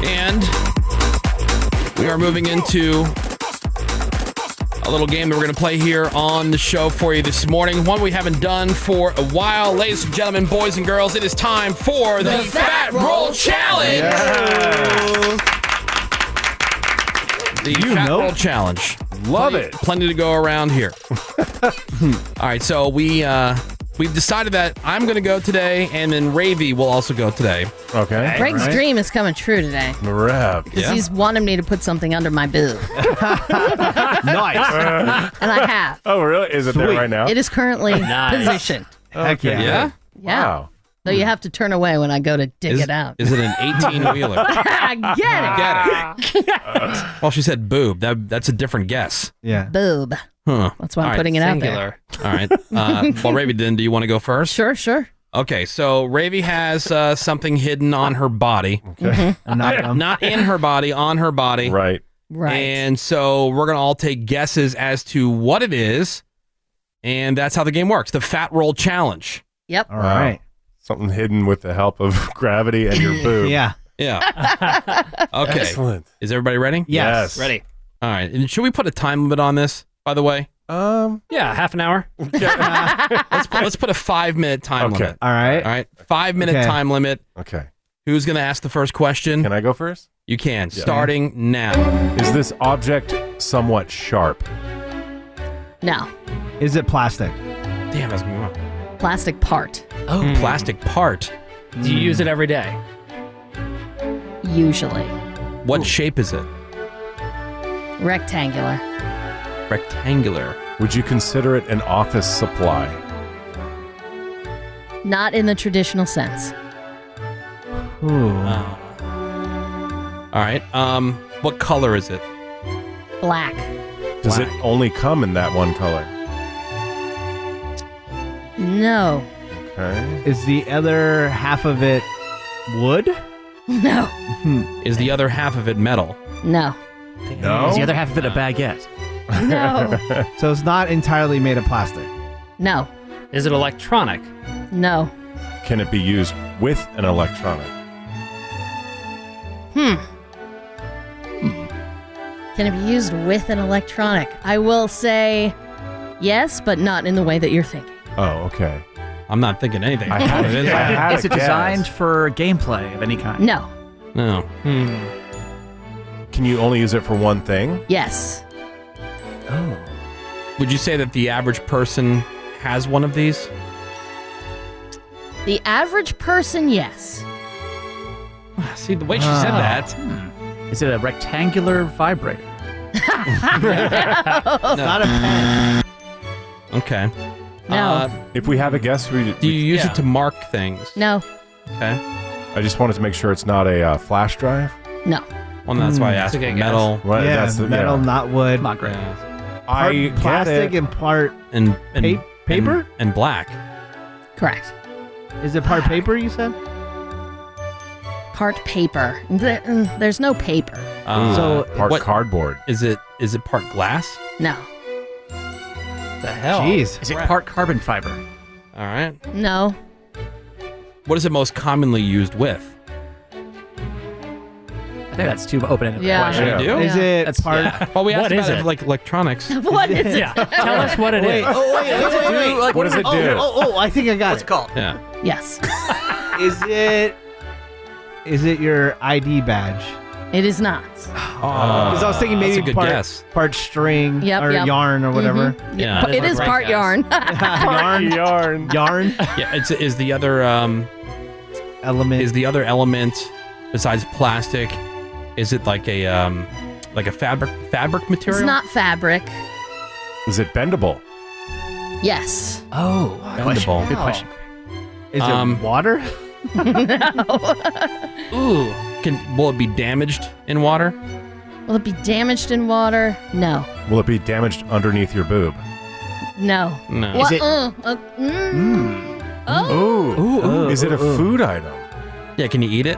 S2: And we are moving into a little game that we're going to play here on the show for you this morning. One we haven't done for a while. Ladies and gentlemen, boys and girls, it is time for the, Fat Roll Challenge. The Fat Roll Challenge. Love it. Plenty to go around here. All right, so we uh, we've decided that I'm going to go today, and then Ravy will also go today. Okay.
S8: Greg's dream is coming true today.
S2: Rev.
S8: Because he's wanted me to put something under my boob. nice. and I have.
S3: Oh, really? Is it there right now?
S8: It is currently positioned.
S3: Heck yeah.
S2: Yeah?
S8: Yeah.
S3: Wow.
S8: So you have to turn away when I go to dig
S2: Is-
S8: it out.
S2: Is it an 18 wheeler?
S8: I get it.
S2: Well, she said boob. That that's a different guess. Yeah.
S8: Boob.
S2: Huh.
S8: That's why I'm putting it out there.
S2: All right. Uh, well, Ravi, then do you want to go first?
S8: Sure, sure.
S2: Okay, so Ravi has uh, something hidden on her body. Okay.
S8: Mm-hmm.
S2: Not, um, not in her body, on her body. Right.
S8: Right.
S2: And so we're going to all take guesses as to what it is. And that's how the game works the fat roll challenge.
S8: Yep.
S3: All right. Something hidden with the help of gravity and your boob.
S2: Yeah. Yeah. okay.
S3: Excellent.
S2: Is everybody ready?
S3: Yes. Yes. Ready.
S2: All right. And should we put a time limit on this, by the way? Um.
S9: Yeah, half an hour.
S2: let's, put, let's put a five minute time
S3: Okay.
S2: limit. All right. All right. Five minute
S3: Okay.
S2: time limit.
S3: Okay.
S2: Who's going to ask the first question? Can
S3: I go first?
S2: You can.
S3: Yeah.
S2: Starting now.
S3: Is this object somewhat sharp?
S8: No.
S3: Is it plastic?
S2: Damn, that's me.
S8: Plastic part.
S2: Oh, plastic part.
S9: Hmm. Do you use it every day?
S8: Usually.
S2: What shape is it?
S8: Rectangular.
S2: Rectangular.
S3: Would you consider it an office supply?
S8: Not in the traditional sense.
S2: Wow. All right. Um. What color is it?
S8: Black.
S3: Does it only come in that one color?
S8: No.
S3: Okay.
S7: Is the other half of it wood?
S8: No.
S3: Hmm.
S2: Is the other half of it metal?
S8: No.
S7: No?
S4: Is the other half of it a baguette?
S8: No.
S7: so it's not entirely made of plastic.
S8: No.
S9: Is it electronic?
S8: No.
S3: Can it be used with an electronic?
S8: Hmm. Can it be used with an electronic? I will say Yes, but not in the way that you're thinking.
S2: Oh, okay. I'm not thinking anything.
S4: I
S2: about
S4: had-
S2: it, is
S4: yeah, I
S2: it?
S4: had Is a it guess. designed
S5: for gameplay of any kind?
S8: No.
S2: No.
S9: Hmm.
S3: Can you only use it for one thing?
S8: Yes.
S2: Oh. Would you say that the average person has one of these?
S8: The average person, yes.
S9: See the way
S2: she said
S5: Ah.
S2: that.
S4: Hmm.
S5: Is it a rectangular vibrator?
S2: Not
S5: a
S2: Okay. Uh,
S8: No.
S3: if we have a guess, we do.
S2: You use it to mark things.
S8: No.
S2: Okay.
S3: I just wanted to make sure it's not a uh, flash drive.
S8: No.
S2: Well, that's
S9: Hmm.
S2: why I asked for metal.
S3: Right,
S7: yeah,
S3: that's the-
S7: metal,
S3: yeah.
S7: not wood.
S5: Not great.
S3: I
S7: Part
S3: get
S7: plastic
S3: it.
S7: and part
S2: and,
S7: pa- paper.
S2: and black.
S8: Correct.
S7: Is it part paper? You said.
S8: Part paper. Th- mm, There's no paper.
S2: Ah,
S3: So- Part
S2: cardboard. Uh, Is it? Is it part glass?
S8: No.
S2: The hell?
S5: Jeez. Is it part carbon fiber?
S2: All right.
S8: No.
S2: What is it most commonly used with?
S5: I think that's too open-ended.
S8: Yeah. question.
S2: You do?
S5: Is Yeah. it
S2: That's,
S5: part-
S2: Well, we asked
S5: What is
S2: about
S5: it?
S2: like electronics.
S8: What is it?
S9: Yeah. Tell us what it is.
S7: Wait,
S5: oh, wait,
S7: What does it
S5: wait,
S7: do?
S5: wait, like,
S7: What does it do? Oh, oh, I think I got it.
S5: called?
S2: Yeah.
S8: Yes.
S7: Is it? Is it your ID badge?
S8: It is not.
S3: Ah.
S7: Because I was thinking maybe
S2: that's a good
S7: part,
S2: guess.
S7: part string
S8: Yep,
S7: or
S8: yep.
S7: yarn or whatever.
S8: Mhm. Pa- it is part yarn.
S7: yarn, yarn, yarn.
S2: yeah, it's is the other um element is the other element besides plastic. Is it like a um like a fabric fabric material?
S8: It's not fabric.
S2: Is it bendable?
S8: Yes.
S5: Oh,
S2: Bendable. question. Good question. Is it Um,
S7: water?
S2: Ooh, can will it be damaged in water?
S8: Will it be damaged in water? No.
S3: Will it be damaged underneath your boob?
S8: No.
S3: No.
S8: Wha-
S3: Is it-
S8: uh, uh,
S7: Hmm.
S8: mm.
S3: Ooh.
S2: ooh,
S3: Is it a
S2: ooh, ooh.
S3: food item?
S2: Yeah, can you eat it?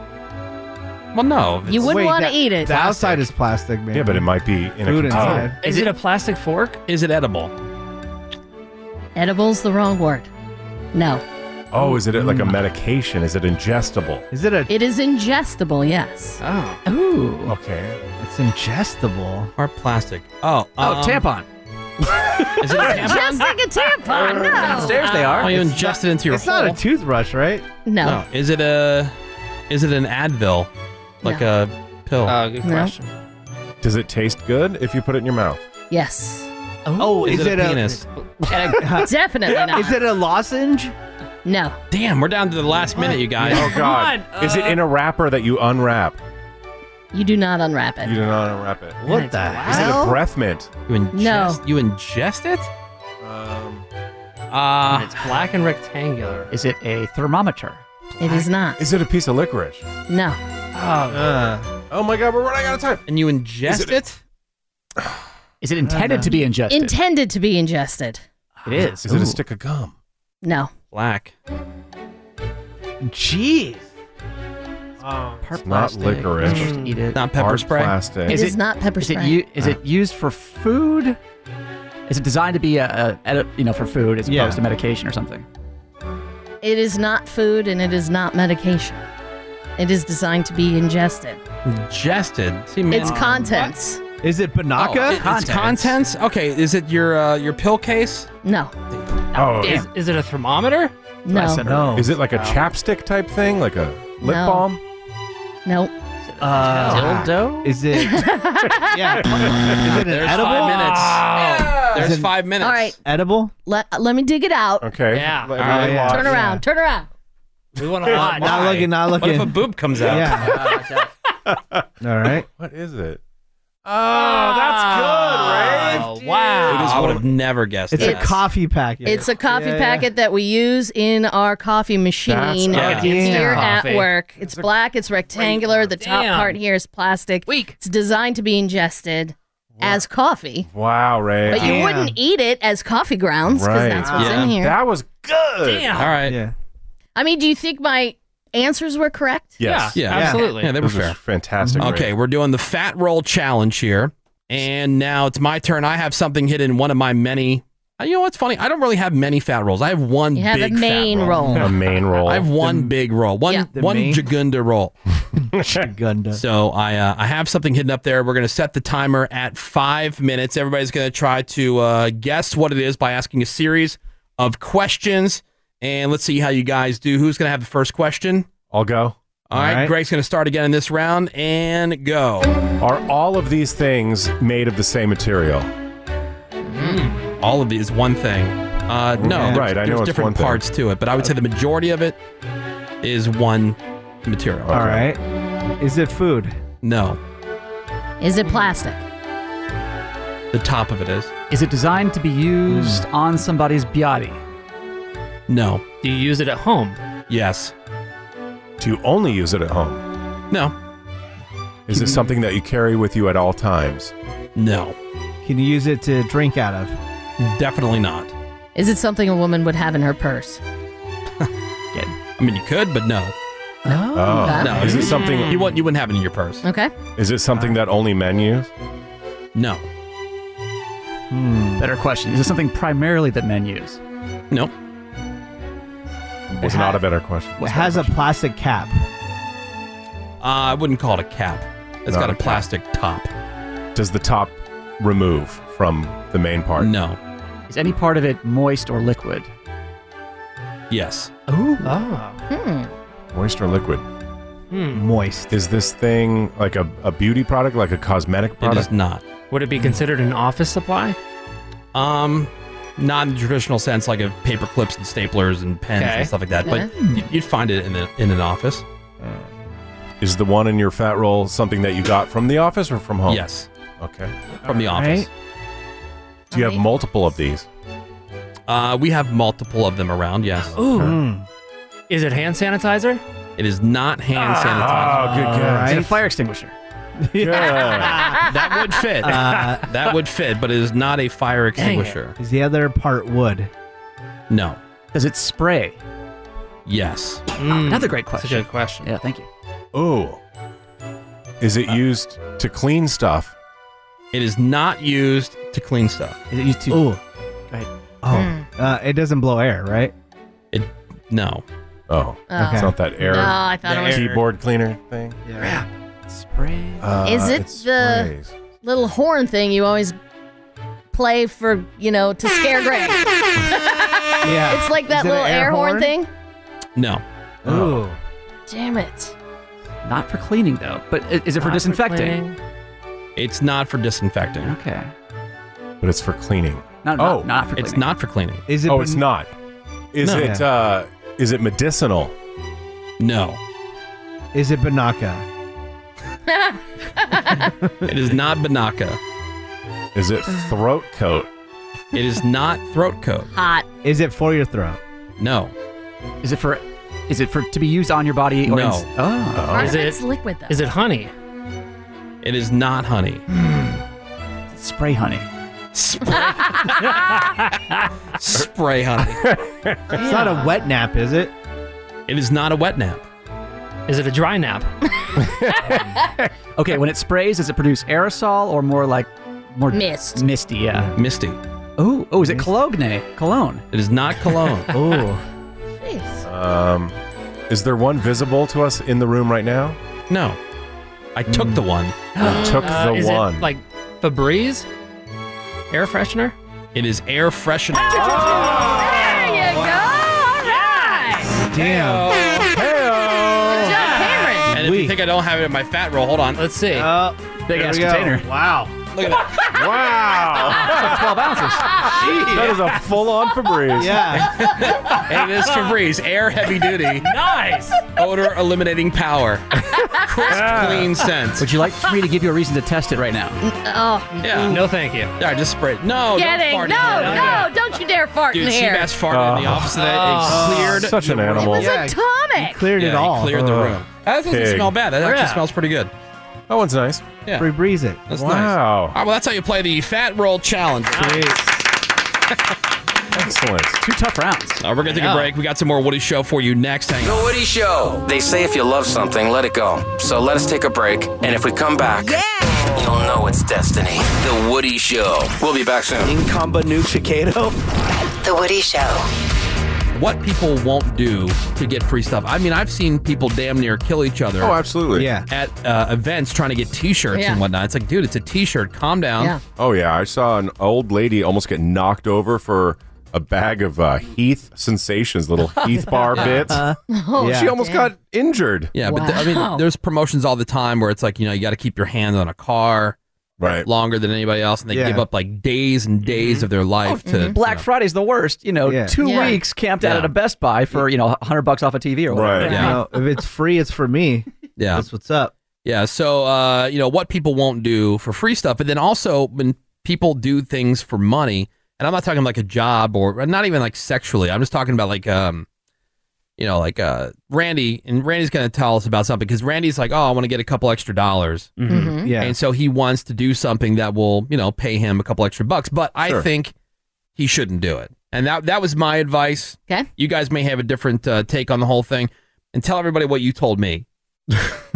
S2: Well, no.
S8: You wouldn't want to eat it.
S7: The outside is plastic, man.
S3: Yeah, but it might be in
S7: Food
S3: a
S7: inside.
S3: container.
S9: Is it a plastic fork?
S2: Is it edible?
S8: Edible's the wrong word. No.
S3: Oh, is it like a
S7: Hmm.
S3: medication? Is it ingestible?
S7: Is it a?
S8: It is ingestible. Yes.
S2: Oh.
S8: Ooh.
S3: Okay.
S7: It's ingestible.
S2: Or plastic. Oh.
S5: Oh, tampon.
S2: Is it a tampon?
S8: Just like a tampon. No.
S5: Downstairs they are.
S2: Oh, you
S5: It's
S2: ingest it into your
S7: It's not a
S2: hole.
S7: toothbrush, right?
S8: No.
S2: Is it a? Is it an Advil? Like a pill?
S9: Uh, good
S8: No.
S9: question.
S3: Does it taste good if you put it in your mouth?
S8: Yes.
S7: Oh, is, it, a?
S2: penis?
S8: Definitely not.
S7: Is it a lozenge?
S8: No.
S2: Damn, we're down to the last minute, you guys.
S3: Oh God! Is
S8: uh,
S3: it in a wrapper that you unwrap?
S8: You do not unwrap it.
S3: You do not unwrap it.
S7: What the
S3: Is it
S7: hell?
S3: a breath mint?
S2: You ingest,
S8: No.
S2: you ingest it?
S3: Um,
S2: Uh,
S9: it's black and rectangular.
S5: Is it a thermometer?
S8: It is not.
S3: Is it a piece of licorice?
S8: No.
S3: oh my God, we're running out of time.
S2: And you ingest
S3: it
S2: it?
S3: a-
S5: Is it intended to be ingested?
S8: Intended to be ingested.
S5: it is.
S3: Is it a stick of gum?
S8: No.
S2: Black.
S7: Jeez.
S8: Um,
S5: Part
S3: not
S5: plastic.
S3: licorice.
S5: Just eat it.
S2: Not pepper
S3: Hard
S2: spray?
S3: Plastic. Ah.
S8: Is it not pepper
S5: is it
S8: spray.
S5: u- is it used for food? Is it designed to be a, a, a you know for food as opposed to medication or something?
S8: It is not food and it is not medication. It is designed to be ingested.
S2: Ingested? See, man,
S8: It's contents.
S7: Is it
S2: Oh,
S7: banaka?
S2: it- It's contents? Okay, is it your uh, your pill case?
S8: No.
S3: Oh,
S9: Is, is it a thermometer?
S8: No.
S3: no. Is it like a
S9: No.
S3: chapstick type thing? Like a lip
S8: No.
S3: balm?
S8: Nope.
S7: Uh,
S9: Dildo?
S7: Is it? yeah. Is it an
S2: There's
S7: edible?
S2: five minutes. There's
S7: it-
S2: five minutes.
S8: All right.
S7: Edible?
S8: Let, let me dig it out.
S3: Okay.
S9: Yeah.
S3: Let-
S2: All
S3: let me
S2: right.
S3: watch.
S8: Turn around. Turn around.
S9: We want to watch.
S7: Not looking. Not
S2: What
S7: looking.
S2: if a boob comes out?
S7: Yeah. All right.
S3: What is it?
S9: Oh,
S5: Ah,
S9: that's good, right? Wow.
S2: I would have never guessed
S7: It's
S2: that.
S7: a coffee packet.
S8: It's a coffee
S7: Yeah, yeah.
S8: packet that we use in our coffee machine
S7: That's good.
S8: It's here
S7: Yeah.
S8: at
S7: Coffee.
S8: work. It's black, it's rectangular, the top
S9: Damn.
S8: part here is plastic. It's designed to be ingested as coffee.
S3: Wow, Ray.
S8: But you wouldn't eat it as coffee grounds because
S3: Right.
S8: that's what's in here.
S3: That was good.
S9: Damn.
S2: All right.
S7: Yeah.
S8: I mean, do you think my answers were correct?
S3: Yes.
S2: Yeah,
S9: absolutely.
S2: Yeah, they were
S3: Those are
S2: fair.
S3: Fantastic. Ray.
S2: Mm-hmm. Okay, we're doing the fat roll challenge here. And now it's my turn. I have something hidden in one of my many Uh, You know what's funny? I don't really have many fat rolls. I have one
S8: You have a
S2: big fat
S8: main roll.
S3: A main roll.
S2: I have one
S3: The-
S2: big roll. One
S8: Yeah. The
S2: one
S8: main-
S2: Jagunda roll. Jagunda. So I uh, I have something hidden up there. We're going to set the timer at 5 minutes. Everybody's going to try to uh, guess what it is by asking a series of questions and let's see how you guys do. Who's going to have the first question?
S3: I'll go.
S2: All right, Greg's going to start again in this round and go.
S3: Are all of these things made of the same material?
S2: All of these one thing. Uh, no,
S3: Yeah.
S2: there's-
S3: Right, I know
S2: there's
S3: it's
S2: different
S3: one thing.
S2: parts to it, but I would say the majority of it is one material.
S7: All right. Is it food?
S2: No,
S8: Is it plastic?
S2: the top of it is.
S5: Is it designed to be used on somebody's body?
S2: No.
S9: Do you use it at home?
S2: Yes.
S3: Do you only use it at home?
S2: No.
S3: Is it something that you carry with you at all times?
S2: No.
S7: Can you use it to drink out of?
S2: Definitely not.
S8: Is it something a woman would have in her purse?
S2: I mean, you could, but no.
S7: Oh,
S8: No. okay.
S2: no.
S3: Oh. Is it something-
S2: you wouldn't? You wouldn't have it in your purse?
S8: Okay.
S3: Is it something that only men use?
S2: No.
S7: Hmm.
S5: Better question. Is it something primarily that men use?
S2: No.
S3: Was not a better question.
S7: It has a plastic cap.
S2: Uh, I wouldn't call it a cap. It's
S3: Not
S2: got
S3: a
S2: a
S3: cap.
S2: plastic top.
S3: Does the top remove from the main part?
S2: No.
S5: Is any part of it moist or liquid?
S2: Yes.
S5: Ooh. Ah.
S8: Hmm.
S3: Moist or liquid?
S7: Moist.
S3: Is this thing like a, a beauty product, like a cosmetic product?
S2: not.
S9: Would it be considered an office supply?
S2: Um, not in the traditional sense, like of paper clips and staplers and pens
S9: Okay.
S2: and stuff like that. But
S9: Okay.
S2: y- you'd find it in, the, in an office.
S3: Hmm. Is the one in your fat roll something that you got from the office or from home?
S2: Yes.
S3: Okay.
S2: From the office.
S3: Do you have multiple of these?
S2: Uh, we have multiple of them around. Yes.
S9: Ooh.
S5: Hmm.
S9: Is it hand sanitizer?
S2: It is not hand sanitizer.
S9: Ah, good guess. Is it a
S2: fire extinguisher. that would fit.
S7: Uh,
S2: that would fit, but it is not a fire extinguisher.
S7: Is the other part wood?
S2: No.
S5: Does it spray?
S2: Yes.
S5: Another great question.
S9: That's a good question.
S5: Yeah, thank you.
S3: Ooh. Is it used to clean stuff?
S2: Uh, It is not used to clean stuff.
S5: Is it used to?
S7: Ooh.
S8: Mm.
S7: Oh, uh, it doesn't blow air, right?
S2: It no.
S3: Oh,
S8: Oh.
S3: it's not that air.
S8: No, I thought it was-
S3: keyboard cleaner thing.
S5: Spray.
S3: Uh,
S8: is it
S3: it's
S8: the
S3: sprays.
S8: little horn thing you always play for, you know, to scare Greg?
S2: Yeah.
S8: It's like that
S2: Is it an
S8: little
S2: air
S8: air, horn?
S2: horn?
S8: thing.
S2: No.
S9: Oh.
S5: Ooh.
S8: Damn it.
S5: Not for cleaning though. But i- is it for
S8: Not for
S5: disinfecting?
S2: It's not for disinfecting.
S5: Okay.
S3: But it's for cleaning.
S5: Not,
S3: Oh,
S5: not, not for cleaning.
S2: It's not for cleaning.
S7: Is it
S3: oh,
S7: ben-
S3: it's not. Is
S7: No.
S3: it? Uh, is it medicinal?
S2: No.
S7: Is it Banaka?
S2: It is not Banaka.
S3: Is it throat coat?
S2: It is not throat coat.
S8: Hot.
S7: Is it for your throat?
S2: No.
S5: Is it for? Is it for to be used on your body? Or
S2: No.
S5: ins- oh.
S8: Part
S9: Is
S8: of
S9: it-
S8: it's liquid though.
S9: Is it honey?
S2: It is not honey.
S5: Spray honey.
S2: Spray, spray honey.
S7: It's not a wet nap, is it?
S2: It is not a wet nap.
S9: Is it a dry nap?
S5: Okay. When it sprays, does it produce aerosol or more like more
S8: Mist.
S5: Misty. Yeah.
S2: Misty.
S5: Oh. Oh. Is it cologne? Cologne.
S2: It is not cologne.
S5: oh.
S8: Jeez.
S3: Um, is there one visible to us in the room right now?
S2: No. I took
S7: Hmm.
S2: the one.
S3: You took
S9: Uh,
S3: the
S9: is
S3: one.
S9: It like Febreze? Air freshener?
S2: It is air freshener.
S8: There you go. All right.
S7: Damn.
S8: Good job, Cameron.
S2: And if you think I don't have it in my fat roll, hold on.
S9: Let's see.
S7: Uh,
S5: Big
S7: there
S5: ass
S7: we go.
S5: container.
S7: Wow.
S2: Look at that.
S3: wow.
S5: Twelve ounces.
S3: That is a full-on Febreze.
S7: Yeah.
S2: Hey, it is Febreze, air heavy duty,
S9: Nice.
S2: odor eliminating power, crisp, clean scent.
S5: Ah. Would you like for me to give you a reason to test it right now?
S8: Oh,
S2: Yeah.
S9: No, thank you.
S2: Yeah, just spray. it. No,
S8: getting. No,
S2: don't fart in
S8: no,
S2: here.
S8: don't you dare fart
S2: Dude,
S8: in here.
S2: Seabass farted in the
S3: Oh.
S2: office today. It cleared.
S3: Such an
S2: the room.
S3: animal.
S8: It's
S7: Yeah.
S8: atomic.
S7: Cleared
S2: Yeah,
S7: it
S2: he
S7: all.
S2: cleared the
S3: Ugh.
S2: room. That doesn't
S3: Pig.
S2: smell bad. That actually
S9: Yeah.
S2: smells pretty good.
S3: That one's nice.
S2: Yeah.
S7: Free breeze it.
S2: That's nice. All
S3: wow.
S2: right, well, that's how you play the Fat Roll Challenge.
S3: Excellent.
S5: Two tough rounds.
S2: Uh, we're going to take a break. We got some more Woody Show for you next. Hang on.
S16: The Woody Show. They say if you love something, let it go. So let us take a break, and if we come back, you'll know its destiny. The Woody Show. We'll be back soon. Incomba Nucicato.
S29: The Woody Show.
S2: What people won't do to get free stuff. I mean, I've seen people damn near kill each other.
S3: Oh, absolutely.
S2: Yeah. At uh, events trying to get T-shirts
S3: Yeah.
S2: and whatnot. It's like, dude, it's a T-shirt. Calm down.
S3: Oh yeah, I saw an old lady almost get knocked over for a bag of uh, Heath Sensations, little Heath bar
S2: Yeah.
S3: bits.
S2: Uh, oh,
S3: She almost
S2: damn.
S3: got injured.
S2: Yeah, but th- I mean, there's promotions all the time where it's like, you know, you got to keep your hands on a car
S3: right
S2: longer than anybody else, and they
S5: Yeah.
S2: give up like days and days of their life
S7: Mm-hmm.
S13: Mm-hmm.
S2: to.
S5: Black Friday's the worst. You know,
S2: Yeah.
S5: two
S2: Yeah.
S5: weeks camped out
S2: Yeah.
S5: at a Best Buy for you know hundred bucks off a TV or whatever.
S2: Right. Yeah.
S7: You know, if it's free, it's for me.
S2: Yeah.
S7: That's what's up.
S2: Yeah. So, uh, you know, what people won't do for free stuff. But then also when people do things for money, and I'm not talking like a job or not even like sexually, I'm just talking about like, um, you know, like uh, Randy, and Randy's going to tell us about something because Randy's like, oh, I want to get a couple extra dollars.
S9: Mm-hmm.
S7: Mhm. Yeah.
S2: And so he wants to do something that will, you know, pay him a couple extra bucks. But I
S8: Sure.
S2: think he shouldn't do it. And that, that was my advice.
S8: Okay.
S2: You guys may have a different uh, take on the whole thing. And tell everybody what you told me.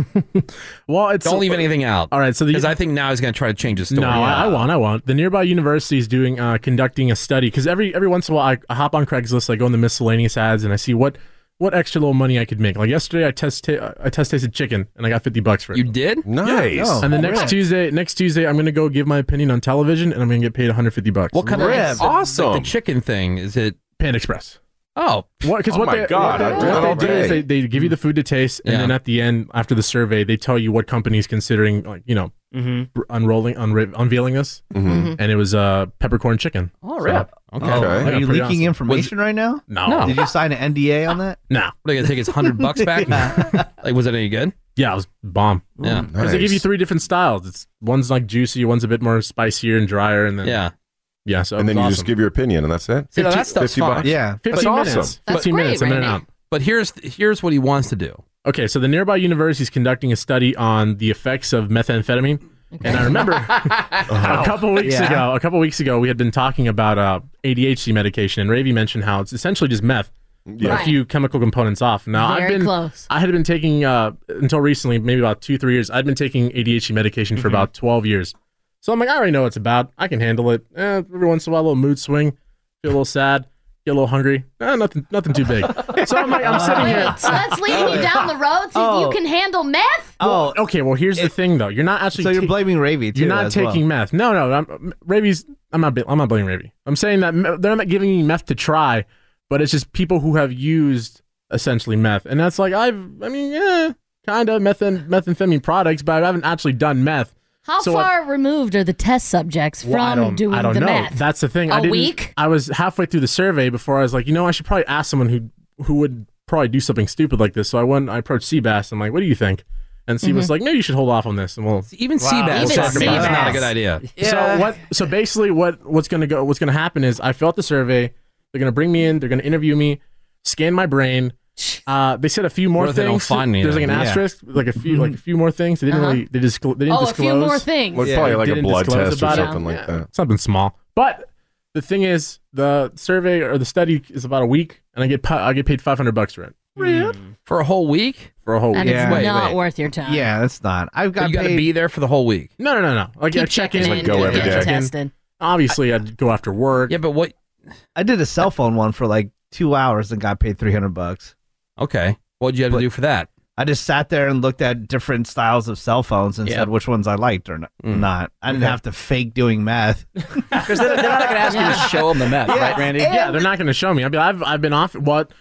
S9: Well, it's
S2: Don't leave anything out.
S9: All right, so
S2: because I think now he's going to try to change the story.
S9: No, I, I won't. I won't. The nearby university is doing uh, conducting a study because every every once in a while I, I hop on Craigslist, I go in the miscellaneous ads, and I see what what extra little money I could make. Like yesterday, I test ta- I test tasted chicken, and I got fifty bucks for it. You
S2: did
S3: Nice. Oh,
S9: and the next
S3: rip.
S9: Tuesday, next Tuesday, I'm going to go give my opinion on television, and I'm going to get paid one hundred fifty bucks.
S2: What kind of Rip. awesome the, chicken thing? Is it
S9: Panda Express?
S2: Oh,
S9: What, cause what they, what they, what they do is they, they give you the food to taste, and
S2: Yeah.
S9: then at the end, after the survey, they tell you what company's considering, like you know,
S2: Mm-hmm.
S9: r- unrolling, unri unveiling this.
S7: Mhm.
S9: And it was uh, peppercorn chicken.
S7: Oh,
S9: So-
S7: really?
S9: Yeah,
S7: Are
S9: pretty
S7: you leaking
S9: awesome.
S7: information right now?
S9: No. No.
S7: Did you sign an NDA on that?
S9: No.
S2: What are they gonna take his hundred bucks back? like, was it any good?
S9: Yeah, it was bomb.
S2: Yeah,
S9: Because they give you three different styles. It's one's like juicy, one's a bit more spicier and drier, and then
S2: yeah,
S9: yeah. So
S3: and then
S9: it
S3: you
S9: was
S3: just give your opinion, and that's it.
S2: See, now that stuff's
S3: 50
S2: fine.
S3: bucks. that's awesome.
S9: That's 15 minutes, great, I'm in and Randy. out.
S2: But here's here's what he wants to do.
S9: Okay, so the nearby university is conducting a study on the effects of methamphetamine, and I remember a couple weeks
S30: Yeah.
S9: ago, a couple weeks ago, we had been talking about uh, ADHD medication, and Ravi mentioned how it's essentially just meth, with
S30: Yeah.
S9: a few chemical components off. Now
S30: Very
S9: I've been,
S30: close.
S9: I had been taking uh, until recently, maybe about two three years. I'd been taking ADHD medication
S30: Mm-hmm.
S9: for about twelve years, so I'm like, I already know what it's about. I can handle it. Eh, every once in a while, a little mood swing, feel a little sad, get a little hungry. Eh, nothing, nothing too big. So I'm like, I'm sitting here.
S31: Wait, so that's leading you down the road to
S9: Oh.
S31: you can handle meth?
S9: Oh, okay. Well, here's the thing, though. You're not actually. So you're
S7: blaming Ravi.
S9: You're
S7: too,
S9: not
S7: as
S9: taking meth. No, no. I'm, Ravi's. I'm not. bl- I'm not blaming Ravi. I'm saying that me- they're not giving you meth to try, but it's just people who have used essentially meth, and that's like I've. I mean, yeah, kind of methan methamphetamine products, but I haven't actually done meth.
S31: How
S9: So I-
S31: far removed are the test subjects
S9: well, I
S31: from
S9: don't,
S31: doing
S9: I don't
S31: the
S9: know.
S31: meth?
S9: That's the thing. I
S31: A
S9: didn't,
S31: week?
S9: I was halfway through the survey before I was like, you know, I should probably ask someone who who would probably do something stupid like this. So I went. I approached Seabass. I'm like, what do you think? And Seabass was
S31: Mm-hmm.
S2: Mhm.
S9: like, no, you should hold off on this. And we'll
S2: Even
S9: Wow.
S2: Seabass
S9: We'll
S2: is
S9: talk about it.
S2: That's not a good idea.
S9: So what? So basically, what what's gonna go? What's gonna happen is I fill out the survey. They're gonna bring me in. They're gonna interview me, scan my brain. Uh, they said a few more
S2: What if
S9: things.
S2: they don't find me
S9: There's like an
S2: then? Yeah.
S9: asterisk, like a few, like a few more things. They didn't
S31: Mm-hmm. Uh-huh.
S9: really. They disclo- They didn't
S31: Oh, a
S9: disclose.
S31: few more things. Well, it's
S3: probably
S9: they
S3: like a
S9: didn't
S3: blood
S9: disclose
S3: test or
S9: about it.
S3: something like Yeah. that.
S9: Something small. But the thing is, the survey or the study is about a week, and I get pa- I get paid 500 bucks for it.
S2: For a whole week?
S9: For a whole
S31: and
S9: week.
S31: it's not worth your time.
S7: Yeah, that's not. I've
S9: got
S2: you got to
S9: paid-
S2: be there for the whole week.
S9: No, no, no, no. Like
S31: Keep
S9: I check in,
S31: checking
S9: like
S31: in, Go every get day. tested.
S9: Obviously, I'd go after work.
S2: Yeah, but what?
S7: I did a cell phone one for like two hours and got paid three hundred bucks.
S2: Okay, what'd you have to do for that?
S7: I just sat there and looked at different styles of cell phones and
S5: Yeah.
S7: said which ones I liked or n-
S2: Mm.
S7: not. I didn't
S5: Okay.
S7: have to fake doing math.
S5: Because they're, they're not going to ask you to show them the meth, right, Randy?
S9: Yeah, they're not going to show me. I mean, I've I've been off what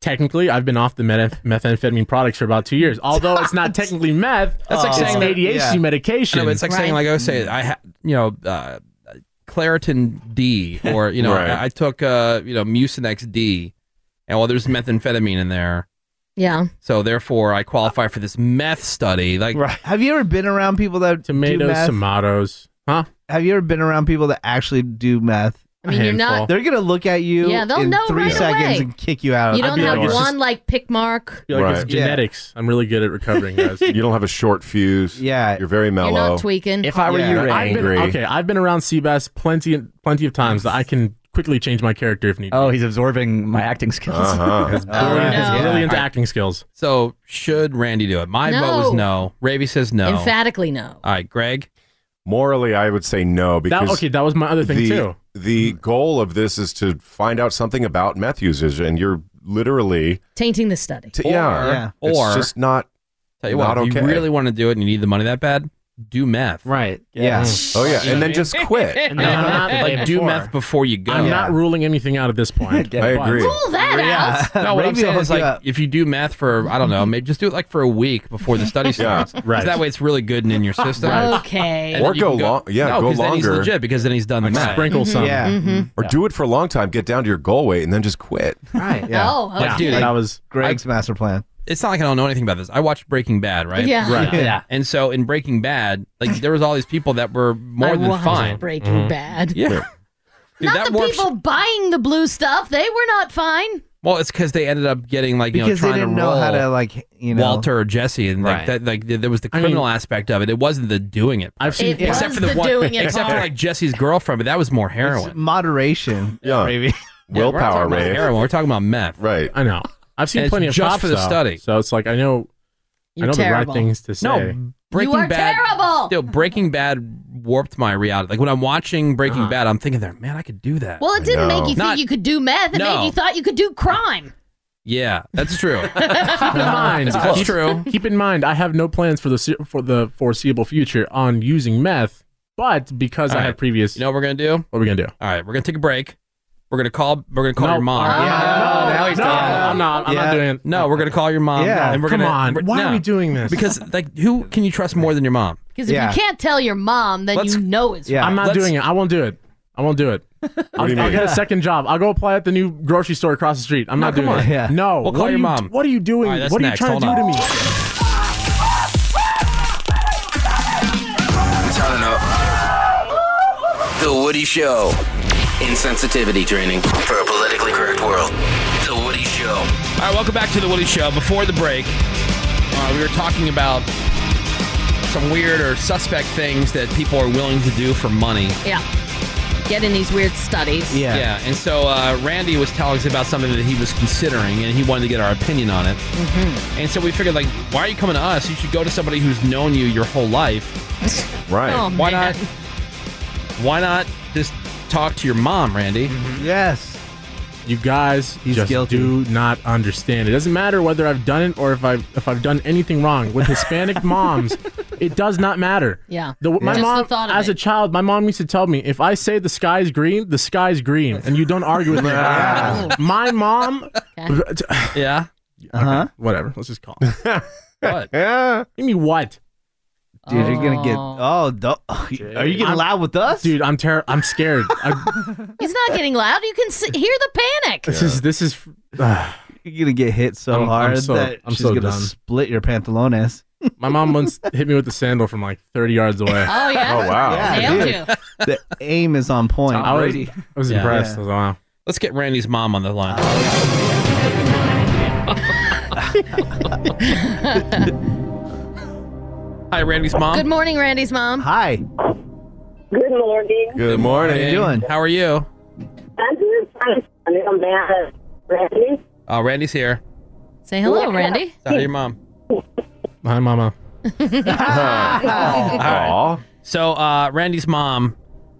S9: technically I've been off the meth- methamphetamine products for about two years. Although it's not technically meth.
S2: That's like
S9: Uh, it's
S2: saying that-
S9: ADHD
S2: yeah.
S9: medication.
S2: I know, but it's like saying, like I was saying, I had, you know, uh, Claritin D, or you know,
S9: Right.
S2: I, I took, uh, you know, Mucinex D, and well, there's methamphetamine in there,
S31: Yeah.
S2: so therefore I qualify for this meth study. Like,
S7: Have you ever been around people that do
S2: Tomatoes,
S7: meth?
S9: tomatoes, huh?
S7: Have you ever been around people that actually do meth?
S31: I mean, you're not- Handful.
S7: They're gonna look at you.
S31: Yeah, they'll
S7: in
S31: know
S7: three
S31: right
S7: seconds
S31: away.
S7: and kick you out.
S31: You
S9: I'd
S31: don't
S9: be
S31: have
S9: like, it's
S31: one
S9: just-
S31: like pick mark.
S9: I feel like
S3: Right.
S9: it's
S3: Yeah.
S9: genetics. I'm really good at recovering, guys.
S3: you don't have a short fuse.
S7: Yeah,
S3: you're very mellow.
S31: tweaking.
S9: If I
S3: Oh. were Yeah. you, Ray.
S9: I've been,
S3: Angry.
S9: okay, I've been around Seabass plenty, plenty of times that I can quickly change my character if need.
S5: Oh, he's absorbing my acting skills.
S2: Uh-huh.
S9: His brilliant, his brilliant
S2: All right.
S9: acting skills.
S2: Oh, So should Randy do it? My vote was
S31: No.
S2: no. Ravy says no.
S31: Emphatically no.
S2: All right, Greg.
S3: Morally, I would say no because
S9: okay, that was my other thing,
S3: the-
S9: too.
S3: The goal of this is to find out something about meth users, and you're literally
S8: Tainting the study.
S3: T- yeah, it's
S2: or
S3: just not.
S2: Tell you what,
S3: not
S2: if
S3: okay.
S2: you really want to do it and you need the money that bad, do meth.
S9: Right.
S3: Yeah. Oh yeah, and then just quit.
S9: And then not the day
S2: like do
S9: before.
S2: meth before you go.
S9: I'm not ruling anything out at this point.
S2: I agree. Rule
S31: that
S2: Yeah.
S9: out.
S2: No, what I'm
S9: Maybe
S2: saying
S9: I'll
S2: is
S9: hook
S2: like
S9: you up.
S2: if you do meth for I don't know, maybe just do it like for a week before the study
S3: Yeah,
S2: starts.
S3: right.
S2: 'Cause That way it's really good and in your system.
S31: Okay.
S3: Or go long- yeah,
S2: no,
S3: go
S2: 'cause Then he's
S3: longer.
S2: legit because then he's done the meth.
S3: sprinkle Mhm, some.
S2: Mm-hmm. Yeah.
S31: mhm.
S3: Or do it for a long time, get down to your goal weight, and then just quit.
S31: Right. Oh, okay.
S2: Like, dude,
S3: That
S9: was
S2: Greg's
S7: master plan.
S2: It's not like I don't know anything about this. I watched Breaking Bad, right?
S31: Yeah. Right. Yeah.
S2: And so in Breaking Bad, like there was all these people that were more
S31: I
S2: than
S31: watched
S2: fine.
S31: Breaking
S7: Mm-hmm.
S31: Bad.
S2: Yeah. Dude,
S31: Not the
S2: that warps-
S31: people
S8: buying the blue stuff. They were not fine.
S2: Well, it's because they ended up getting like you
S7: Because they
S2: know trying
S7: didn't
S2: to
S7: know
S2: roll
S7: how to, like, you know-
S2: Walter or Jesse and like
S7: Right.
S2: that like th- there was the
S7: I mean-
S2: criminal aspect of it. It wasn't the doing it.
S9: I've
S7: seen- It
S2: except
S7: was
S2: for the,
S7: the
S2: one
S7: doing it
S2: except for
S7: part.
S2: like Jesse's girlfriend, but that was more heroin.
S7: Moderation.
S3: Yeah.
S7: Maybe.
S3: Willpower,
S9: Ray.
S3: Ray.
S2: We're talking about meth.
S3: Right.
S9: I know. I've seen
S2: And it's
S9: plenty of
S2: just
S9: cops,
S2: for the
S9: though,
S2: study.
S9: So it's like I know, I
S2: You're
S9: know the
S2: terrible.
S9: right things to say.
S2: No, Breaking
S8: you are
S2: Bad.
S8: terrible.
S2: Still, Breaking Bad warped my reality. Like when I'm watching Breaking
S9: Ah.
S2: Bad, I'm thinking there, man, I could do that.
S8: Well, it didn't make you think
S2: Not-
S8: you could do meth. It
S2: No.
S8: made you thought you could do crime.
S2: Yeah, that's true.
S9: keep in mind,
S2: It's close.
S9: keep,
S2: true.
S9: Keep in mind, I have no plans for the se- for the foreseeable future on using meth, but because
S2: All
S9: I
S2: right.
S9: had previous, you
S2: know what we're gonna do?
S9: What are we gonna do?
S2: All right, we're gonna take a break. We're gonna call. We're gonna call
S9: No.
S2: your mom.
S8: Ah.
S9: Oh, Yeah. no, now he's
S2: no,
S9: doing it. I'm not- I'm not doing it.
S2: No, we're gonna call your mom.
S9: Yeah.
S2: and we're
S9: Come
S2: gonna,
S9: on.
S2: we're-
S9: Why are
S2: no.
S9: we doing this?
S2: Because like, who can you trust more than your mom?
S8: Because if you can't tell your mom, then you know it's wrong.
S9: I'm not doing it. I won't do it. I won't do it. I'll,
S2: do you
S9: I'll
S2: mean?
S9: get a second job. I'll go apply at the new grocery store across the street. I'm
S2: No,
S9: not
S2: come
S9: doing
S2: on.
S9: it.
S2: Yeah.
S9: No.
S2: We'll
S9: what
S2: call
S9: are
S2: your
S9: you,
S2: mom.
S9: What are you doing?
S2: All right, that's
S9: what are
S2: next.
S9: you trying to do
S2: Hold
S9: to
S2: on.
S9: me?
S16: Turn up. The Woody Show. Insensitivity training for a politically correct world. The Woody Show.
S2: All right, welcome back to the Woody Show. Before the break, uh, we were talking about some weird or suspect things that people are willing to do for money.
S8: Yeah. Get in these weird studies.
S2: Yeah. And so uh, Randy was telling us about something that he was considering, and he wanted to get our opinion on it.
S8: Mm-hmm.
S2: And so we figured, like, why are you coming to us? You should go to somebody who's known you your whole life.
S3: Right.
S8: Oh,
S2: why
S8: man.
S2: not? Why not just talk to your mom, Randy?
S7: Yes.
S9: You guys just do not understand. It doesn't matter whether I've done it or if I've if I've done anything wrong with Hispanic moms. It does not matter.
S8: Yeah.
S9: The, My
S8: Just the
S9: mom,
S8: thought of
S9: as
S8: it.
S9: a child, my mom used to tell me, if I say the sky's green, the sky's green, and you don't argue with me.
S27: Yeah.
S9: My mom.
S2: yeah.
S9: Uh-huh. Whatever. Let's just call.
S2: what?
S9: Give me what?
S7: Dude, you're gonna get. Oh, the, are you getting
S9: I'm-
S7: loud with us?
S9: Dude, I'm ter- I'm scared. I,
S8: He's not getting loud. You can see, hear the panic.
S9: this is this is.
S7: You're gonna get hit so
S9: I'm- I'm
S7: hard
S9: so-
S7: that
S9: I'm
S7: she's
S9: so
S7: gonna
S9: done.
S7: split your pantalones.
S9: my mom once hit me with a sandal from like 30 yards away.
S8: Oh, yeah? Oh, wow. Yeah, Nailed dude.
S7: the aim is on point.
S9: I was, I was
S2: Yeah.
S9: impressed.
S2: Yeah.
S9: I was like, wow.
S2: Let's get Randy's mom on the line. Hi, Randy's mom.
S8: Good morning, Randy's mom.
S7: Hi.
S19: Good morning.
S2: Good
S19: morning. How you doing?
S2: How are you?
S19: I'm doing fine. I'm a little mad at Randy.
S2: Oh, Randy's here.
S8: Say hello, Randy.
S2: Say hi to your mom.
S9: Hi, mama.
S2: All right. So, uh, Randy's mom,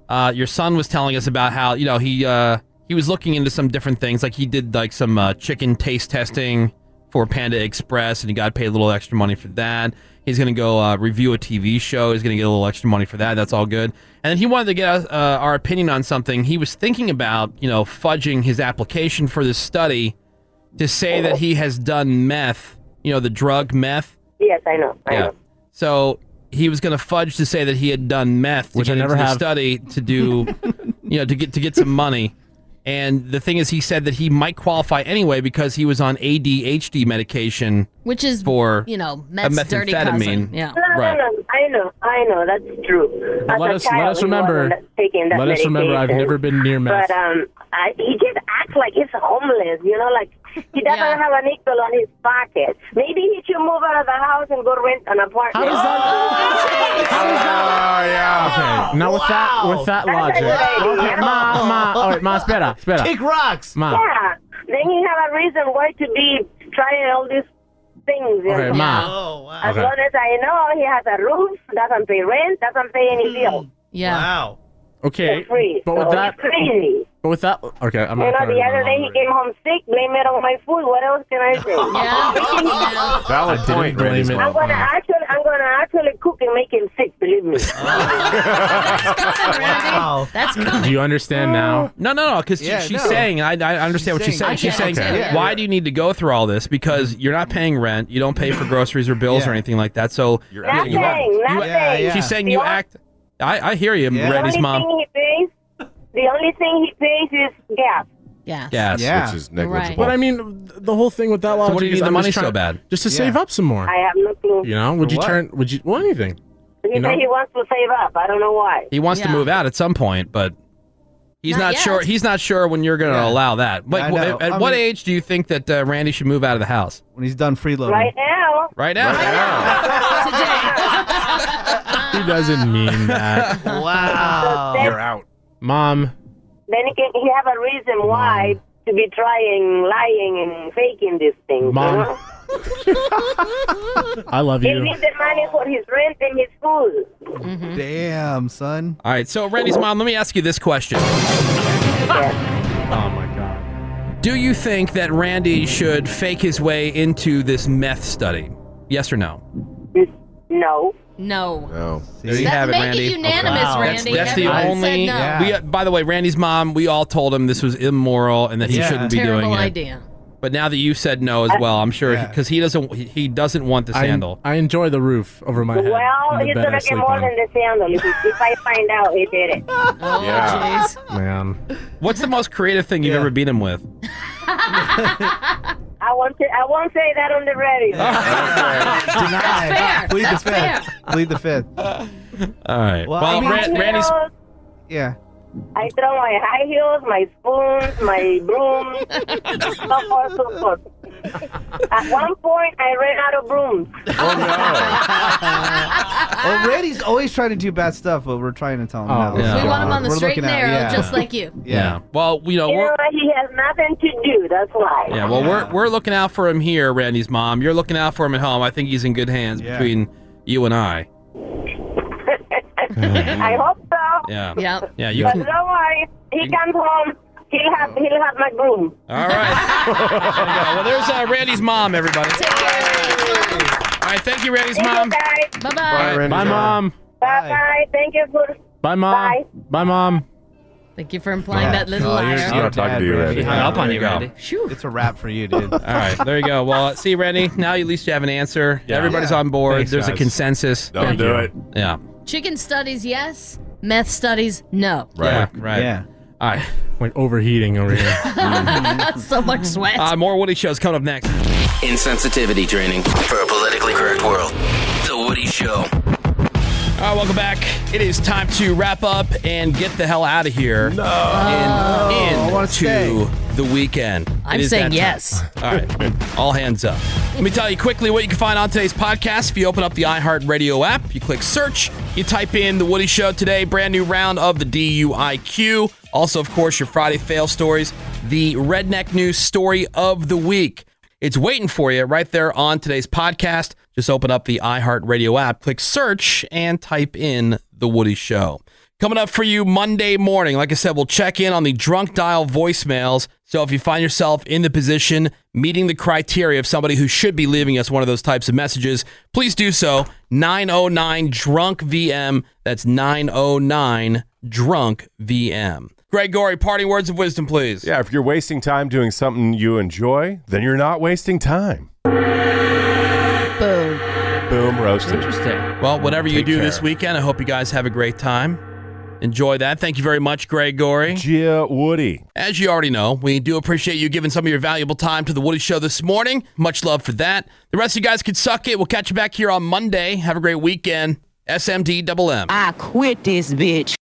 S2: uh, your son was telling us about how you know he uh, he was looking into some different things. Like he did like some uh, chicken taste testing for Panda Express, and he got paid a little extra money for that. He's gonna go uh, review a TV show. He's gonna get a little extra money for that. That's all good. And then he wanted to get us, uh, our opinion on something. He was thinking about you know fudging his application for this study to say that he has done meth. You know the drug meth.
S19: Yes, I know. I
S2: Yeah.
S19: know.
S2: So he was going to fudge to say that he had done meth to
S9: Which I
S2: get
S9: never
S2: into the
S9: have.
S2: study to do, you know, to get to get some money. And the thing is, he said that he might qualify anyway because he was on ADHD medication,
S8: Which is,
S2: for
S8: you know,
S2: a
S8: meth's dirty cousin.
S2: methamphetamine.
S8: Yeah.
S19: No, no,
S2: Right.
S19: no, I know. I know. That's true.
S9: But
S19: As
S9: let
S19: a
S9: us- let
S19: child,
S9: us
S19: he
S9: remember-
S19: wasn't Taking that
S9: Let us remember, I've
S19: medication.
S9: never been near meth.
S19: But um, I, he just acts like he's homeless. You know, like he doesn't have a nickel on his pocket. Maybe he should move out of the house and go rent an apartment.
S9: Oh, Okay. Now with that with that logic. Okay, ma, ma. All right, ma, spera, spera.
S7: Kick rocks.
S9: Ma.
S19: Yeah. Then you have a reason why to be trying all these things. you
S27: Okay,
S19: know.
S27: Ma.
S19: As
S27: Okay.
S19: long as I know he has a roof, doesn't pay rent, doesn't pay any bill.
S8: Yeah.
S19: Wow.
S9: Okay,
S19: Free.
S9: but with
S19: so
S9: that,
S19: it's crazy.
S9: but with that, okay, I'm
S19: you
S9: not.
S19: know, the other day he came home sick, blame it on my food. What else can I say? yeah.
S3: Valid point, Randy's
S19: I'm
S3: mom.
S19: gonna actually, I'm gonna actually cook and make him sick. Believe me.
S9: Oh,
S8: Wow. That's
S9: Do you understand now?
S2: No, no, no. Because
S9: Yeah,
S2: Oh, she, she's
S9: no.
S2: saying, I, I understand what she's saying.
S9: saying-
S2: She's
S9: I get
S2: saying,
S9: it, too. Yeah.
S2: why do you need to go through all this? Because you're not paying rent, you don't pay for groceries or bills or anything like that. So you're
S19: nothing, nothing.
S2: She's saying you
S19: The
S2: act. I, I hear you,
S19: only-
S2: Randy's
S19: the only
S2: mom.
S19: Thing he pays, the only thing he pays is gas.
S8: Yeah.
S2: Gas,
S3: Yeah. which is Right. negligible.
S9: But I mean, th- the whole thing with that
S2: So
S9: logic
S2: what do you
S9: is
S2: need the
S9: I'm
S2: money
S9: just
S2: so
S9: trying-
S2: bad?
S9: Just to
S2: Yeah.
S9: save up some more.
S19: I have no clue.
S9: You know, would
S2: For
S9: you
S2: what?
S9: turn? Would you? Well, anything.
S19: He
S2: You
S19: said
S2: know?
S19: he wants to save up. I don't know why.
S2: He wants to
S19: Yeah.
S2: move out at some point, but he's not,
S19: Not
S2: sure.
S19: yet.
S2: He's not sure when you're going to allow that.
S7: I
S2: Like, wh-
S7: know.
S2: at, at
S7: I
S2: what
S7: mean-
S2: age do you think that uh, Randy should move out of the house?
S7: When he's done freeloading.
S19: Right now.
S2: Right now.
S9: He doesn't mean that.
S7: wow.
S9: You're out, mom.
S19: Then he can. He have a reason why to be trying, lying, and faking these things. You
S9: Mom.
S19: know?
S9: I love
S19: He
S9: you.
S19: needs the money for his rent and his food.
S7: Mm-hmm. Damn, son.
S2: All right. So, Randy's mom, let me ask you this question. Oh my god. Do you think that Randy should fake his way into this meth study? Yes or no?
S19: No.
S8: No.
S3: No.
S2: There you
S8: Let's
S2: have it,
S8: make it
S2: Randy.
S8: unanimous, Wow. Randy.
S2: That's, that's the
S8: Everyone
S2: only.
S8: said no. Yeah.
S2: We, uh, by the way, Randy's mom. We all told him this was immoral and that he
S8: Yeah.
S2: shouldn't be
S8: Terrible
S2: doing it.
S8: idea.
S2: But now that you said no as well, I'm sure because he doesn't. He, he doesn't want this
S9: I,
S2: handle.
S9: I enjoy the roof over my head.
S19: Well,
S9: and the
S19: he's
S9: bed I
S19: gonna get
S9: sleep
S19: more
S9: on.
S19: than the sandal if, he- if I find out he did it. Oh,
S2: Yeah.
S9: man.
S2: What's the most creative thing you've ever beat him with?
S19: I won't. say- I won't say that on the radio.
S7: Plead the fifth. Plead the fifth.
S2: All right.
S7: Well,
S2: Well,
S7: I mean-
S2: Ran-
S19: My
S2: Randy's.
S19: heels,
S7: Yeah.
S19: I throw my high heels, my spoons, my broom, so forth, so forth. At one point, I ran out of brooms.
S7: Well, Randy's always trying to do bad stuff, but we're trying to tell him no.
S2: Oh, yeah. We want him
S8: on the
S7: We're
S8: straight
S7: looking
S8: and
S7: at-
S8: narrow,
S7: yeah.
S8: just like you.
S2: Yeah. Well, you know.
S19: You
S2: We're,
S19: know what? He has nothing to do. That's why.
S2: yeah. Well, we're we're looking out for him here, Randy's mom. You're looking out for him at home. I think he's in good hands between you and I.
S19: I hope so.
S2: Yeah. Yep. Yeah, you
S19: You but
S2: can-
S19: don't worry. He comes home. He'll have. He'll have my broom.
S2: All right. There you go. Well, there's uh, Randy's mom, everybody. All right. Thank you, Randy's mom.
S8: Bye
S2: Bye, Randy's
S9: Bye,
S2: mom.
S9: mom.
S19: Bye bye. Thank you for.
S9: Bye, mom. Bye, mom.
S8: Thank you for implying that little
S9: Oh,
S8: liar.
S9: you're- you're-
S3: Talking to you, Randy.
S2: He hung up on you,
S3: Randy.
S2: girl.
S7: It's a wrap for you, dude.
S2: All right, there you go. Well, uh, see, Randy, now at least you have an answer. Everybody's on board.
S3: Thanks,
S2: There's a
S3: guys.
S2: consensus.
S3: Don't Thank do you. it.
S2: Yeah.
S8: Chicken studies, yes. Meth studies, no.
S2: Right. Right.
S7: Yeah.
S2: All right.
S9: Like overheating over here.
S2: Mm-hmm.
S8: so much sweat.
S2: Uh, more Woody shows coming up next.
S16: Insensitivity training for a politically correct world. The Woody Show.
S2: All right, welcome back. It is time to wrap up and get the hell out of here. No.
S7: Oh, I wanna
S2: into the weekend.
S8: I'm
S2: It is that
S8: saying
S2: time.
S8: yes.
S2: All right. All hands up. Let me tell you quickly what you can find on today's podcast. If you open up the iHeartRadio app, you click search, you type in The Woody Show today, brand new round of the DUIQ. Also, of course, your Friday fail stories, the redneck news story of the week. It's waiting for you right there on today's podcast. Just open up the iHeartRadio app, click search, and type in The Woody Show. Coming up for you Monday morning. Like I said, we'll check in on the drunk dial voicemails. So if you find yourself in the position meeting the criteria of somebody who should be leaving us one of those types of messages, please do so. 909 drunk VM. That's 909 drunk VM. Greg Gory, parting words of wisdom, please.
S3: Yeah, if you're wasting time doing something you enjoy, then you're not wasting time.
S8: Boom.
S3: Boom, roasted.
S2: Well, whatever you
S3: Take
S2: do
S3: care.
S2: this weekend, I hope you guys have a great time. Enjoy that. Thank you very much, Greg Gorey.
S3: Gia Woody.
S2: As you already know, we do appreciate you giving some of your valuable time to the Woody Show this morning. Much love for that. The rest of you guys could suck it. We'll catch you back here on Monday. Have a great weekend. SMD double M.
S1: I quit this bitch.